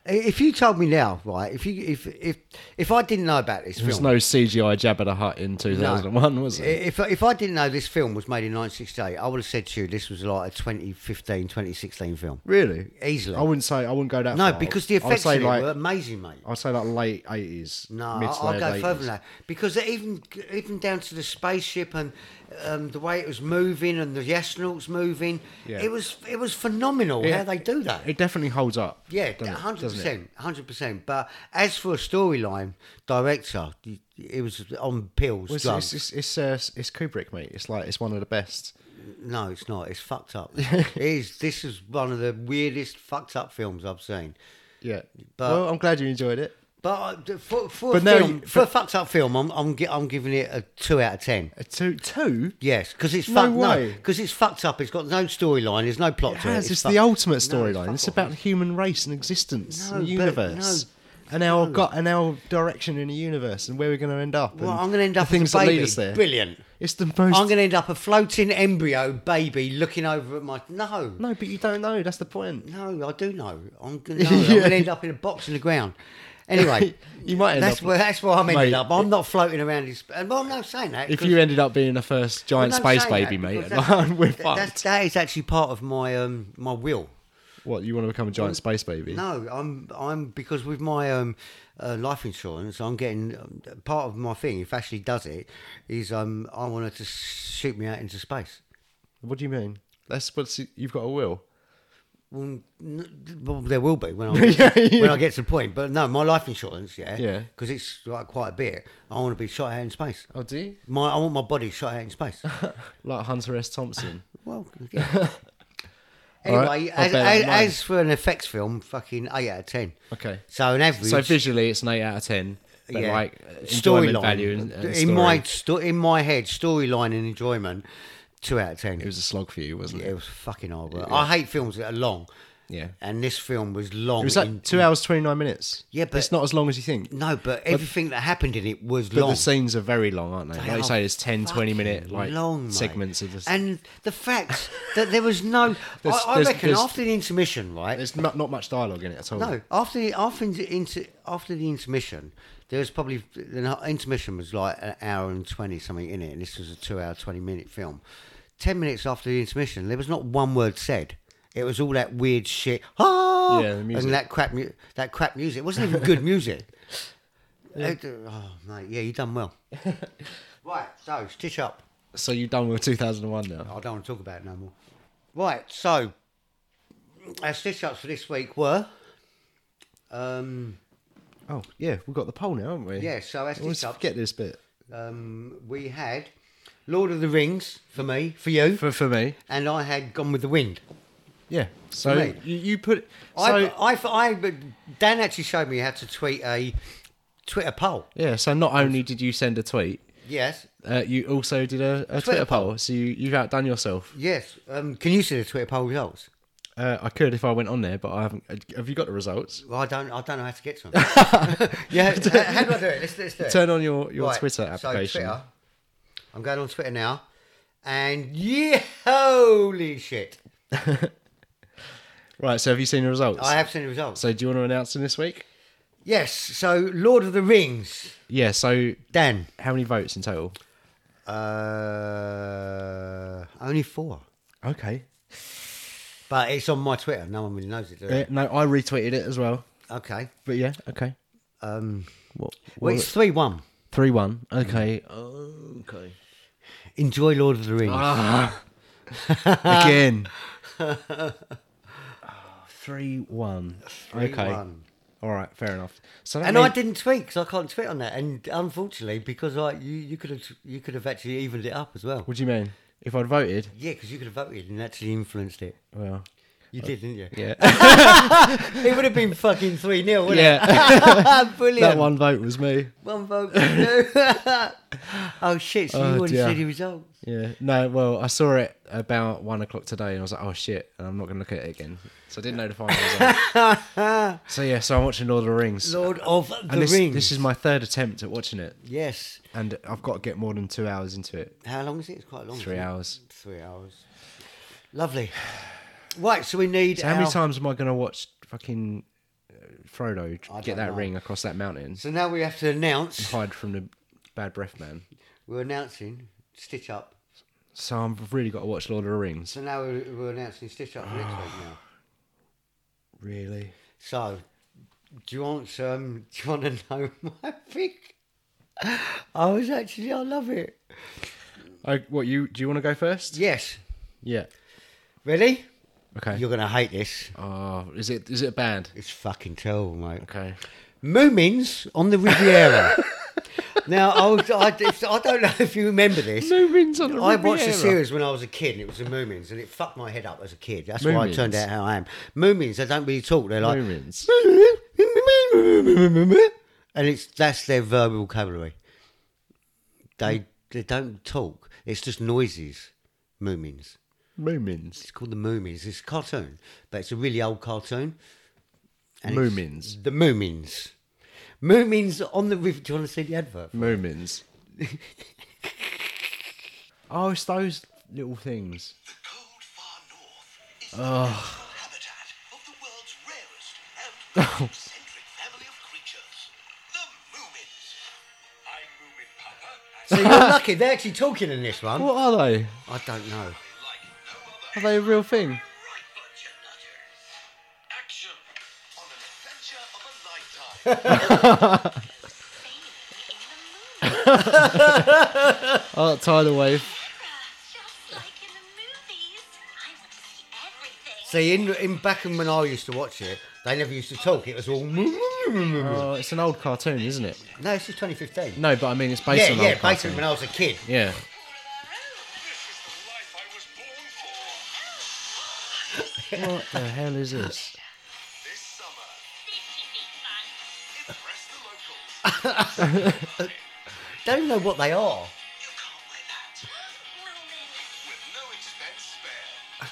Speaker 3: I- If you told me now, right? If you if if if I didn't know about this
Speaker 2: There was
Speaker 3: film,
Speaker 2: no CGI Jabba the Hutt in 2001, was
Speaker 3: I-
Speaker 2: it?
Speaker 3: If, if I didn't know this film was made in 1968, I would have said to you this was like a 2015, 2016 film.
Speaker 2: Really?
Speaker 3: Easily.
Speaker 2: I wouldn't say. I wouldn't go that.
Speaker 3: No,
Speaker 2: far.
Speaker 3: because the
Speaker 2: I would
Speaker 3: effects
Speaker 2: say
Speaker 3: in
Speaker 2: like, oh,
Speaker 3: it were amazing, mate.
Speaker 2: I'd say like late 80s.
Speaker 3: No,
Speaker 2: mid
Speaker 3: I'll,
Speaker 2: to
Speaker 3: I'll
Speaker 2: late
Speaker 3: go
Speaker 2: 80s.
Speaker 3: further than that because it even even down to the spaceship and um, the way it was moving and the astronauts moving,
Speaker 2: Yeah.
Speaker 3: it was it was phenomenal
Speaker 2: Yeah.
Speaker 3: how they do that.
Speaker 2: It definitely holds up.
Speaker 3: yeah,
Speaker 2: doesn't it?
Speaker 3: hundred
Speaker 2: Doesn't it?
Speaker 3: percent, hundred percent. But as for a storyline director, it was on pills.
Speaker 2: Well, it's,
Speaker 3: drugs.
Speaker 2: it's, it's, it's, uh, it's Kubrick, mate. It's like it's one of the best.
Speaker 3: No, it's not. It's fucked up.
Speaker 2: *laughs*
Speaker 3: it is. This is one of the weirdest fucked up films I've seen.
Speaker 2: Yeah.
Speaker 3: But-
Speaker 2: well, I'm glad you enjoyed it.
Speaker 3: But I- for, for, a,
Speaker 2: But now
Speaker 3: film,
Speaker 2: you-
Speaker 3: for a fucked up film, I'm I'm, gi- I'm giving it a two out of ten.
Speaker 2: A Uh, two, two.
Speaker 3: Yes, because it's
Speaker 2: No
Speaker 3: fucked.
Speaker 2: way.
Speaker 3: because it's fucked up. It's got no storyline. There's no plot
Speaker 2: It
Speaker 3: to it.
Speaker 2: has. It's
Speaker 3: fuck-
Speaker 2: the ultimate
Speaker 3: No,
Speaker 2: storyline. it's
Speaker 3: fuck
Speaker 2: about
Speaker 3: off.
Speaker 2: the human race and existence
Speaker 3: No,
Speaker 2: and
Speaker 3: but-
Speaker 2: universe. and our got and our direction in the universe and where we're going to end up.
Speaker 3: Well,
Speaker 2: and
Speaker 3: I'm going to end
Speaker 2: the
Speaker 3: up
Speaker 2: things
Speaker 3: as a
Speaker 2: that
Speaker 3: baby.
Speaker 2: lead us there.
Speaker 3: Brilliant.
Speaker 2: It's the most.
Speaker 3: I'm going to end up a floating embryo baby looking over at my no.
Speaker 2: no, but you don't know. That's the point.
Speaker 3: No, I do know.
Speaker 2: *laughs*
Speaker 3: I'm going to I'm gonna end up in a box in the ground. Anyway,
Speaker 2: You might end
Speaker 3: that's
Speaker 2: up-
Speaker 3: where that's where I'm ended
Speaker 2: Mate,
Speaker 3: up. I'm not floating around. In sp- well, I'm not saying that.
Speaker 2: If
Speaker 3: 'cause-
Speaker 2: you ended up being the first
Speaker 3: I'm
Speaker 2: giant
Speaker 3: not
Speaker 2: space
Speaker 3: saying that
Speaker 2: baby, mate, *laughs*
Speaker 3: because that's-
Speaker 2: we're
Speaker 3: that- that's-
Speaker 2: fucked.
Speaker 3: That is actually part of my um my will.
Speaker 2: What you want to become a giant space baby?
Speaker 3: Mm. No, I'm I'm because with my um uh, life insurance, I'm getting um, part of my thing. If Ashley does it, is um I want her to shoot me out into space.
Speaker 2: What do you mean? That's what's you've got a will.
Speaker 3: Well, n- well, there will be
Speaker 2: *laughs*
Speaker 3: when I get to, when I get to the point. But no, my life insurance, yeah,
Speaker 2: Yeah.
Speaker 3: because it's like quite a bit. I want to be shot out in space.
Speaker 2: Oh, do you?
Speaker 3: My I want my body shot out
Speaker 2: *laughs*
Speaker 3: in space.
Speaker 2: Like Hunter S. *laughs* Thompson.
Speaker 3: well, yeah. anyway,
Speaker 2: Alright, I'll
Speaker 3: as,
Speaker 2: bear that
Speaker 3: as,
Speaker 2: in mind.
Speaker 3: as for an effects film, fucking eight out of ten.
Speaker 2: Okay.
Speaker 3: So an average.
Speaker 2: So visually, it's an eight out of ten. But like enjoyment
Speaker 3: storyline
Speaker 2: value and, and
Speaker 3: in
Speaker 2: story.
Speaker 3: my sto- in my head storyline and enjoyment two out of ten
Speaker 2: it was a slog for you, wasn't it?
Speaker 3: it was fucking hard work. I hate films that are long
Speaker 2: Yeah.
Speaker 3: and this film was long
Speaker 2: It was like
Speaker 3: in-
Speaker 2: two hours twenty nine minutes.
Speaker 3: Yeah, but-
Speaker 2: it's not as long as you think.
Speaker 3: no but everything that happened in it was
Speaker 2: But
Speaker 3: long
Speaker 2: the scenes are very long, aren't they?
Speaker 3: They
Speaker 2: like you
Speaker 3: are
Speaker 2: say, it's 10, 20 minute
Speaker 3: fucking
Speaker 2: like
Speaker 3: long, mate.
Speaker 2: segments of this.
Speaker 3: and the fact that there was no I,
Speaker 2: *laughs* There's-
Speaker 3: I
Speaker 2: there's-
Speaker 3: reckon
Speaker 2: there's-
Speaker 3: after the intermission right
Speaker 2: There's not, not much dialogue in it at all.
Speaker 3: No, after the after the, inter, after the intermission, there was probably the intermission was like an hour and twenty something in it, and this was a two-hour twenty-minute film. Ten minutes after the intermission, there was not one word said. It was all that weird shit, ah,
Speaker 2: Yeah, the music.
Speaker 3: and that crap, mu- that crap music. It wasn't even
Speaker 2: *laughs*
Speaker 3: good music. It- oh mate, yeah, you done well. right, so stitch up. Oh,
Speaker 2: So you're done with 2001 now.
Speaker 3: I don't want to talk about it no more. Right, so our stitch ups for this week were. Um,
Speaker 2: Oh yeah, we've got the poll now, haven't we?
Speaker 3: Yeah, so that's
Speaker 2: I always
Speaker 3: this up.
Speaker 2: forget this bit.
Speaker 3: Um, we had Lord of the Rings for me, for you,
Speaker 2: For for me,
Speaker 3: and I had Gone with the Wind.
Speaker 2: yeah. So
Speaker 3: me.
Speaker 2: You, you put so
Speaker 3: I, I, I, but Dan actually showed me how to tweet a Twitter poll.
Speaker 2: yeah. So not only did you send a tweet,
Speaker 3: Yes,
Speaker 2: uh, you also did a, a Twitter, poll. So you you've outdone yourself.
Speaker 3: yes. Um, can you see the Twitter poll results?
Speaker 2: Uh, I could if I went on there, but I haven't. Have you got the results?
Speaker 3: Well, I don't, I don't know how to get to
Speaker 2: *laughs*
Speaker 3: them. yeah, h- how, do I do it? Let's, let's do it.
Speaker 2: Turn on your your
Speaker 3: Right,
Speaker 2: Twitter
Speaker 3: so
Speaker 2: application.
Speaker 3: Twitter. I'm going on Twitter now. and yeah, holy shit!
Speaker 2: Right, so have you seen the results?
Speaker 3: I have seen the results.
Speaker 2: So do you want to announce them this week?
Speaker 3: yes, so Lord of the Rings,
Speaker 2: Yeah, so
Speaker 3: Dan.
Speaker 2: how many votes in total?
Speaker 3: Uh, only four,
Speaker 2: Okay.
Speaker 3: but it's on my Twitter. No one really knows it. Do they?
Speaker 2: no, I retweeted it as well.
Speaker 3: Okay.
Speaker 2: But yeah, okay.
Speaker 3: Um,
Speaker 2: What?
Speaker 3: well, it's three one.
Speaker 2: 3 1. Okay. Okay.
Speaker 3: Enjoy Lord of the Rings.
Speaker 2: Ah, Again. 3 1. okay.
Speaker 3: 3-1.
Speaker 2: All right, fair enough. So that
Speaker 3: and I
Speaker 2: means-
Speaker 3: didn't tweet because I can't tweet on that. And unfortunately, because I you, you could have you could have actually evened it up as well.
Speaker 2: What do you mean? If I'd voted?
Speaker 3: Yeah, because you could have voted and actually influenced it.
Speaker 2: Well.
Speaker 3: You did, didn't you?
Speaker 2: Oh. Yeah.
Speaker 3: It would have been fucking 3 0,
Speaker 2: *laughs*
Speaker 3: wouldn't
Speaker 2: yeah.
Speaker 3: it? *laughs* Brilliant.
Speaker 2: that one vote was me.
Speaker 3: One vote for you. *laughs* oh, shit. So
Speaker 2: Oh,
Speaker 3: you wouldn't
Speaker 2: dear.
Speaker 3: see the results.
Speaker 2: Yeah. No, well, I saw it about one o'clock today and I was like, oh shit, and I'm not going to look at it again. So I didn't know the final result.
Speaker 3: *laughs*
Speaker 2: so yeah, so I'm watching Lord of the Rings.
Speaker 3: Lord of the
Speaker 2: and this,
Speaker 3: Rings.
Speaker 2: this is my third attempt at watching it.
Speaker 3: Yes.
Speaker 2: And I've got to get more than two hours into it.
Speaker 3: How long is it? It's quite long.
Speaker 2: Three
Speaker 3: isn't it?
Speaker 2: hours.
Speaker 3: Three hours. Lovely. Right, so we need.
Speaker 2: So how many
Speaker 3: our-
Speaker 2: times am I going to watch fucking uh, Frodo tr-
Speaker 3: I
Speaker 2: get
Speaker 3: don't
Speaker 2: that
Speaker 3: know.
Speaker 2: ring across that mountain?
Speaker 3: So now we have to announce.
Speaker 2: Hide from the bad breath man.
Speaker 3: We're announcing Stitch Up.
Speaker 2: So I've really got to watch Lord of the Rings.
Speaker 3: So now we're, we're announcing Stitch Up for next week
Speaker 2: *sighs*
Speaker 3: now.
Speaker 2: Really?
Speaker 3: So, do you want um, do you want to know *laughs* my pick? I was actually, I love it.
Speaker 2: I, what you do you want to go first?
Speaker 3: Yes.
Speaker 2: Yeah.
Speaker 3: Ready?
Speaker 2: Okay.
Speaker 3: You're gonna hate this.
Speaker 2: Oh, is it is it a band?
Speaker 3: It's fucking terrible, mate.
Speaker 2: Okay.
Speaker 3: Moomins on
Speaker 2: *laughs*
Speaker 3: the Riviera. now, I, was, I, if- I don't know if you remember this.
Speaker 2: Moomins on the
Speaker 3: I watched the
Speaker 2: Riviera.
Speaker 3: series when I was a kid, and it was the Moomins, and it fucked my head up as a kid. That's why I
Speaker 2: Moomins.
Speaker 3: turned out how I am. Moomins, they don't really talk. They're like,
Speaker 2: Moomins.
Speaker 3: and it's that's their verbal vocabulary. They they don't talk. It's just noises. Moomins.
Speaker 2: Moomins.
Speaker 3: It's called the Moomins. It's a cartoon, but it's a really old cartoon. And it's
Speaker 2: Moomins.
Speaker 3: The Moomins. Moomins on the river. Do you want to see the advert?
Speaker 2: Moomins. *laughs* oh, it's those little things.
Speaker 4: The cold far north is the natural habitat of the world's rarest and most eccentric family of creatures, the Moomins. I'm Moomin Papa,
Speaker 3: So you're *laughs* lucky. They're actually talking in this one.
Speaker 2: What are they?
Speaker 3: I don't know.
Speaker 4: like no other.
Speaker 2: Are they a real thing?
Speaker 4: Right, Budget Nutter. Action! On an adventure of a lifetime.
Speaker 2: Oh, tidal wave.
Speaker 6: Just like in the movies. I want to see everything.
Speaker 3: See, in in Beckham when I used to watch it, they never used to talk. It was all.
Speaker 2: Oh, it's an old cartoon, isn't it?
Speaker 3: No, it's just 2015.
Speaker 2: No, but I mean it's based
Speaker 3: yeah,
Speaker 2: on
Speaker 3: yeah,
Speaker 2: old
Speaker 3: basically
Speaker 2: cartoon.
Speaker 3: when I was a kid.
Speaker 2: yeah.
Speaker 4: This is the life I was born for.
Speaker 2: What the hell is this?
Speaker 4: This summer,
Speaker 6: This should be fun.
Speaker 4: impress the locals.
Speaker 3: Don't know what they are.
Speaker 4: You can't win that. With no expense spare.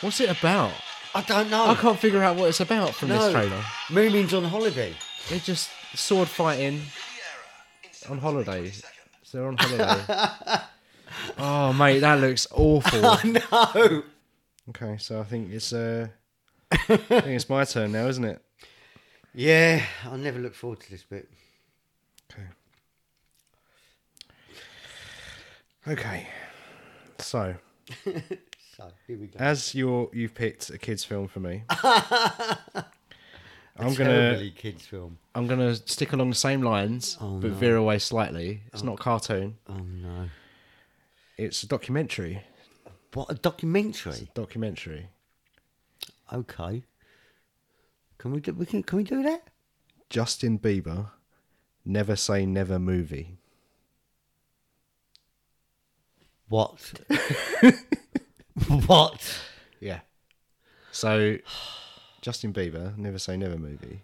Speaker 2: What's it about?
Speaker 3: I don't know.
Speaker 2: I can't figure out what it's about from
Speaker 3: no.
Speaker 2: this trailer.
Speaker 3: Moomin's on holiday.
Speaker 2: They're just sword fighting
Speaker 4: Riviera. in
Speaker 2: on holiday.
Speaker 4: Second.
Speaker 2: So they're on holiday.
Speaker 3: *laughs*
Speaker 2: oh mate, that looks awful.
Speaker 3: No.
Speaker 2: Okay, so I think it's uh, I think it's my turn now, isn't it?
Speaker 3: Yeah, I never look forward to this bit.
Speaker 2: Okay. Okay. So,
Speaker 3: *laughs* So here we go.
Speaker 2: as you're you've picked a kids film for
Speaker 3: *laughs*
Speaker 2: me, I'm
Speaker 3: It's
Speaker 2: gonna
Speaker 3: terribly kids film.
Speaker 2: I'm gonna stick along the same lines,
Speaker 3: Oh,
Speaker 2: but
Speaker 3: no.
Speaker 2: veer away slightly. It's not a cartoon.
Speaker 3: Oh no!
Speaker 2: It's a documentary.
Speaker 3: What a documentary.
Speaker 2: Documentary.
Speaker 3: Okay. Can we do? We can. Can we do that?
Speaker 2: Justin Bieber, Never Say Never movie. *laughs*
Speaker 3: What? what?
Speaker 2: Yeah. So, *sighs* Justin Bieber, Never Say Never movie.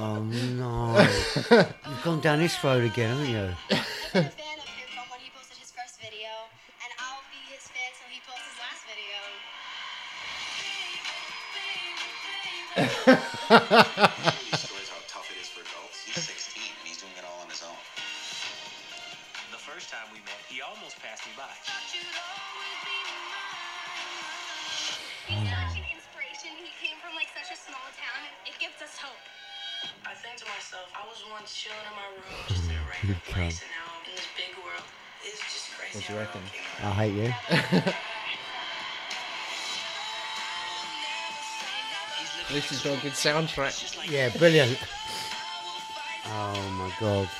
Speaker 3: Oh no! You've gone down this road again, haven't you?
Speaker 7: I'm
Speaker 6: *laughs*
Speaker 7: a fan of him from when he posted his first video, and
Speaker 4: He destroys how tough it is for adults.
Speaker 7: He's 16 and he's doing it all on his own.
Speaker 8: The first time we met, he almost passed me by.
Speaker 6: Thought you'd always be mine. He's such an inspiration. He came from like such a small town. It gives us hope.
Speaker 9: I think to myself, I was once chilling in my room, just in a regular place, and now I'm in this big world. It's just crazy.
Speaker 7: What do you
Speaker 9: how it
Speaker 7: reckon?
Speaker 9: all came around.
Speaker 3: I hate you.
Speaker 8: He's
Speaker 2: At
Speaker 8: living
Speaker 2: least it's got a good soundtrack.
Speaker 8: just like
Speaker 3: Yeah, brilliant. Oh my god.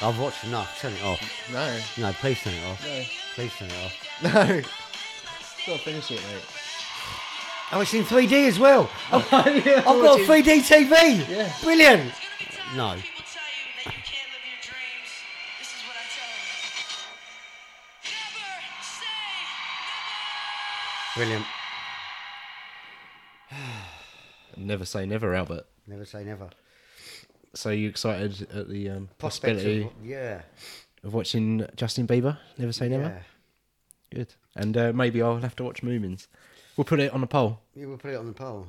Speaker 3: I've watched enough. Turn it off.
Speaker 2: No,
Speaker 3: No, please turn it off.
Speaker 2: no,
Speaker 3: Please turn it off.
Speaker 2: no. Gotta finish it, mate.
Speaker 3: Oh, it's in 3D
Speaker 2: *laughs*
Speaker 3: as well. I've got a 3D TV.
Speaker 2: Yeah.
Speaker 3: Brilliant.
Speaker 9: It's gonna be times
Speaker 3: No.
Speaker 9: when People tell you that you can't live your dreams. This is what I tell them. Never say
Speaker 3: Brilliant.
Speaker 2: Never say never, Albert.
Speaker 3: Never say never.
Speaker 2: So you excited at the um,
Speaker 3: Prospects
Speaker 2: possibility
Speaker 3: of- Yeah.
Speaker 2: of watching Justin Bieber? Never say never.
Speaker 3: Yeah.
Speaker 2: Good. And uh, maybe I'll have to watch Moomins. We'll put it on a poll.
Speaker 3: You will put it on the poll.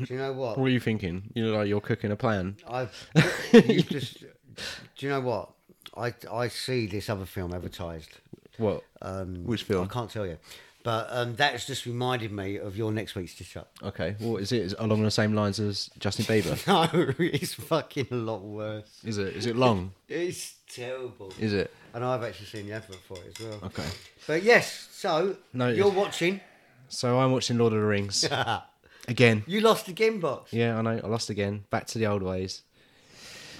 Speaker 3: Do you know what?
Speaker 2: What are you thinking? You look like you're cooking a plan. *laughs*
Speaker 3: I've you just. Do you know what? I I see this other film advertised.
Speaker 2: What?
Speaker 3: Um,
Speaker 2: Which film?
Speaker 3: I can't tell you, but um, that's just reminded me of your next week's dish up.
Speaker 2: Okay. What is it? Is it along the same lines as Justin Bieber?
Speaker 3: No, it's fucking a lot worse.
Speaker 2: *laughs* is it? Is it long?
Speaker 3: It's terrible.
Speaker 2: Is it?
Speaker 3: And I've actually seen the advert for it as well.
Speaker 2: Okay.
Speaker 3: But yes, so
Speaker 2: Noted.
Speaker 3: you're watching.
Speaker 2: So I'm watching Lord of the
Speaker 3: *laughs*
Speaker 2: Rings again.
Speaker 3: You lost the Gimbox.
Speaker 2: Yeah, I know. I lost again. Back to the old ways.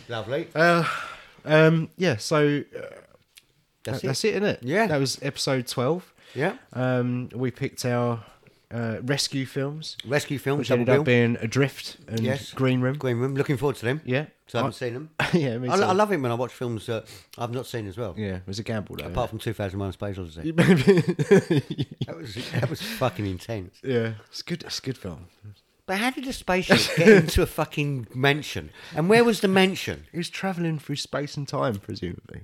Speaker 3: Lovely.
Speaker 2: Uh, Um. Yeah. So uh,
Speaker 3: That's
Speaker 2: that's,
Speaker 3: it.
Speaker 2: it, isn't it?
Speaker 3: Yeah.
Speaker 2: That was episode twelve.
Speaker 3: Yeah.
Speaker 2: Um. We picked our uh, rescue films,
Speaker 3: Rescue film,
Speaker 2: which
Speaker 3: Double
Speaker 2: ended
Speaker 3: Bill.
Speaker 2: up being Adrift and
Speaker 3: Yes.
Speaker 2: Green Room.
Speaker 3: Green Room. Looking forward to them.
Speaker 2: Yeah. *laughs*
Speaker 3: So I haven't
Speaker 2: I-
Speaker 3: seen them.
Speaker 2: yeah. Me
Speaker 3: I,
Speaker 2: too.
Speaker 3: I love it when I watch films that I've not seen as well.
Speaker 2: Yeah. It was a gamble though.
Speaker 3: Apart from 2001: A Space Odyssey. That was that was fucking intense.
Speaker 2: *laughs* yeah. It's good. It's a good film.
Speaker 3: But how did a spaceship get into a fucking mansion? And where was the mansion?
Speaker 2: He was traveling through space and time, presumably.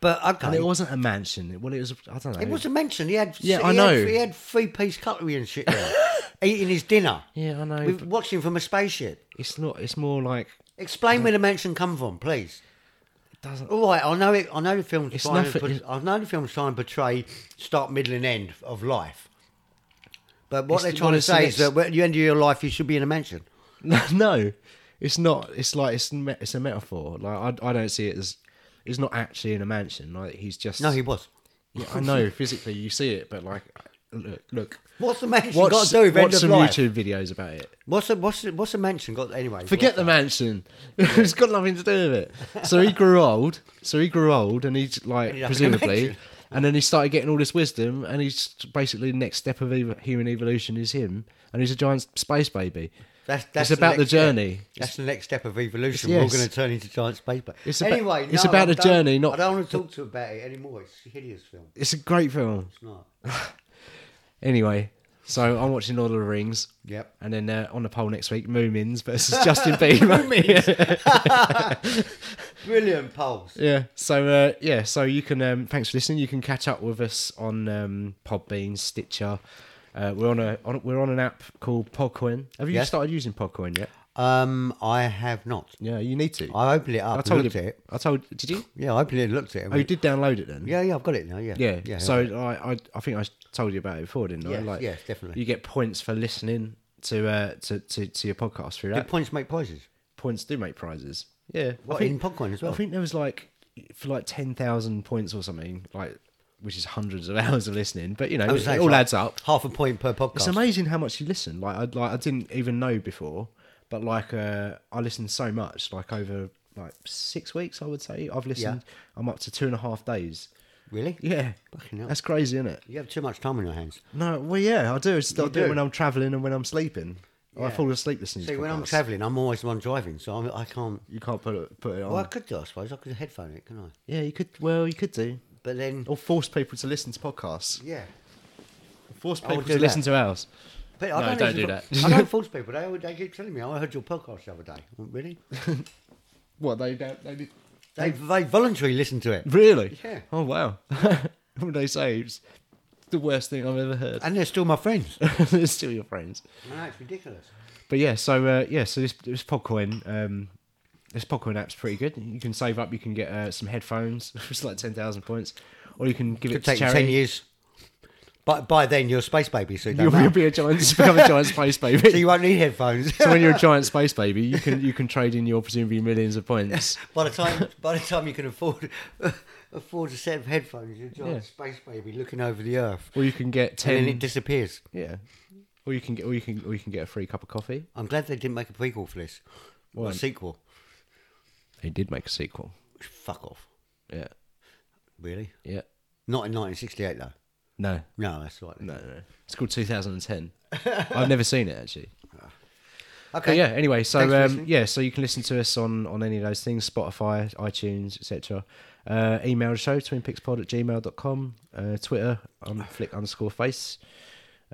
Speaker 3: But okay,
Speaker 2: And it wasn't a mansion. It- Well, it was. I don't know.
Speaker 3: It was a mansion. He had
Speaker 2: Yeah,
Speaker 3: he
Speaker 2: I
Speaker 3: had-
Speaker 2: know.
Speaker 3: he had three piece cutlery and
Speaker 2: *laughs*
Speaker 3: shit there, eating his dinner.
Speaker 2: Yeah, I know.
Speaker 3: We've
Speaker 2: but
Speaker 3: watched him from a spaceship.
Speaker 2: It's not. It's more like
Speaker 3: Explain where the mansion come from, please.
Speaker 2: it doesn't. *laughs*
Speaker 3: All right, I know it. I know the film's
Speaker 2: It's
Speaker 3: trying.
Speaker 2: nothing-
Speaker 3: to put, I know the film's trying to portray start, middle, and end of life. But what
Speaker 2: It's-
Speaker 3: they're
Speaker 2: well,
Speaker 3: trying to
Speaker 2: it's-
Speaker 3: say is
Speaker 2: it's-
Speaker 3: that at the end of your life, you should be in a mansion.
Speaker 2: No, it's not. It's like it's me- it's a metaphor. Like I, I don't see it as. He's not actually in a mansion. Like he's just.
Speaker 3: No, he was.
Speaker 2: Yeah, I know physically you see it, but like, look, look.
Speaker 3: What's the mansion
Speaker 2: Watch,
Speaker 3: got to do with
Speaker 2: watch
Speaker 3: end of
Speaker 2: some
Speaker 3: life?
Speaker 2: YouTube videos about it.
Speaker 3: What's the, what's the, what's the mansion got anyway?
Speaker 2: Forget the mansion. *laughs* it's got nothing to do with it. So he grew old. So he grew old, and he's like
Speaker 3: ended up in a
Speaker 2: presumably,
Speaker 3: mansion.
Speaker 2: and then he started getting all this wisdom, and he's basically the next step of ev- human evolution is him, and he's a giant space baby.
Speaker 3: That's,
Speaker 2: it's about the
Speaker 3: next step.
Speaker 2: journey.
Speaker 3: That's the next step of evolution.
Speaker 2: Yes.
Speaker 3: We're going to turn into giant space paper.
Speaker 2: It's about-
Speaker 3: anyway,
Speaker 2: it's
Speaker 3: no,
Speaker 2: about
Speaker 3: I
Speaker 2: the
Speaker 3: don't-
Speaker 2: journey, not-
Speaker 3: I don't want to talk to you about it anymore. It's a hideous film.
Speaker 2: It's a great film. *laughs*
Speaker 3: It's not. *laughs*
Speaker 2: Anyway, so I'm watching Lord of the Rings.
Speaker 3: Yep.
Speaker 2: And then uh, on the poll next week, Moomins versus Justin Bieber.
Speaker 3: Brilliant polls.
Speaker 2: Yeah. So uh, yeah. So you can um, thanks for listening. You can catch up with us on um, Podbean, Stitcher. Uh, we're on a on, we're on an app called Podcoin. Have you
Speaker 3: Yes.
Speaker 2: started using Podcoin yet?
Speaker 3: Um, I have not.
Speaker 2: Yeah, you need to.
Speaker 3: I opened it up.
Speaker 2: I told
Speaker 3: looked
Speaker 2: you.
Speaker 3: at it.
Speaker 2: I told. Did you?
Speaker 3: Yeah, I opened it and looked at it. and
Speaker 2: Oh, you
Speaker 3: went,
Speaker 2: did download it then.
Speaker 3: Yeah, yeah, I've got it now. Yeah,
Speaker 2: Yeah.
Speaker 3: yeah.
Speaker 2: so I, I I think I told you about it before, didn't I?
Speaker 3: Yes, yes, definitely.
Speaker 2: You get points for listening to uh to to, to your podcast through
Speaker 3: Did
Speaker 2: that.
Speaker 3: points make prizes?
Speaker 2: points do make prizes. Yeah.
Speaker 3: What,
Speaker 2: I think,
Speaker 3: in Podcoin as well?
Speaker 2: I think there was like for like ten thousand points or something, like which is hundreds of *laughs* hours of listening. But you know,
Speaker 3: Oh,
Speaker 2: it,
Speaker 3: so it's
Speaker 2: all
Speaker 3: like
Speaker 2: adds up.
Speaker 3: Half a point per podcast.
Speaker 2: It's amazing how much you listen. Like I like I didn't even know before, but like uh, I listened so much. Like over like six weeks, I would say I've listened. I'm up to two and a half days.
Speaker 3: Really?
Speaker 2: Yeah,
Speaker 3: Fucking hell.
Speaker 2: that's crazy, isn't it?
Speaker 3: You have too much time on your hands.
Speaker 2: No, well, yeah, I do. I just- I do, it
Speaker 3: do.
Speaker 2: when I'm traveling and when I'm sleeping. I
Speaker 3: Yeah.
Speaker 2: fall asleep listening.
Speaker 3: See,
Speaker 2: to
Speaker 3: when I'm
Speaker 2: podcasts.
Speaker 3: travelling, I'm always the one driving, so I'm, I can't.
Speaker 2: you can't put it put it on.
Speaker 3: Well, I could do, I suppose. I could headphone it, can I?
Speaker 2: yeah, you could. Well, you could do,
Speaker 3: But then,
Speaker 2: or force people to listen to podcasts.
Speaker 3: yeah.
Speaker 2: Force
Speaker 3: I'll
Speaker 2: people
Speaker 3: Oh, do
Speaker 2: to listen
Speaker 3: that.
Speaker 2: to ours.
Speaker 3: But
Speaker 2: No,
Speaker 3: I don't,
Speaker 2: don't
Speaker 3: actually
Speaker 2: do
Speaker 3: talk-
Speaker 2: that.
Speaker 3: I
Speaker 2: *laughs*
Speaker 3: don't force people. They, they keep telling me, "Oh, I heard your podcast the other day. Oh, Really?
Speaker 2: What they don't? They did.
Speaker 3: They, they voluntarily listen to it.
Speaker 2: Really?
Speaker 3: Yeah.
Speaker 2: Oh wow. *laughs* what they say it's the worst thing I've ever heard. *laughs*
Speaker 3: And they're still my friends.
Speaker 2: They're still your friends.
Speaker 3: I know, it's ridiculous.
Speaker 2: But yeah, so uh, yeah, so this this Podcoin um, this Podcoin app's pretty good. You can save up, you can get uh, some headphones, *laughs* it's like ten thousand points, or you can give it
Speaker 3: Could
Speaker 2: to
Speaker 3: take you ten
Speaker 2: charity.
Speaker 3: years. But by then you're a space baby, so you don't
Speaker 2: You'll
Speaker 3: matter.
Speaker 2: be a giant, *laughs* become a giant space
Speaker 3: *laughs*
Speaker 2: baby.
Speaker 3: so you won't need headphones.
Speaker 2: so when you're a giant space baby, you can you can trade in your presumably millions of
Speaker 3: *laughs*
Speaker 2: points.
Speaker 3: *laughs* by the time by the time you can afford *laughs* afford a set of headphones, you're a giant
Speaker 2: Yeah.
Speaker 3: space baby looking over the Earth,
Speaker 2: Or you can get
Speaker 3: and
Speaker 2: ten.
Speaker 3: then it disappears.
Speaker 2: yeah. Or you can get or you can or you can get a free cup of coffee.
Speaker 3: I'm glad they didn't make a prequel for this. Or a
Speaker 2: Why?
Speaker 3: sequel.
Speaker 2: They did make a sequel.
Speaker 3: Fuck off.
Speaker 2: Yeah.
Speaker 3: Really?
Speaker 2: Yeah.
Speaker 3: Not in 1968 though.
Speaker 2: No.
Speaker 3: No, that's right.
Speaker 2: No. No. It's called 2010. *laughs* I've never seen it actually. But
Speaker 3: Okay.
Speaker 2: yeah. Anyway, so
Speaker 3: Thanks for
Speaker 2: um,
Speaker 3: listening.
Speaker 2: yeah, so you can listen to us on on any of those things: Spotify, iTunes, etc. Uh, email the show twinpixpod at gmail.com. Uh, Twitter on flick underscore face.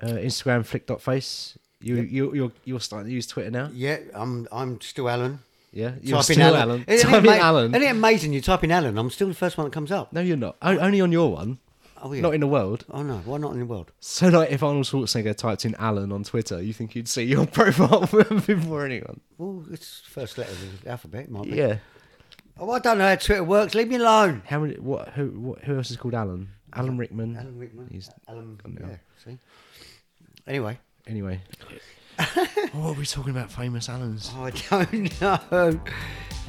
Speaker 2: Uh, Instagram flick.face. You you you're you're starting to use Twitter now.
Speaker 3: Yeah, I'm I'm still Alan.
Speaker 2: Yeah.
Speaker 3: Type
Speaker 2: You're
Speaker 3: in
Speaker 2: still Alan.
Speaker 3: Isn't it
Speaker 2: Type in
Speaker 3: ama-
Speaker 2: Alan.
Speaker 3: Isn't it amazing? You type in Alan, I'm still the first one that comes up.
Speaker 2: No, you're not. O- only on your one.
Speaker 3: Oh, yeah.
Speaker 2: Not in the world.
Speaker 3: Oh no, why not in the world?
Speaker 2: So, like, if Arnold Schwarzenegger typed in Alan on Twitter, you think you'd see your *laughs* profile before anyone?
Speaker 3: Well, it's the first letter of the alphabet, it might be.
Speaker 2: Yeah.
Speaker 3: Oh, I don't know how Twitter works. Leave me alone.
Speaker 2: How many? What? Who? What, who else is called Alan? Alan Rickman.
Speaker 3: Alan Rickman.
Speaker 2: He's-
Speaker 3: Alan.
Speaker 2: gone now.
Speaker 3: Yeah. See. Anyway. *laughs*
Speaker 2: Anyway. what are we talking about? Famous Alans.
Speaker 3: Oh, I *laughs* don't know.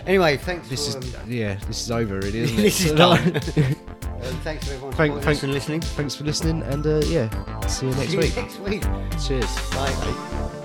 Speaker 3: Anyway, thanks.
Speaker 2: This
Speaker 3: for,
Speaker 2: is
Speaker 3: *laughs* um,
Speaker 2: yeah. This is over, really,
Speaker 3: *laughs*
Speaker 2: isn't it?
Speaker 3: This is
Speaker 2: So, *laughs*
Speaker 3: done.
Speaker 2: like,
Speaker 3: *laughs* uh, thanks for
Speaker 2: Thank-
Speaker 3: everyone supporting
Speaker 2: thank-
Speaker 3: us and listening.
Speaker 2: Thanks for listening, and uh, yeah, see you next
Speaker 3: See you
Speaker 2: week.
Speaker 3: Next week.
Speaker 2: Cheers.
Speaker 3: Bye.